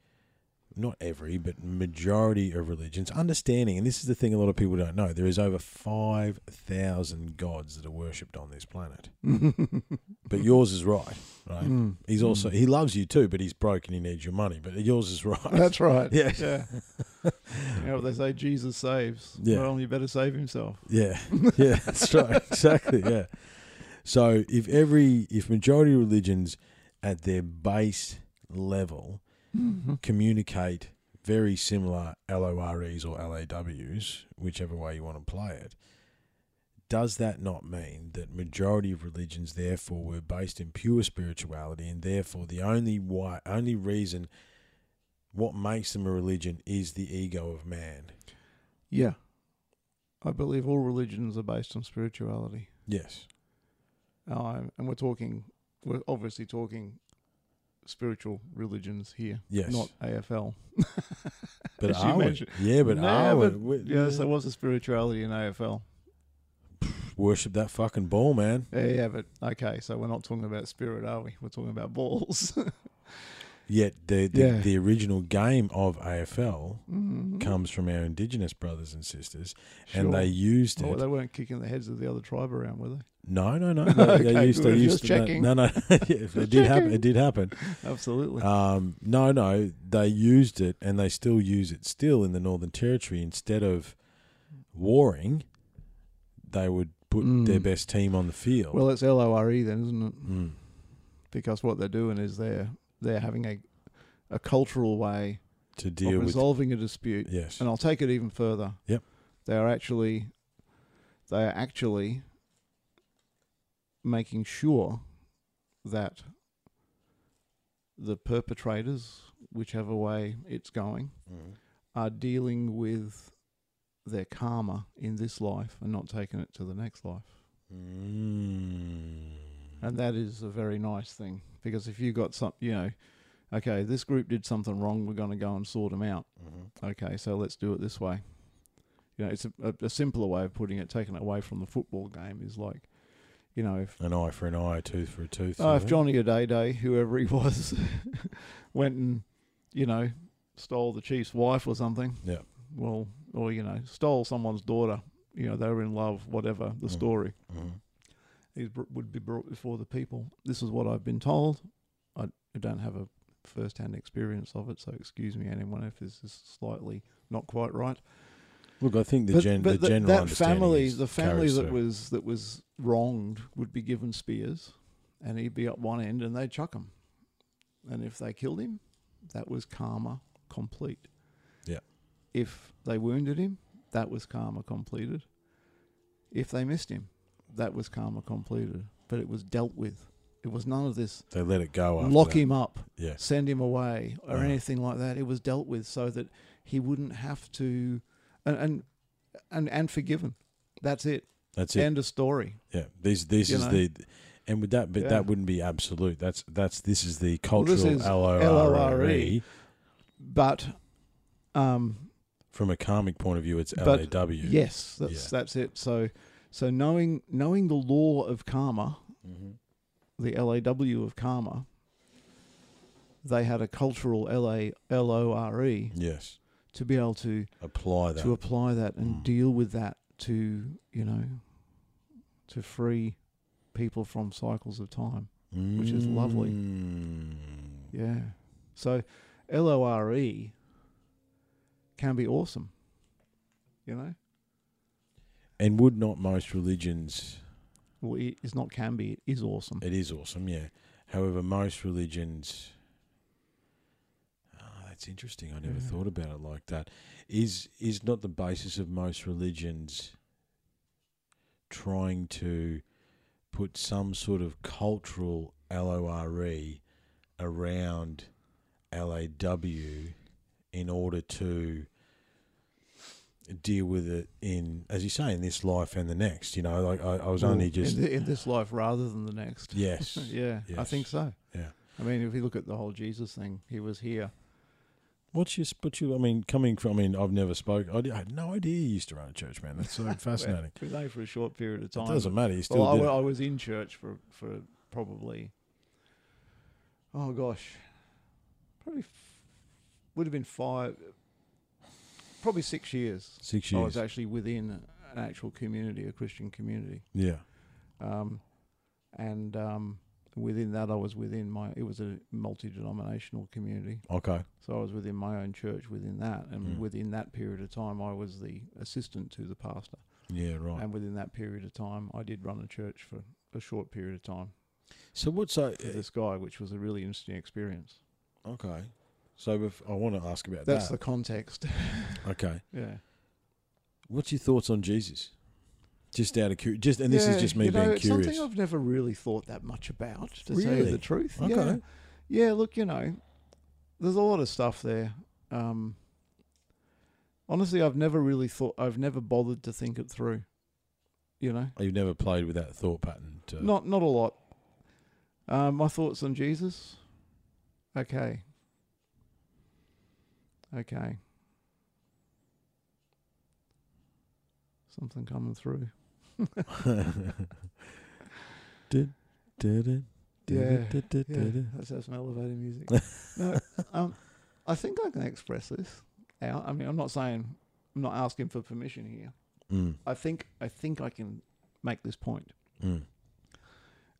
D: not every, but majority of religions, understanding, and this is the thing a lot of people don't know, there is over 5,000 gods that are worshipped on this planet. But yours is right, right?
C: Mm-hmm. Mm.
D: He's also, he loves you too, but he's broken, he needs your money, but yours is right.
C: That's right.
D: Yeah.
C: Yeah. you know, they say Jesus saves.
D: Yeah.
C: Well, he better save himself.
D: Yeah, yeah, that's right, exactly. Yeah. So if every if majority of religions at their base level Mm-hmm. communicate very similar LOREs or LAWs, whichever way you want to play it, does that not mean that majority of religions therefore were based in pure spirituality and therefore the only why only reason what makes them a religion is the ego of man?
C: Yeah. I believe all religions are based on spirituality.
D: Yes.
C: Um, and we're talking, we're obviously talking spiritual religions here,
D: Yes.
C: not AFL.
D: But
C: As you
D: are we?
C: mentioned.
D: Yeah, but
C: No,
D: are we?
C: but-
D: We-
C: Yeah, so what's the spirituality in AFL?
D: worship that fucking ball, man.
C: Yeah, yeah, but okay, so we're not talking about spirit, are we? We're talking about balls.
D: Yet the the,
C: Yeah.
D: the original game of AFL
C: Mm.
D: comes from our indigenous brothers and sisters, and they used it.
C: Oh, they weren't kicking the heads of the other tribe around, were they?
D: no, no, no. no they
C: Okay,
D: used,
C: good.
D: they used
C: Just
D: to, no,
C: checking.
D: No, no. yeah, it did happen. It did happen.
C: Absolutely.
D: Um, no, no, they used it, and they still use it still in the Northern Territory. Instead of warring, they would put
C: Mm.
D: their best team on the field.
C: well, it's L O R E then, isn't it?
D: Mm.
C: Because what they're doing is they're they're having a a cultural way
D: to deal
C: of
D: with
C: resolving a dispute.
D: yes,
C: And I'll take it even further.
D: Yep.
C: They are actually they are actually making sure that the perpetrators, whichever way it's going, are dealing with their karma in this life and not taking it to the next life.
D: Mm.
C: And that is a very nice thing because if you got some, you know, okay, this group did something wrong, we're going to go and sort them out.
D: Mm.
C: Okay, so let's do it this way. You know, it's a, a, a simpler way of putting it, taking it away from the football game is like, you know, if
D: an eye for an eye, a tooth for a tooth.
C: Oh,
D: sort
C: if
D: of
C: Johnny O'Day-Day, whoever he was, went and, you know, stole the chief's wife or something.
D: Yeah.
C: Well, or, you know, stole someone's daughter. You know, they were in love, whatever the
D: Mhm.
C: story.
D: thing. Mhm.
C: He br- would be brought before the people. This is what I've been told. I I don't have a first-hand experience of it, so excuse me, anyone, if this is slightly not quite right
D: Look, I think the, gen- the
C: th-
D: general
C: that
D: understanding
C: family,
D: is
C: the family
D: carries
C: that
D: through.
C: was that was wronged would be given spears, and he'd be at one end, and they'd chuck him. And if they killed him, that was karma complete.
D: Yeah.
C: If they wounded him, that was karma completed. If they missed him, that was karma completed. But it was dealt with. It was none of this
D: they let it go. After
C: lock
D: that.
C: him up,
D: Yes.
C: send him away or
D: Yeah.
C: anything like that. It was dealt with so that he wouldn't have to and and and, and forgiven. That's it.
D: That's it.
C: End of story.
D: Yeah, this this
C: You
D: is
C: know?
D: the, and with that, but
C: Yeah.
D: that wouldn't be absolute. That's that's this is the
C: this
D: cultural
C: is
D: L O R E.
C: But um
D: From a karmic point of view, it's L
C: But-
D: A W.
C: yes, that's
D: Yeah.
C: that's it. So so knowing knowing the law of karma,
D: Mm-hmm.
C: the LAW of karma, they had a cultural LA LORE
D: Yes,
C: E to be able to
D: apply that.
C: to apply that and
D: Mm.
C: deal with that to you know to free people from cycles of time which is lovely.
D: Mm.
C: yeah so lore E can be awesome you know
D: And would not most religions?
C: well it is not can be it is awesome
D: It is awesome, yeah. However, most religions. Ah, that's interesting. I never
C: Yeah.
D: thought about it like that. Is is not the basis of most religions trying to put some sort of cultural LORE E around LAW in order to deal with it in, as you say, in this life and the next. You know, like I, I was only
C: Well,
D: just
C: in, thi- in this life rather than the next
D: yes,
C: yeah i
D: Yes.
C: think so
D: yeah.
C: i mean if you look at the whole jesus thing he was here
D: What's your, what's your, I mean, coming from, I mean, I've never spoke, I, di- I had no idea you used to run a church, man. That's so fascinating.
C: we know for a short period of
D: it
C: time
D: doesn't matter. You still
C: Well, I,
D: did
C: wa-
D: it.
C: I was in church for, for probably, oh gosh, probably f- would have been five, probably six years.
D: Six
C: I was
D: years.
C: actually within an actual community, a Christian community,
D: yeah.
C: um, and um, within that, I was within my. It was a multi-denominational community,
D: Okay.
C: so I was within my own church within that, and
D: Mm.
C: within that period of time, I was the assistant to the pastor,
D: Yeah, right.
C: and within that period of time, I did run a church for a short period of time
D: so what's, uh, eh,
C: to this guy, which was a really interesting experience.
D: okay. So if, I want to ask about
C: That's the
D: that.
C: context.
D: okay.
C: yeah.
D: What's your thoughts on Jesus? Just out of curiosity, just, and this is just me
C: you know,
D: being
C: it's
D: curious.
C: Something I've never really thought that much about, to tell you
D: Really?
C: the truth.
D: Okay.
C: Yeah. Yeah, look, you know, there's a lot of stuff there. Um, honestly, I've never really thought, I've never bothered to think it through. You know,
D: You've never played with that thought pattern. To,
C: not not a lot. Um, my thoughts on Jesus. Okay. Okay. Something coming through.
D: Did
C: Yeah,
D: it?
C: Let's have some elevator music. no, um, I think I can express this out. I mean, I'm not saying I'm not asking for permission here.
D: Mm.
C: I think I think I can make this point.
D: Mm.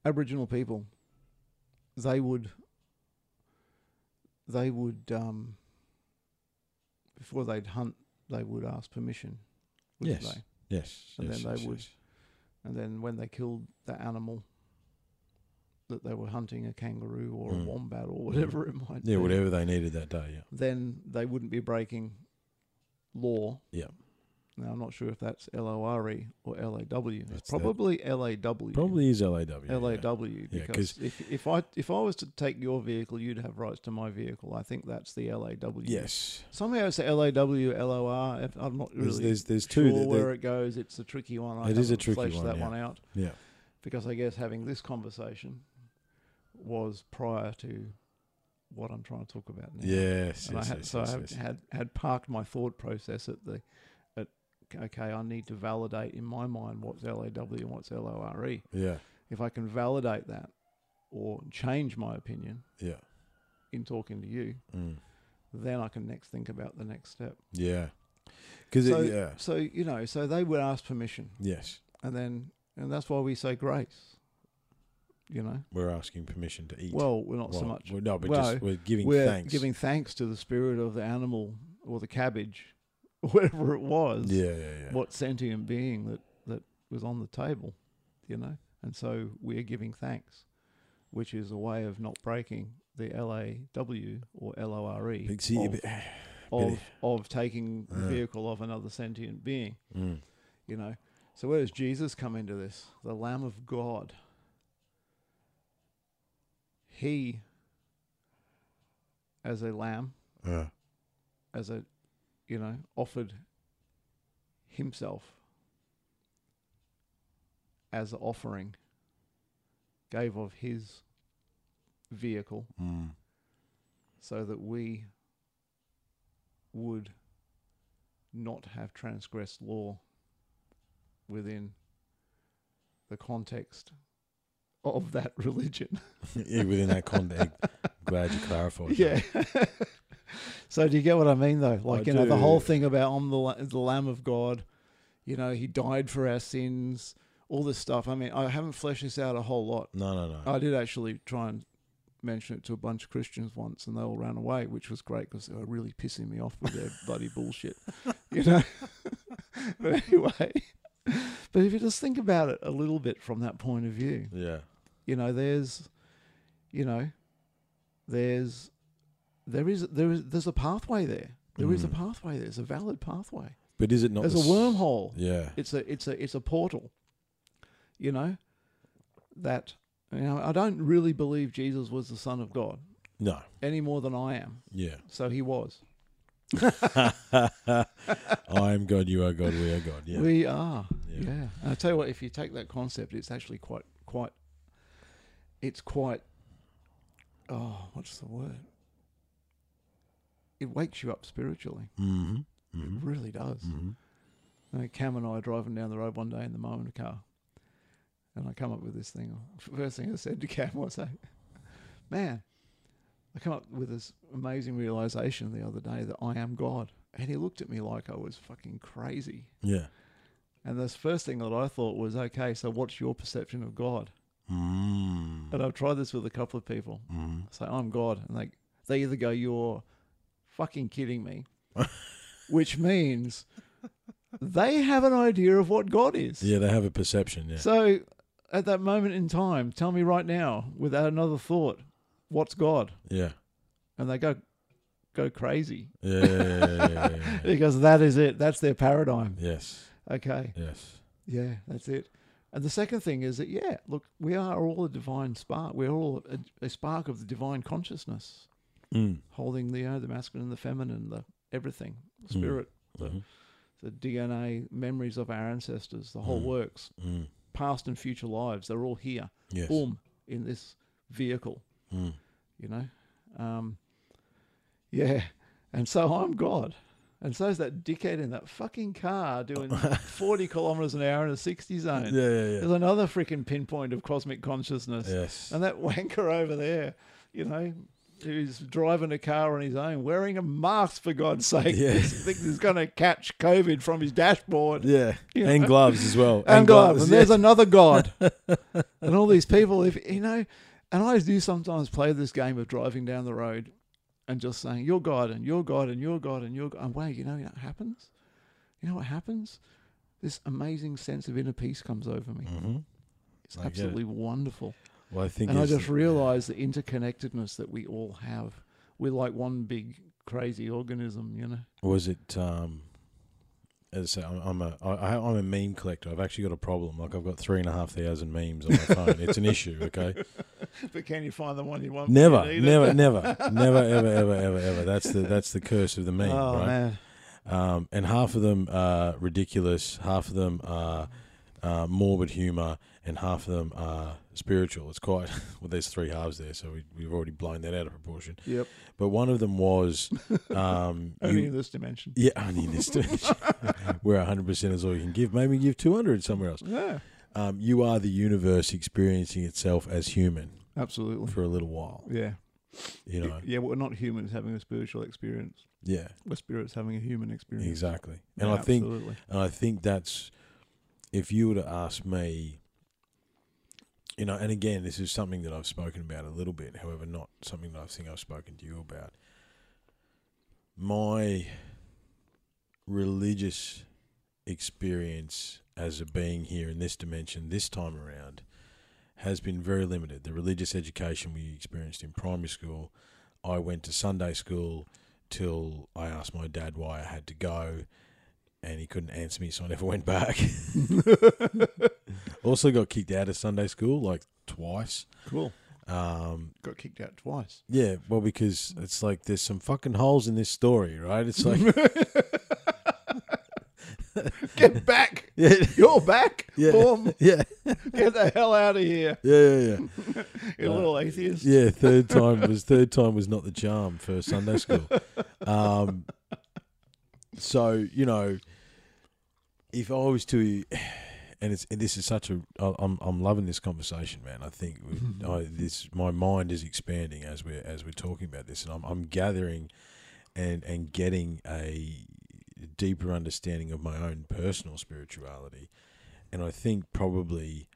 C: Aboriginal people, they would, they would, um, before they'd hunt, they would ask permission. wouldn't
D: Yes.
C: they?
D: Yes.
C: And
D: yes,
C: then they
D: yes,
C: would-
D: yes.
C: And then when they killed the animal that they were hunting, a kangaroo or a
D: Mm.
C: wombat or whatever it might
D: Yeah,
C: be,
D: whatever they needed that day. Yeah.
C: then they wouldn't be breaking law.
D: Yeah.
C: Now, I'm not sure if that's L O R E or L A W.
D: That's
C: It's
D: that-
C: probably L A W.
D: Probably is LAW. yeah.
C: LAW
D: Yeah, 'cause-
C: because if, if I if I was to take your vehicle, you'd have rights to my vehicle. I think that's the LAW.
D: Yes.
C: Somehow it's the LAW, LOR. E. if- I'm not
D: There's
C: really
D: there's, there's
C: sure
D: two. that-
C: where it goes. It's a tricky one. I
D: It is a
C: haven't
D: tricky
C: fleshed
D: one,
C: that
D: yeah.
C: one out
D: yeah.
C: because I guess having this conversation was prior to what I'm trying to talk about now.
D: Yes.
C: And I
D: yes,
C: had,
D: yes,
C: so
D: yes,
C: I had,
D: yes.
C: had had parked my thought process at the at okay, I need to validate in my mind what's LAW and what's LORE.
D: Yeah.
C: E." If I can validate that or change my opinion
D: Yeah.
C: in talking to you,
D: Mm.
C: then I can next think about the next step.
D: Yeah. Because
C: So-
D: it yeah.
C: So you know, so they would ask permission,
D: Yes.
C: and then and that's why we say grace. You know,
D: We're asking permission to eat.
C: well, we're not so
D: Well,
C: much.
D: well, no, but
C: well,
D: just we're giving
C: we're
D: thanks.
C: giving thanks to the spirit of the animal or the cabbage, whatever it was.
D: Yeah. Yeah. Yeah.
C: what sentient being that that was on the table, you know. And so we're giving thanks, which is a way of not breaking the LAW or LORE
D: But see,
C: of,
D: but-
C: of, of taking the
D: Yeah.
C: vehicle of another sentient being,
D: Mm.
C: you know. So where does Jesus come into this? The Lamb of God. He, as a lamb,
D: Yeah.
C: as a you know offered himself as an offering gave of his vehicle
D: Mm.
C: so that we would not have transgressed law within the context of that religion
D: yeah. Within that context. Glad you clarified. that.
C: Yeah. so do you get what I mean though? Like
D: I
C: you know the whole
D: do.
C: thing about I'm the la- the Lamb of God. You know he died for our sins. All this stuff. I mean I haven't fleshed this out a whole lot.
D: No. No. No.
C: I did actually try and mention it to a bunch of Christians once, and they all ran away, which was great because they were really pissing me off with their bloody bullshit. You know. but anyway. But if you just think about it a little bit from that point of view,
D: yeah.
C: you know there's you know there's there is there is there's a pathway there There is
D: Mm.
C: a pathway there's a valid pathway
D: But is it not?
C: there's
D: the
C: a
D: s-
C: wormhole
D: Yeah.
C: it's a it's a it's a portal you know that you know i don't really believe jesus was the son of god
D: No.
C: any more than i am
D: Yeah.
C: so he was
D: I am God. You are God. We are God. Yeah.
C: we are
D: Yeah.
C: yeah, And i tell you what if you take that concept it's actually quite quite it's quite oh what's the word it wakes you up spiritually
D: Mm-hmm.
C: It
D: Mm-hmm.
C: really does.
D: Mm-hmm.
C: I mean, Cam and I are driving down the road one day in the Moen car, and I come up with this thing. First thing I said to Cam was, "Hey, "Man, I come up with this amazing realization the other day that I am God." And he looked at me like I was fucking crazy.
D: Yeah.
C: And this first thing that I thought was, "Okay, so what's your perception of God?"
D: Mm.
C: And I've tried this with a couple of people.
D: Mm.
C: I say, "I'm God," and they they either go, "You're fucking kidding me," which means they have an idea of what God is.
D: Yeah, they have a perception. Yeah.
C: So at that moment in time, tell me right now, without another thought, what's God?
D: yeah.
C: And they go go crazy
D: Yeah. yeah, yeah, yeah, yeah, yeah.
C: because that is it. That's their paradigm.
D: yes.
C: Okay,
D: Yes.
C: yeah, that's it. And the second thing is that yeah, look, we are all a divine spark. We're all a, a spark of the divine consciousness.
D: Mm.
C: holding the you know, the masculine, the feminine, the everything, the
D: Mm.
C: spirit,
D: Mhm.
C: the DNA, memories of our ancestors, the whole
D: Mm.
C: works,
D: Mm.
C: past and future lives. They're all here,
D: Yes.
C: boom, in this vehicle.
D: Mm.
C: You know, um, yeah. And so I'm God. And so's that dickhead in that fucking car doing 40 kilometers an hour in a 60
D: Yeah.
C: zone.
D: Yeah.
C: There's
D: yeah.
C: another freaking pinpoint of cosmic consciousness.
D: Yes.
C: And that wanker over there, you know, who's driving a car on his own, wearing a mask for God's sake.
D: Yeah.
C: He thinks he's going to catch COVID from his dashboard
D: Yeah.
C: You
D: and
C: know?
D: gloves as well.
C: and, God. And
D: yeah.
C: there's another God. and all these people, if you know, and I do sometimes play this game of driving down the road and just saying, Your God and your God and your God and your God. And wow, you know what happens? You know what happens? This amazing sense of inner peace comes over me.
D: Mhm.
C: It's
D: I get it.
C: absolutely wonderful.
D: Well, I think
C: And I
D: it's-
C: just realize the interconnectedness that we all have. We're like one big crazy organism, you know.
D: was it um as I say, I'm, I'm a I, am a meme collector. I've actually got a problem. Like I've got three and a half thousand memes on my phone. It's an issue. Okay,
C: But can you find the one you want?
D: never, never, never, never, ever, ever, ever, ever. That's the that's the curse of the meme,
C: Oh
D: right?
C: man.
D: Um, and half of them are ridiculous. Half of them are uh, morbid humor, and half of them are spiritual. It's quite well. There's three halves there, so we, we've already blown that out of proportion.
C: Yep.
D: But one of them was um,
C: Only
D: you-
C: in this dimension.
D: Yeah, only in this dimension. Where 100% is all you can give. Maybe give 200 somewhere else.
C: Yeah.
D: Um, you are the universe experiencing itself as human
C: Absolutely.
D: for a little while,
C: Yeah.
D: you know?
C: Yeah, we're not humans having a spiritual experience.
D: Yeah,
C: We're spirits having a human experience.
D: exactly. And
C: Yeah,
D: I think
C: absolutely.
D: and I think that's if you were to ask me you know, and again, this is something that I've spoken about a little bit, however, not something that I think I've spoken to you about. My religious experience as a being here in this dimension this time around has been very limited. The religious education we experienced in primary school, I went to Sunday school till I asked my dad why I had to go, and he couldn't answer me, so I never went back. also got kicked out of Sunday school like twice.
C: Cool.
D: Um,
C: Got kicked out twice.
D: yeah, well, because it's like there's some fucking holes in this story, right? It's like
C: Get back.
D: yeah,
C: You're back.
D: Yeah.
C: Boom.
D: yeah,
C: Get the hell out of here.
D: yeah, yeah, yeah.
C: You little atheist.
D: Yeah, third time was third time was not the charm for Sunday school. Um, so you know, if I was to, and it's and this is such a, I- I'm I'm loving this conversation, man. I think we- I, this my mind is expanding as we're as we're talking about this, and I'm I'm gathering, and and getting a deeper understanding of my own personal spirituality, and I think probably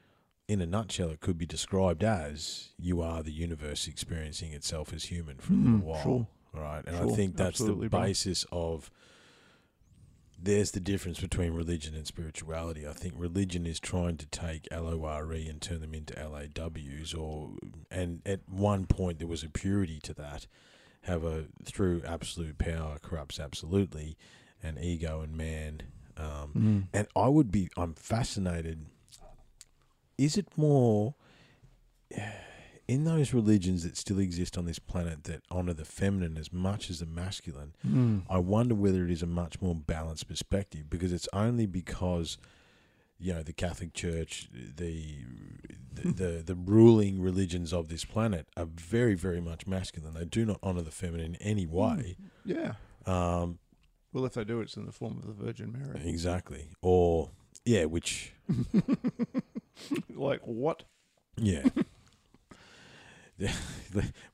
D: in a nutshell, it could be described as you are the universe experiencing itself as human for a little
C: Mm,
D: while.
C: sure.
D: Right. And I
C: Sure,
D: think that's the
C: absolutely, bro.
D: basis of there's the difference between religion and spirituality. I think religion is trying to take LORE E and turn them into LAWs or and at one point there was a purity to that. However, through absolute power corrupts absolutely and ego and man. Um,
C: Mm.
D: and I would be, I'm fascinated. Is it more in those religions that still exist on this planet that honor the feminine as much as the masculine?
C: Hmm.
D: I wonder whether it is a much more balanced perspective because it's only because. You know the Catholic Church, the the,
C: Hmm.
D: the the ruling religions of this planet are very very much masculine. They do not honor the feminine in any
C: Hmm.
D: way.
C: Yeah.
D: Um,
C: Well, if they do, it's in the form of the Virgin Mary.
D: exactly. Or yeah, which
C: like what?
D: Yeah. Yeah,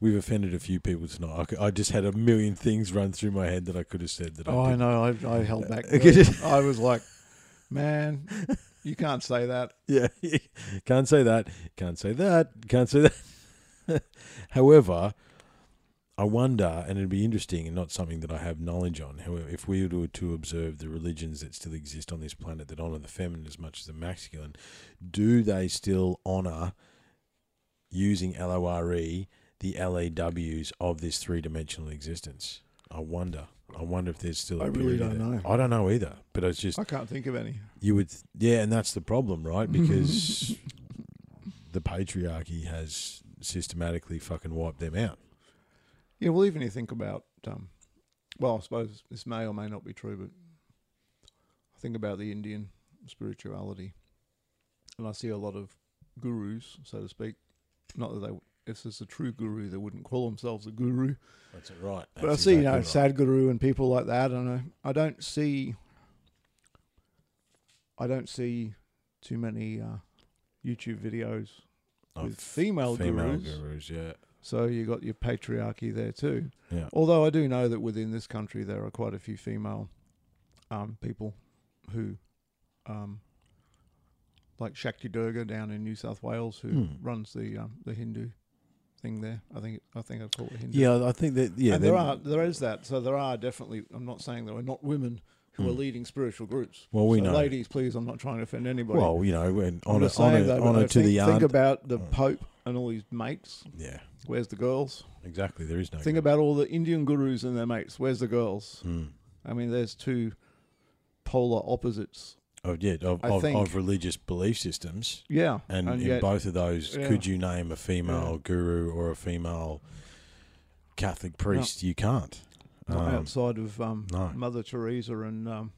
D: We've offended a few people tonight. I c- I, just had a million things run through my head that I could have said that
C: Oh,
D: I
C: I
D: didn't.
C: know. I, I held back.
D: Okay, just-
C: I was like, man, you can't say that.
D: Yeah, can't say that. Can't say that. Can't say that. However, I wonder, and it'd be interesting and not something that I have knowledge on. However, if we were to, to observe the religions that still exist on this planet that honor the feminine as much as the masculine, do they still honor using LORE E, the LAWs of this three dimensional existence? I wonder. I wonder if there's still. a
C: I really
D: purity
C: don't
D: there.
C: know.
D: I don't know either, but it's just
C: I can't think of any.
D: you would yeah and that's the problem right because the patriarchy has systematically fucking wiped them out
C: Yeah, well, even you think about, um, well, I suppose this may or may not be true, but I think about the Indian spirituality, and I see a lot of gurus, so to speak. Not that they, if there's a true guru, they wouldn't call themselves a guru.
D: that's it right
C: But I see, you know, Sadhguru and people like that, and I, I don't see, I don't see too many uh, YouTube videos with female, gurus.
D: yeah
C: So you got your patriarchy there too.
D: Yeah.
C: Although I do know that within this country there are quite a few female um, people who, um, like Shakti Durga down in New South Wales, who
D: Hmm.
C: runs the um, the Hindu thing there. I think I think I call it Hindu.
D: Yeah, I think that. Yeah,
C: and there
D: then-
C: are there is that. So there are definitely. I'm not saying there are not women who are
D: Hmm.
C: leading spiritual groups.
D: Well, we
C: So
D: know.
C: Ladies, please. I'm not trying to offend anybody.
D: Well, you know, and
C: I'm
D: honor,
C: just saying
D: honor,
C: though, when I
D: honor to
C: think,
D: the
C: think
D: yard.
C: about the
D: Oh.
C: Pope and all his mates.
D: yeah,
C: Where's the girls?
D: exactly. There is no.
C: Think about all the Indian gurus and their mates. Where's the girls?
D: Mm.
C: I mean, there's two polar opposites.
D: Of, yeah, of,
C: I
D: of,
C: think-
D: of religious belief systems.
C: Yeah,
D: And, in
C: yet-
D: both of those,
C: yeah.
D: could you name a female
C: Yeah.
D: guru or a female Catholic priest? You can't.
C: Not
D: Um,
C: outside of um,
D: no.
C: Mother Teresa and um,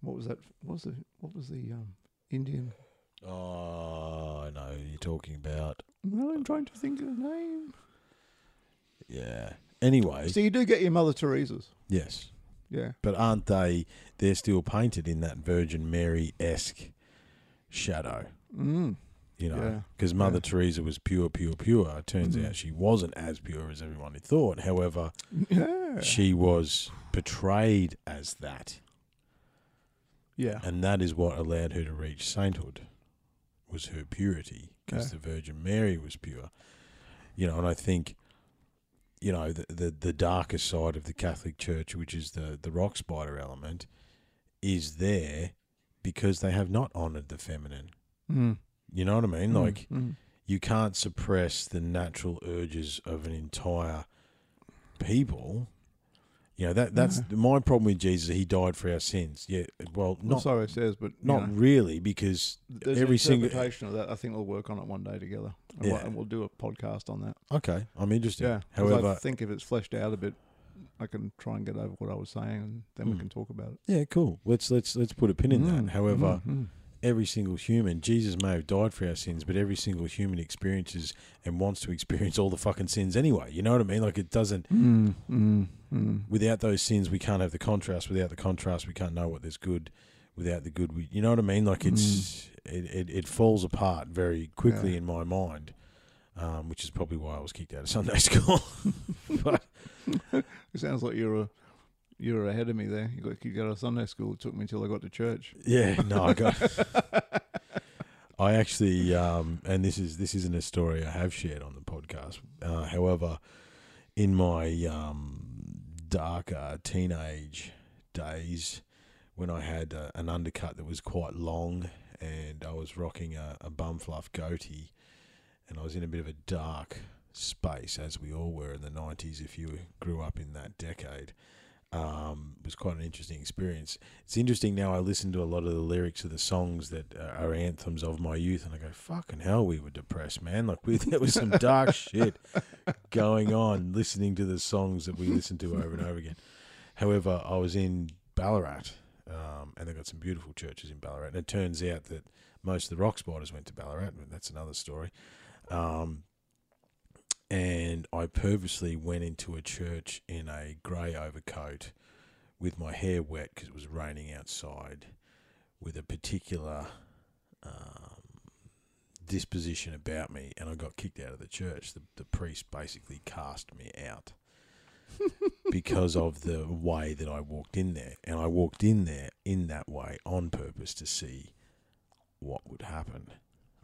C: what was that? What was the what was the um, Indian?
D: Oh, I know who you're talking about.
C: No, I'm trying to think of the name.
D: Yeah. Anyway,
C: So you do get your Mother Teresa's.
D: yes,
C: Yeah,
D: but aren't they? They're still painted in that Virgin Mary esque shadow.
C: mm.
D: you
C: Yeah.
D: know, because Mother
C: Yeah.
D: Teresa was pure, pure, pure. It turns
C: Mhm.
D: out she wasn't as pure as everyone had thought. However,
C: yeah,
D: she was portrayed as that,
C: yeah.
D: and that is what allowed her to reach sainthood, was her purity, because the Virgin Mary was pure. You know, and I think, you know, the the, the darker side of the Catholic Church, which is the the rock spider element, is there because they have not honoured the feminine.
C: Mm.
D: You know what I mean?
C: Mm.
D: Like
C: Mm.
D: you can't suppress the natural urges of an entire people. You know that that's my problem with Jesus. He died for our sins. Yeah, well,
C: Well,
D: not
C: sorry, it says, but you
D: not
C: know.
D: really because
C: There's
D: every
C: an
D: single-
C: interpretation of that. I think we'll work on it one day together, and,
D: Yeah.
C: we'll, and we'll do a podcast on that.
D: okay, I'm interested.
C: Yeah. 'cause I
D: However,
C: think if it's fleshed out a bit, I can try and get over what I was saying, and then we
D: Mm.
C: can talk about it.
D: yeah, cool. Let's let's let's put a pin in
C: Mm,
D: that. However,
C: mm,
D: every single human, Jesus may have died for our sins, but every single human experiences and wants to experience all the fucking sins anyway. You know what I mean? Like it doesn't.
C: mm, mm, mm,
D: without those sins we can't have the contrast without the contrast we can't know what there's good without the good we, you know what i mean like it's it, it, it falls apart very quickly
C: Mm. Yeah.
D: in my mind um, which is probably why i was kicked out of sunday school but
C: It sounds like you're a, you're ahead of me there. You got kicked out of Sunday school. It took me until I got to church.
D: yeah no i got i actually um, and this is this isn't a story i have shared on the podcast uh, however in my um, darker teenage days when I had uh, an undercut that was quite long and I was rocking a, a bum fluff goatee and I was in a bit of a dark space as we all were in the 90s if you grew up in that decade um, it was quite an interesting experience it's interesting now I listen to a lot of the lyrics of the songs that uh, are anthems of my youth and I go fucking hell we were depressed man like we, there was some dark shit going on listening to the songs that we listened to over and over again However, I was in Ballarat, um, and they've got some beautiful churches in Ballarat. And it turns out that most of the rock spiders went to Ballarat, but that's another story. Um, and I purposely went into a church in a grey overcoat with my hair wet because it was raining outside, with a particular um, disposition about me, and I got kicked out of the church. The, the priest basically cast me out because of the way that I walked in there. And I walked in there in that way on purpose to see what would happen.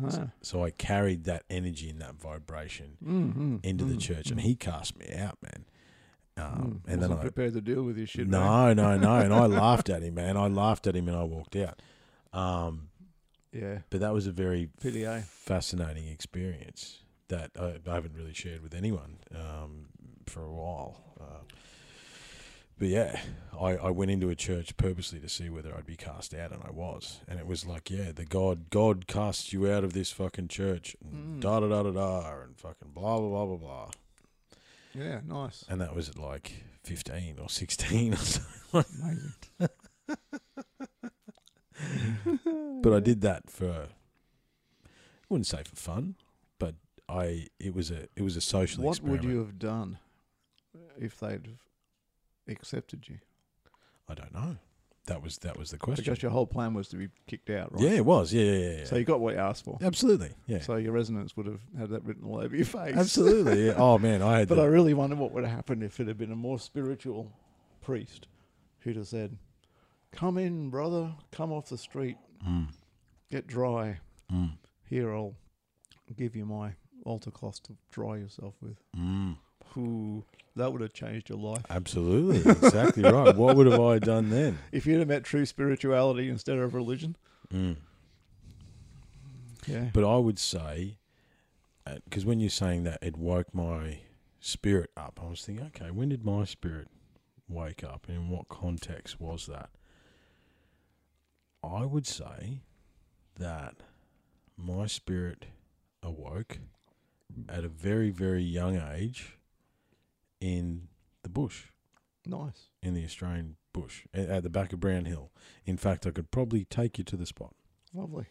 C: Ah.
D: So I carried that energy and that vibration
C: Mm, mm,
D: into the
C: mm,
D: church,
C: mm,
D: and he cast me out, man. Um,
C: mm.
D: and then
C: Wasn't
D: I
C: prepared to deal with your shit. mate.
D: no, no, no, and I laughed at him, man. I laughed at him, and I walked out. Um,
C: Yeah.
D: but that was a very
C: Pity, eh?
D: fascinating experience that I, I haven't really shared with anyone um, for a while. Uh, but yeah, I, I went into a church purposely to see whether I'd be cast out, and I was. And it was like, yeah, the God God casts you out of this fucking church, and
C: Mm.
D: da da da da da, and fucking blah blah blah blah blah.
C: Yeah. Nice.
D: And that was at like fifteen or sixteen or something.
C: Amazing.
D: But I did that for, I wouldn't say for fun, but I it was a it was a social.
C: What
D: experiment.
C: would you have done if they'd have accepted you?
D: I don't know. That was that was the question.
C: Because your whole plan was to be kicked out, right?
D: Yeah, it was. Yeah, yeah, yeah. yeah.
C: So you got what you asked for.
D: absolutely. Yeah.
C: So your resonance would have had that written all over your face.
D: absolutely. Yeah. Oh man, I had.
C: But
D: the-
C: I really wonder what would have happened if it had been a more spiritual priest who'd have said, Come in, brother, come off the street,
D: Mm,
C: get dry.
D: mm,
C: Here, I'll give you my altar cloth to dry yourself with.
D: mm.
C: Ooh, that would have changed your life.
D: Absolutely. Exactly right. What would have I done then?
C: If you'd have met true spirituality instead of religion.
D: Mm.
C: Yeah.
D: But I would say, because when you're saying that, it woke my spirit up. I was thinking, okay, when did my spirit wake up, and in what context was that? I would say that my spirit awoke at a very, very young age in the bush
C: nice.
D: in the Australian bush a- at the back of Brown Hill. In fact, I could probably take you to the spot.
C: Lovely.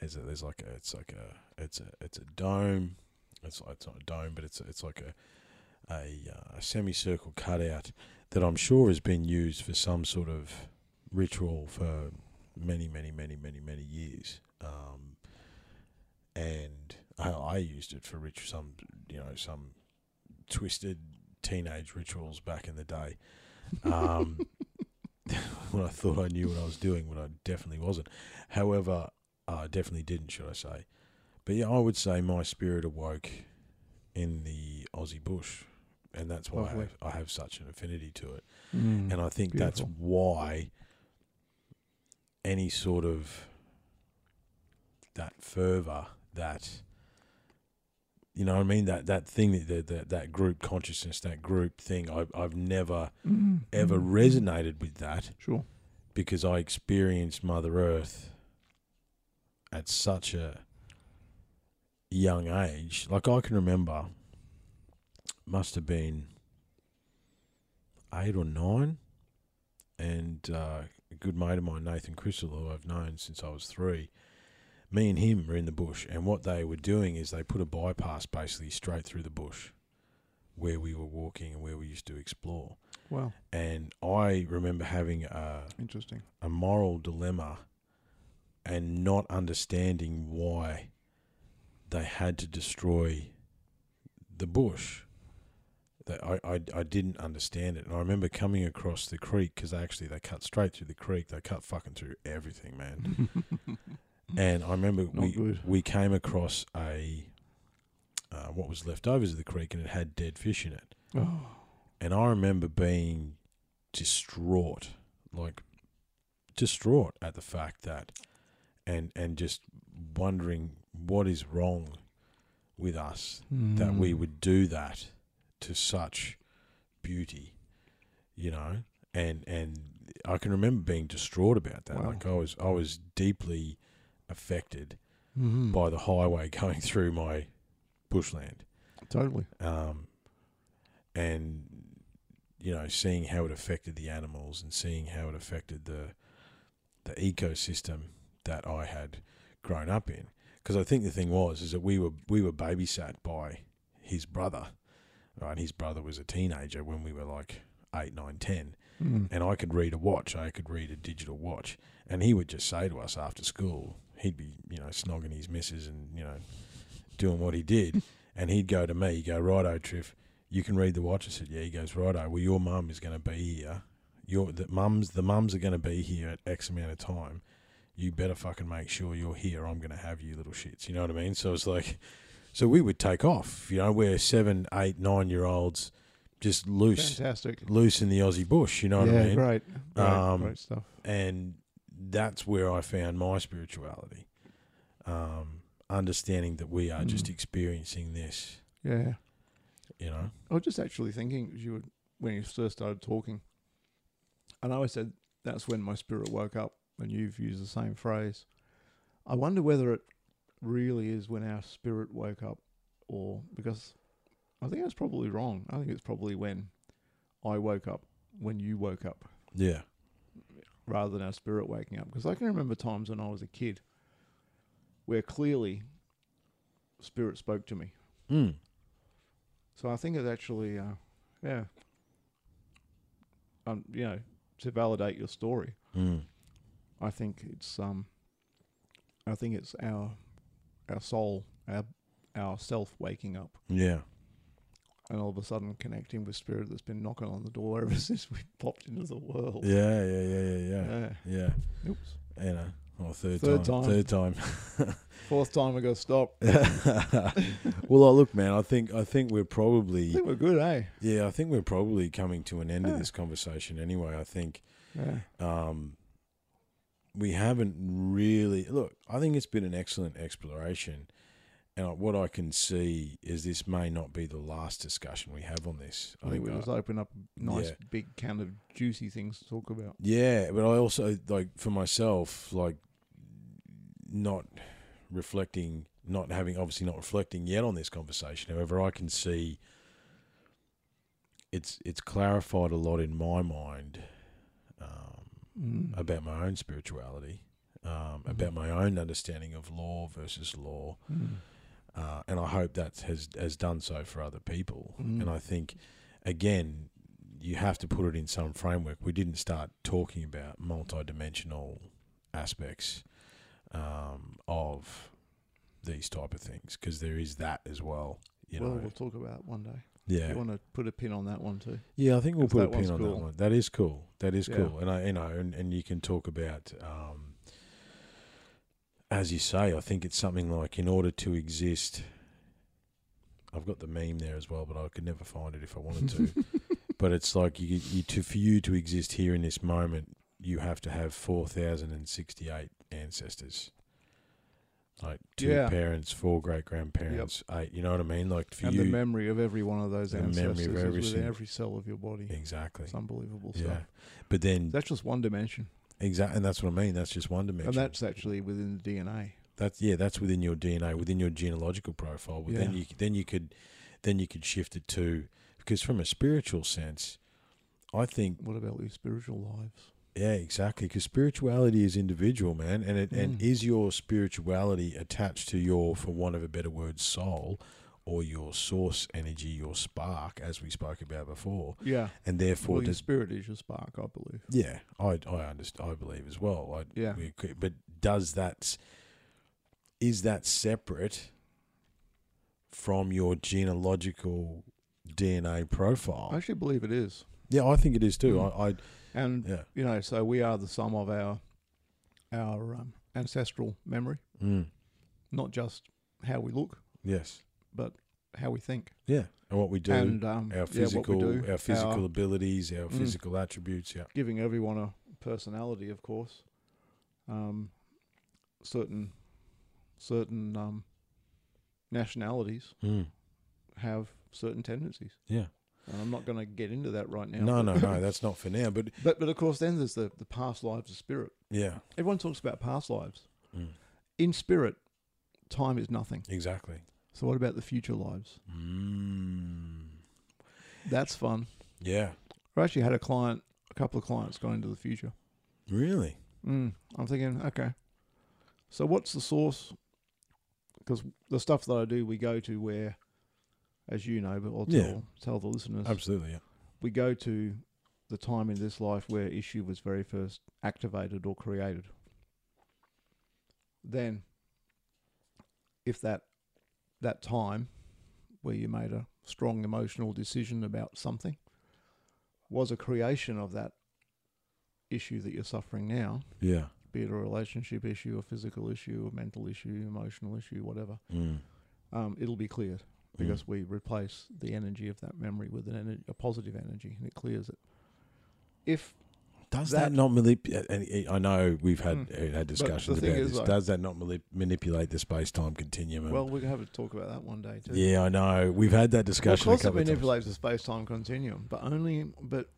D: There's, a, there's like a, it's like a, it's a, it's a dome. It's like, it's not a dome, but it's, it's like a, a, uh, a semicircle cutout that I'm sure has been used for some sort of ritual for many, many, many, many, many years. Um, and I, I used it for ritual, some, you know, some twisted teenage rituals back in the day. Um, when I thought I knew what I was doing, when I definitely wasn't. However, I definitely didn't, should I say. But yeah, I would say my spirit awoke in the Aussie bush. And that's why I
C: Lovely.
D: have, I have such an affinity to it.
C: Mm.
D: And I think that's
C: Beautiful.
D: why any sort of that fervor, that you know, what I mean that that thing that that, that, that group consciousness, that group thing, I, I've never
C: Mm.
D: ever
C: Mm.
D: resonated with that
C: Sure.
D: because I experienced Mother Earth at such a young age. Like I can remember, must have been eight or nine, and uh, a good mate of mine, Nathan Crystal, who I've known since I was three. Me and him were in the bush, and what they were doing is they put a bypass basically straight through the bush where we were walking and where we used to explore.
C: Wow.
D: And I remember having a
C: Interesting.
D: a moral dilemma and not understanding why they had to destroy the bush. That I, I, I didn't understand it. And I remember coming across the creek because actually they cut straight through the creek. They cut fucking through everything, man. and I remember
C: Not
D: we,
C: good.
D: we came across a uh, what was leftovers of the creek and it had dead fish in it.
C: Oh.
D: And I remember being distraught, like distraught at the fact that, and and just wondering what is wrong with us that we
C: Mm.
D: would do that to such beauty, you know. And and I can remember being distraught about that.
C: Wow.
D: Like I was I was deeply affected
C: Mhm.
D: by the highway going through my bushland
C: Totally.
D: um, and you know seeing how it affected the animals and seeing how it affected the the ecosystem that I had grown up in because I think the thing was is that we were we were babysat by his brother right his brother was a teenager when we were like eight nine ten
C: Mm.
D: and I could read a watch. I could read a digital watch, and he would just say to us after school, he'd be you know snogging his missus and you know doing what he did, and he'd go to me, he'd go righto, Triff, you can read the watch. I said yeah. He goes righto. Well, your mum is going to be here. Your the mums the mums are going to be here at X amount of time. You better fucking make sure you're here. I'm going to have you little shits. You know what I mean? So it's like, so we would take off. You know, we're seven, eight, nine year olds, just loose
C: Fantastic.
D: loose in the Aussie bush. You know what
C: yeah,
D: I mean?
C: great. Great,
D: Um,
C: great stuff.
D: And that's where I found my spirituality. Um, understanding that we are just
C: Mm.
D: experiencing this,
C: Yeah.
D: you know.
C: I was just actually thinking as you were, when you first started talking, and I always said that's when my spirit woke up, and you've used the same phrase. I wonder whether it really is when our spirit woke up, or because I think that's probably wrong. I think it's probably when I woke up, when you woke up,
D: Yeah.
C: rather than our spirit waking up. Because I can remember times when I was a kid where clearly spirit spoke to me.
D: Mm.
C: So I think it's actually, uh, yeah, um, you know, to validate your story,
D: Mm.
C: I think it's um, I think it's our our soul, our our self waking up,
D: Yeah.
C: and all of a sudden connecting with spirit that's been knocking on the door ever since we popped into the world.
D: Yeah. Yeah. Yeah. Yeah. Yeah.
C: Yeah.
D: Yeah.
C: Oops.
D: You know. Oh, third,
C: Third
D: time,
C: time.
D: Third time.
C: Fourth time we got stopped.
D: well, I look, man. I think I think we're
C: I
D: probably
C: think we're good, eh?
D: yeah. I think we're probably coming to an end of
C: Yeah.
D: this conversation anyway. I think
C: Yeah.
D: um, we haven't really look. I think it's been an excellent exploration, and I- what I can see is this may not be the last discussion we have on this.
C: I think we just open up a nice
D: uh, Yeah.
C: big can of juicy things to talk about.
D: Yeah, but I also like for myself, like not reflecting, not having obviously not reflecting yet on this conversation. However, I can see it's it's clarified a lot in my mind um,
C: Mm.
D: about my own spirituality, um,
C: Mm-hmm.
D: about my own understanding of law versus law,
C: Mm.
D: uh, and I hope that has has done so for other people.
C: Mm.
D: And I think, again, you have to put it in some framework. We didn't start talking about multidimensional aspects um, of these type of things because there is that as well. You
C: well,
D: know,
C: we'll talk about it one day.
D: yeah,
C: You want to put a pin on that one too?
D: yeah, I think we'll
C: If
D: put a
C: that one's
D: pin on that
C: cool.
D: one. That is cool. That is
C: Yeah.
D: cool. And I, you know, and, and you can talk about, um, as you say, I think it's something like in order to exist. I've got the meme there as well, but I could never find it if I wanted to. but it's like you, you to for you to exist here in this moment, you have to have four thousand and sixty-eight ancestors. Like two
C: Yeah.
D: parents, four great grandparents, eight. You know what I mean? Like for
C: and
D: you,
C: the memory of every one of those
D: The memory of
C: ancestors is
D: every
C: within
D: single-
C: every cell of your body.
D: exactly.
C: It's unbelievable
D: Yeah,
C: stuff.
D: but then
C: That's just one dimension,
D: Exactly, and that's what I mean. That's just one dimension.
C: and that's actually within the DNA.
D: that's yeah, that's within your DNA, within your genealogical profile. But then
C: Yeah.
D: you then you could then you could shift it to because from a spiritual sense, I think
C: What about your spiritual lives?
D: yeah, exactly. Because spirituality is individual, man, and it and
C: Mm.
D: is your spirituality attached to your, for want of a better word, soul, or your source energy, your spark, as we spoke about before,
C: Yeah.
D: and therefore
C: Well, your
D: does
C: spirit is your spark, I believe.
D: Yeah, I I understand. I believe as well. I,
C: Yeah.
D: we agree. but does that is that separate from your genealogical DNA profile?
C: I Hmm. actually believe it is.
D: yeah, I think it is too. I, I
C: And
D: yeah.
C: you know, so we are the sum of our our um, ancestral memory,
D: Mm.
C: not just how we look,
D: Yes.
C: but how we think
D: Yeah. And what we do,
C: and um, yeah,
D: our
C: what we
D: physical,
C: do,
D: our physical
C: our-
D: abilities, our
C: Mm.
D: physical attributes. Yeah.
C: giving everyone a personality, of course. Um, certain certain um, nationalities
D: Mm.
C: have certain tendencies,
D: Yeah.
C: and I'm not going to get into that right now.
D: No,
C: but-
D: no, no. That's not for now. But
C: But but of course, then there's the the past lives of spirit.
D: yeah.
C: Everyone talks about past lives.
D: Mm.
C: In spirit, time is nothing.
D: Exactly.
C: So what about the future lives? Hmm.
D: Mm.
C: That's fun.
D: Yeah.
C: I actually had a client, a couple of clients going into the future.
D: Really.
C: Mm, I'm thinking, okay. So what's the source? Because the stuff that I do, we go to where, as you know, but I'll tell,
D: Yeah.
C: tell the listeners,
D: Absolutely. Yeah.
C: we go to the time in this life where issue was very first activated or created. Then, if that that time where you made a strong emotional decision about something was a creation of that issue that you're suffering now,
D: Yeah.
C: be it a relationship issue, a physical issue, a mental issue, emotional issue, whatever,
D: Mm.
C: um, it'll be cleared
D: Mm.
C: because we replace the energy of that memory with an ener a positive energy and it clears it. If
D: Does that,
C: That-
D: not manipulate? And I I know we've had
C: Mm.
D: had discussions
C: the thing
D: about
C: is,
D: this.
C: like-
D: Does that not manip- manipulate the space time continuum? And-
C: well, we're gonna have to talk about that one day too.
D: yeah, I know we've had that
C: Well, of
D: discussion a
C: course, it
D: couple of times.
C: manipulates the space-time continuum, but only, but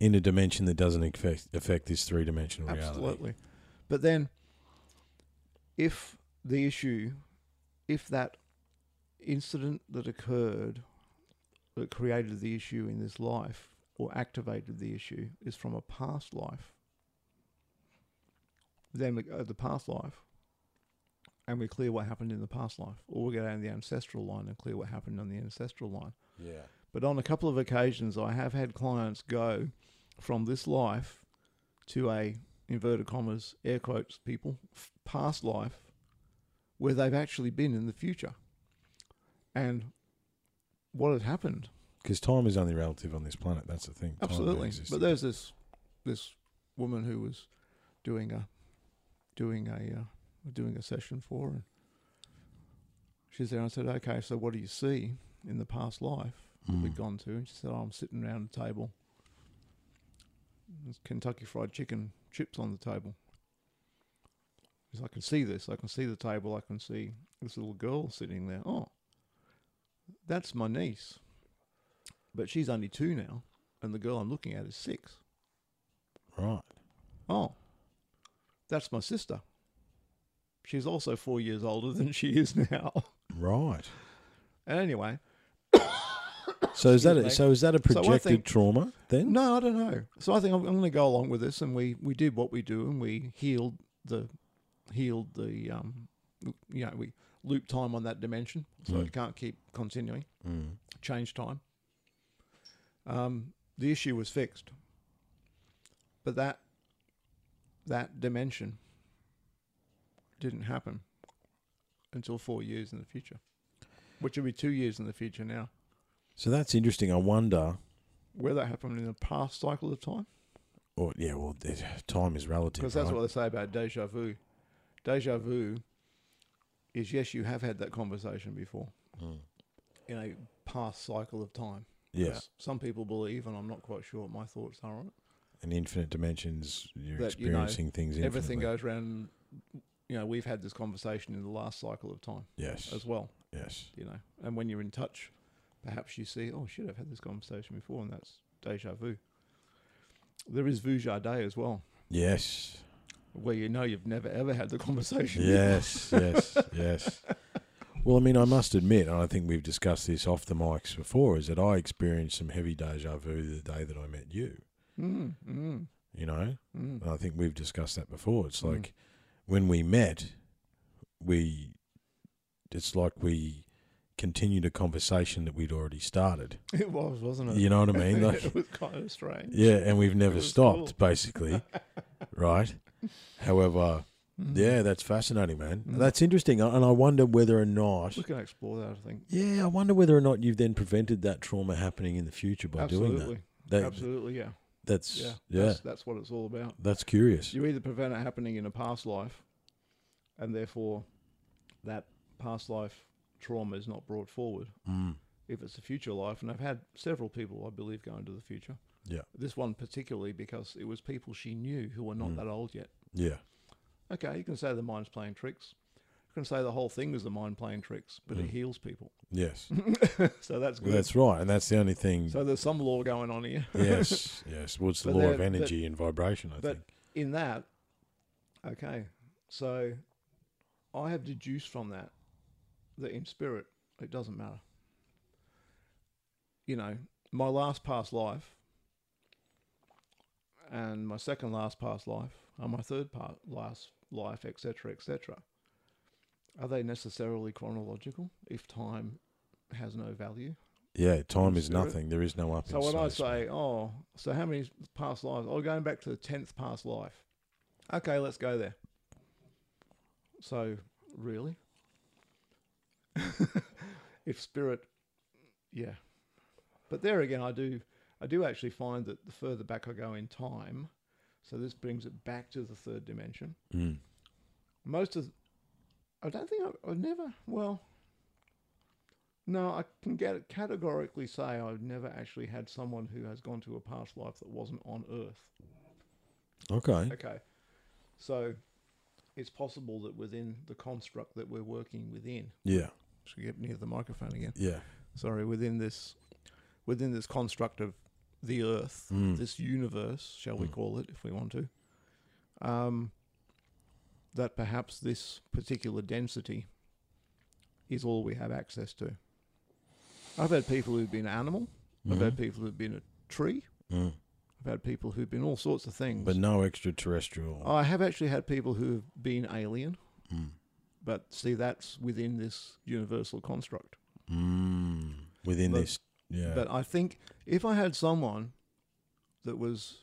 D: In a dimension that doesn't affect affect this three dimensional reality.
C: absolutely. But then, if the issue, if that incident that occurred, that created the issue in this life or activated the issue, is from a past life, then we go to the past life, and we clear what happened in the past life, or we go down the ancestral line and clear what happened on the ancestral line.
D: Yeah.
C: But on a couple of occasions, I have had clients go from this life to a inverted commas, air quotes, people, f- past life, where they've actually been in the future, and what had happened.
D: Because time is only relative on this planet. That's the thing. Time doesn't
C: Absolutely.
D: exist.
C: But there's this this woman who was doing a doing a uh, doing a session for, and she's there. And I said, "Okay, so what do you see in the past life that
D: Mm.
C: we'd gone to?" And she said, oh, "I'm sitting around a table. There's Kentucky Fried Chicken chips on the table." Because I can see this. I can see the table. I can see this little girl sitting there. Oh, that's my niece. But she's only two now, and the girl I'm looking at is six.
D: Right.
C: Oh, that's my sister. She's also four years older than she is now.
D: Right.
C: anyway,
D: So is that
C: Excuse
D: a,
C: me.
D: so is that a
C: So I
D: projected
C: think-
D: trauma then?
C: no, I don't know. So I think I'm, I'm going to go along with this, and we we did what we do, and we healed the healed the um, you know, we loop time on that dimension, so
D: Mm.
C: it can't keep continuing.
D: Mm.
C: Change time. Um, the issue was fixed, but that that dimension didn't happen until four years in the future, which will be two years in the future now.
D: So that's interesting. I wonder.
C: Where that happened in the past cycle of time.
D: Or yeah, well, it- time is relative.
C: Because that's
D: right?
C: what they say about deja vu. Deja vu is yes, you have had that conversation before
D: Mm.
C: in a past cycle of time.
D: Yeah,
C: 'Cause Some people believe, and I'm not quite sure what my thoughts are on it.
D: and infinite dimensions. You're
C: That, you know,
D: experiencing things. Infinitely.
C: Everything goes round. You know, we've had this conversation in the last cycle of time
D: Yes.
C: as well.
D: Yes.
C: You know, and when you're in touch, perhaps you see, oh shit, I've had this conversation before, and that's deja vu. There is vujade as well,
D: Yes.
C: where you know you've never ever had the conversation.
D: Yes, yes, yes. Well, I mean, I must admit, and I think we've discussed this off the mics before, is that I experienced some heavy deja vu the day that I met you.
C: Mm, mm,
D: You know,
C: mm.
D: and I think we've discussed that before. It's
C: Mm.
D: like when we met, we, it's like we continued a conversation that we'd already started.
C: It was, wasn't it?
D: You know what I mean? Like,
C: it was kind of strange.
D: yeah, and we've never
C: was
D: stopped, basically, right? However, yeah, that's fascinating, man.
C: Mm.
D: That's interesting, and I wonder whether or not
C: We can explore that, I think.
D: Yeah, I wonder whether or not you've then prevented that trauma happening in the future by
C: Absolutely.
D: doing that. that
C: Absolutely, yeah.
D: That's
C: Yeah.
D: yeah,
C: That's, that's what it's all about.
D: that's curious.
C: You either prevent it happening in a past life, and therefore that past life trauma is not brought forward.
D: Mm.
C: If it's a future life, and I've had several people, I believe, go into the future.
D: Yeah.
C: This one particularly because it was people she knew who were not
D: Mm.
C: that old yet.
D: Yeah,
C: Okay, you can say the mind's playing tricks. You can say the whole thing is the mind playing tricks, but it
D: Mm.
C: heals people.
D: yes,
C: So that's
D: Well,
C: good.
D: that's right, and that's the only thing.
C: So there's some law going on here.
D: yes, yes. Well, it's the
C: But
D: law
C: there-
D: of
C: but-
D: energy and vibration. I
C: but-
D: think.
C: In that, okay, so I have deduced from that that in spirit, it doesn't matter. You know, my last past life and my second last past life and my third part last life, etc., etc., are they necessarily chronological if time has no value?
D: Yeah, time is
C: Spirit.
D: nothing. There is no up.
C: So
D: in
C: when I
D: space.
C: say, oh, so how many past lives? Oh, going back to the tenth past life. Okay, let's go there. So really, if spirit, yeah, but there again, I do, I do actually find that the further back I go in time, so this brings it back to the third dimension
D: Mm.
C: most of I don't think I, I've never well no I can get categorically say I've never actually had someone who has gone to a past life that wasn't on earth
D: okay,
C: okay so it's possible that within the construct that we're working within
D: yeah,
C: should get near the microphone again
D: yeah,
C: sorry within this within this construct of the earth
D: Mm.
C: this universe shall we
D: Mm.
C: call it if we want to um, that perhaps this particular density is all we have access to i've had people who've been animal i've had
D: Mhm.
C: people who've been a tree
D: Mm.
C: i've had people who've been all sorts of things
D: but no extraterrestrial.
C: i have actually had people who've been alien
D: Mm.
C: but see that's within this universal construct
D: Mm. Within
C: But-
D: this, yeah,
C: But I think if I had someone that was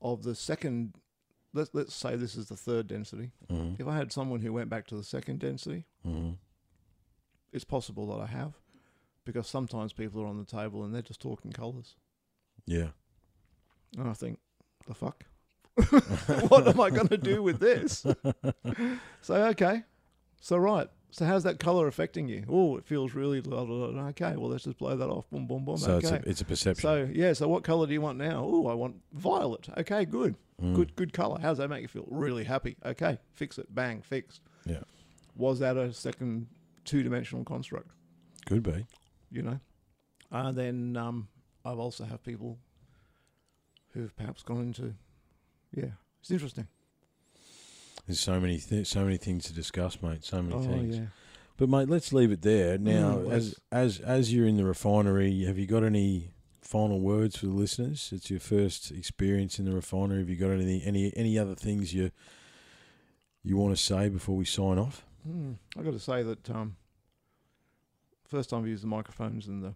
C: of the second let's let's say this is the third density.
D: Mm-hmm.
C: If I had someone who went back to the second density,
D: Mm-hmm.
C: it's possible that I have, because sometimes people are on the table and they're just talking colours,
D: Yeah.
C: and I think, the fuck, what am I going to do with this? so okay, so right. So how's that color affecting you? Oh, it feels really blah, blah, blah. okay. Well, let's just blow that off. Boom, boom, boom.
D: So
C: okay.
D: it's a, it's a perception.
C: So yeah, so what color do you want now? Oh, I want violet. Okay, good,
D: Mm.
C: good, good color. How's that make you feel? Really happy. Okay, fix it. Bang, fixed.
D: Yeah.
C: Was that a second two-dimensional construct?
D: Could be.
C: You know. And then um, I've also have people who've perhaps gone into, yeah, it's interesting.
D: There's so many th- so many things to discuss, mate. So many
C: oh
D: things.
C: yeah.
D: But mate, let's leave it there. Now,
C: Mm,
D: as as as you're in the refinery, have you got any final words for the listeners? It's your first experience in the refinery. Have you got any any any other things you you want to say before we sign off?
C: Hmm. I got to say that um, first time I've used the microphones and the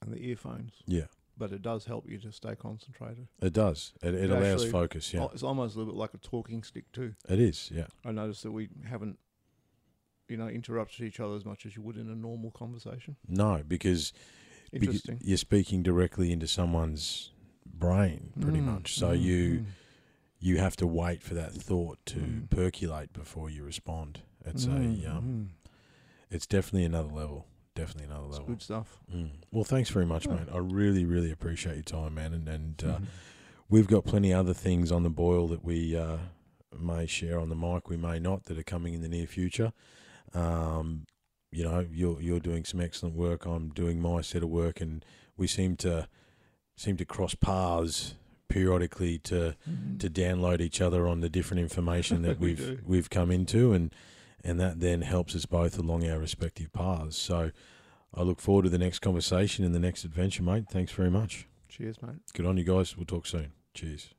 C: and the earphones,
D: Yeah,
C: but it does help you to stay concentrated.
D: it does. It, it
C: It
D: allows
C: actually-
D: focus. Yeah,
C: Oh, It's almost a little bit like a talking stick too.
D: it is. Yeah,
C: I noticed that we haven't, you know, interrupted each other as much as you would in a normal conversation.
D: no, because becau-
C: Interesting.
D: you're speaking directly into someone's brain, pretty
C: Mm,
D: much. So
C: mm,
D: you.
C: mm.
D: you have to wait for that thought to
C: Mm.
D: percolate before you respond. It's
C: Mm,
D: a um,
C: mm.
D: it's definitely another level. Definitely another
C: It's
D: level.
C: good stuff.
D: Mm. Well, thanks very much,
C: Yeah.
D: mate. I really, really appreciate your time, man. And and
C: Mm.
D: uh, we've got plenty other things on the boil that we uh, may share on the mic. We may not that are coming in the near future. Um, you know, you're you're doing some excellent work. I'm doing my set of work, and we seem to seem to cross paths periodically to
C: Mhm.
D: to download each other on the different information that
C: We
D: we've
C: do.
D: we've come into and and that then helps us both along our respective paths. So I look forward to the next conversation and the next adventure, mate. Thanks very much.
C: Cheers, mate.
D: Good on you guys. We'll talk soon. Cheers.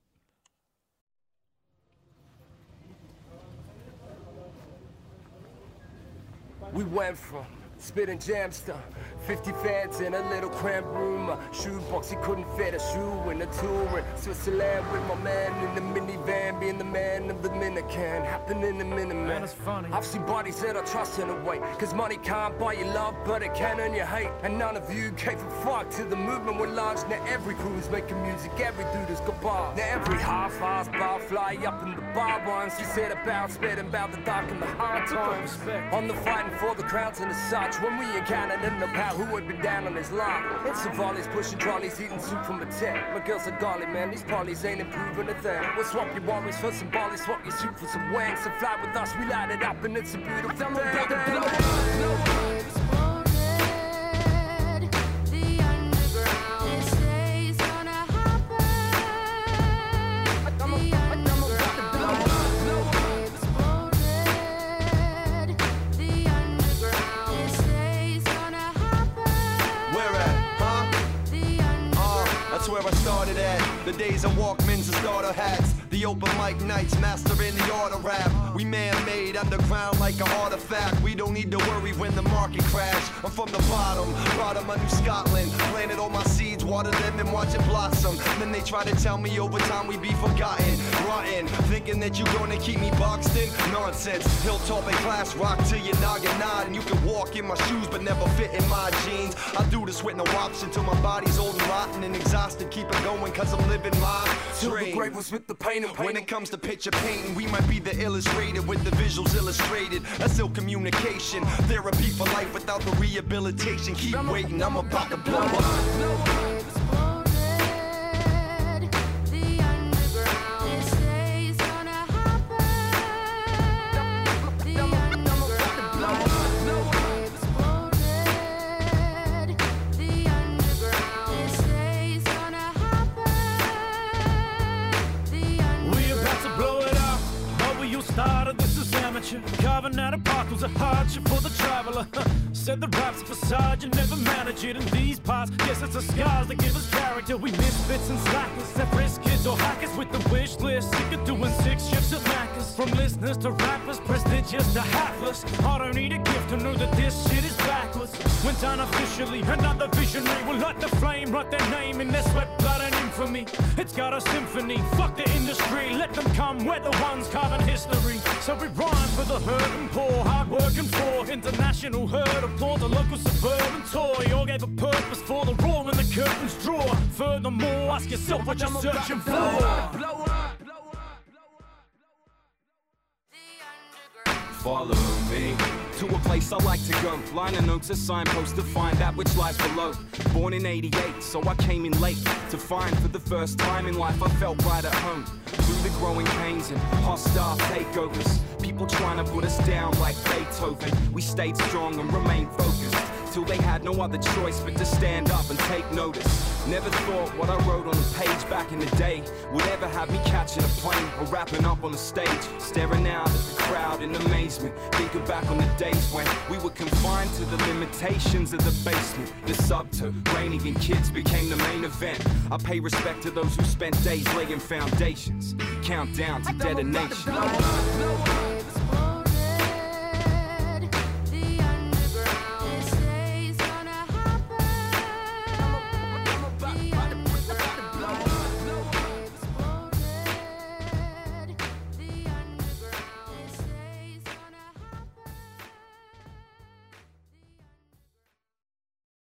E: We went from spitting jams to 50 fans in a little cramped room. My shoebox, he couldn't fit a shoe in a tour in Switzerland with my man in the minivan, being the man of the Minican. Happened in a minute, man.
B: it's funny.
E: I've seen bodies that I trust in a way. Cause money can't buy your love, but it can earn your hate. And none of you gave a fuck till the movement was launched. Now every crew's making music, every dude has got bars. Now every half-assed bar fly up in the bar once. You said about spitting about the dark and the hard times. On the fighting for the crowds and the such. When we encountered in the power who had been down on his luck. And Savali's pushing trolleys, eating soup from a tent. My girls are golly, man, these pollies ain't improving a thing. We'll swap your worries for some Bali, swap your soup for some wings. So fly with us, we light it up and it's a beautiful thing.
F: Exploded the underground. This day's gonna happen. The underground. Exploded the underground. This day's gonna happen.
G: Where at, huh?
F: The
G: Uh,
F: underground.
G: that's where I started at. The days of Walkmans and starter hats. The open mic nights, mastering the art of rap. We man-made underground like an artifact. We don't need to worry when the market crash. I'm from the bottom, brought up my new Scotland. Planted all my seeds, watered them and watch it blossom. Then they try to tell me over time we be forgotten, rotten. Thinking that you gonna keep me boxed in? Nonsense. Hilltop and class rock till your noggin nod. And you can walk in my shoes but never fit in my jeans. I do this with no option till my body's old and rotten and exhausted. Keep it going cause I'm living my
E: Till the
G: dream.
E: grave was with the pain and pain.
G: When it comes to picture painting, we might be the illustrated with the visuals illustrated. That's ill communication. Therapy for life without the rehabilitation. Keep waiting, I'm about to blow up.
F: Exploded the underground. This day's gonna happen. The underground. Exploded the underground. This day's gonna happen. The underground.
B: We about to blow it up. But we you started, this is amateur. Carving out a path was a hardship for the traveler. Said the rap's a facade, you never manage it. In these parts, guess it's the scars that give us character. We misfits and slackers, that risk kids or hackers with the wish list. Sick of doing six shifts at Macca's. From list listeners to rappers, prestigious to hapless. I don't need a gift to know that this shit is backwards. When done officially, another visionary will let the flame, write their name in their sweat, blood, and infamy. It's got a symphony, fuck the industry, let them come, we're the ones carving history. So we rhyme for the hurt and poor, hard work and for international herd, applaud the local suburban toy. All gave a purpose for the roar when the curtains draw. Furthermore, ask yourself what you're searching for.
E: Blow up, blow up, blow up.
F: The underground.
G: Follow me to a place I like to go. Lining oaks a signpost to find that which lies below. Born in 88, so I came in late to find for the first time in life I felt right at home. Through the growing pains and hostile takeovers, people trying to put us down like Beethoven. We stayed strong and remained focused till they had no other choice but to stand up and take notice. Never thought what I wrote on the page back in the day would ever have me catching a plane or wrapping up on the stage, staring out at the crowd in amazement. Thinking back on the days when we were confined to the limitations of the basement, the subterranean kids became the main event. I pay respect to those who spent days laying foundations, countdown to detonation.
E: Blow up, blow up.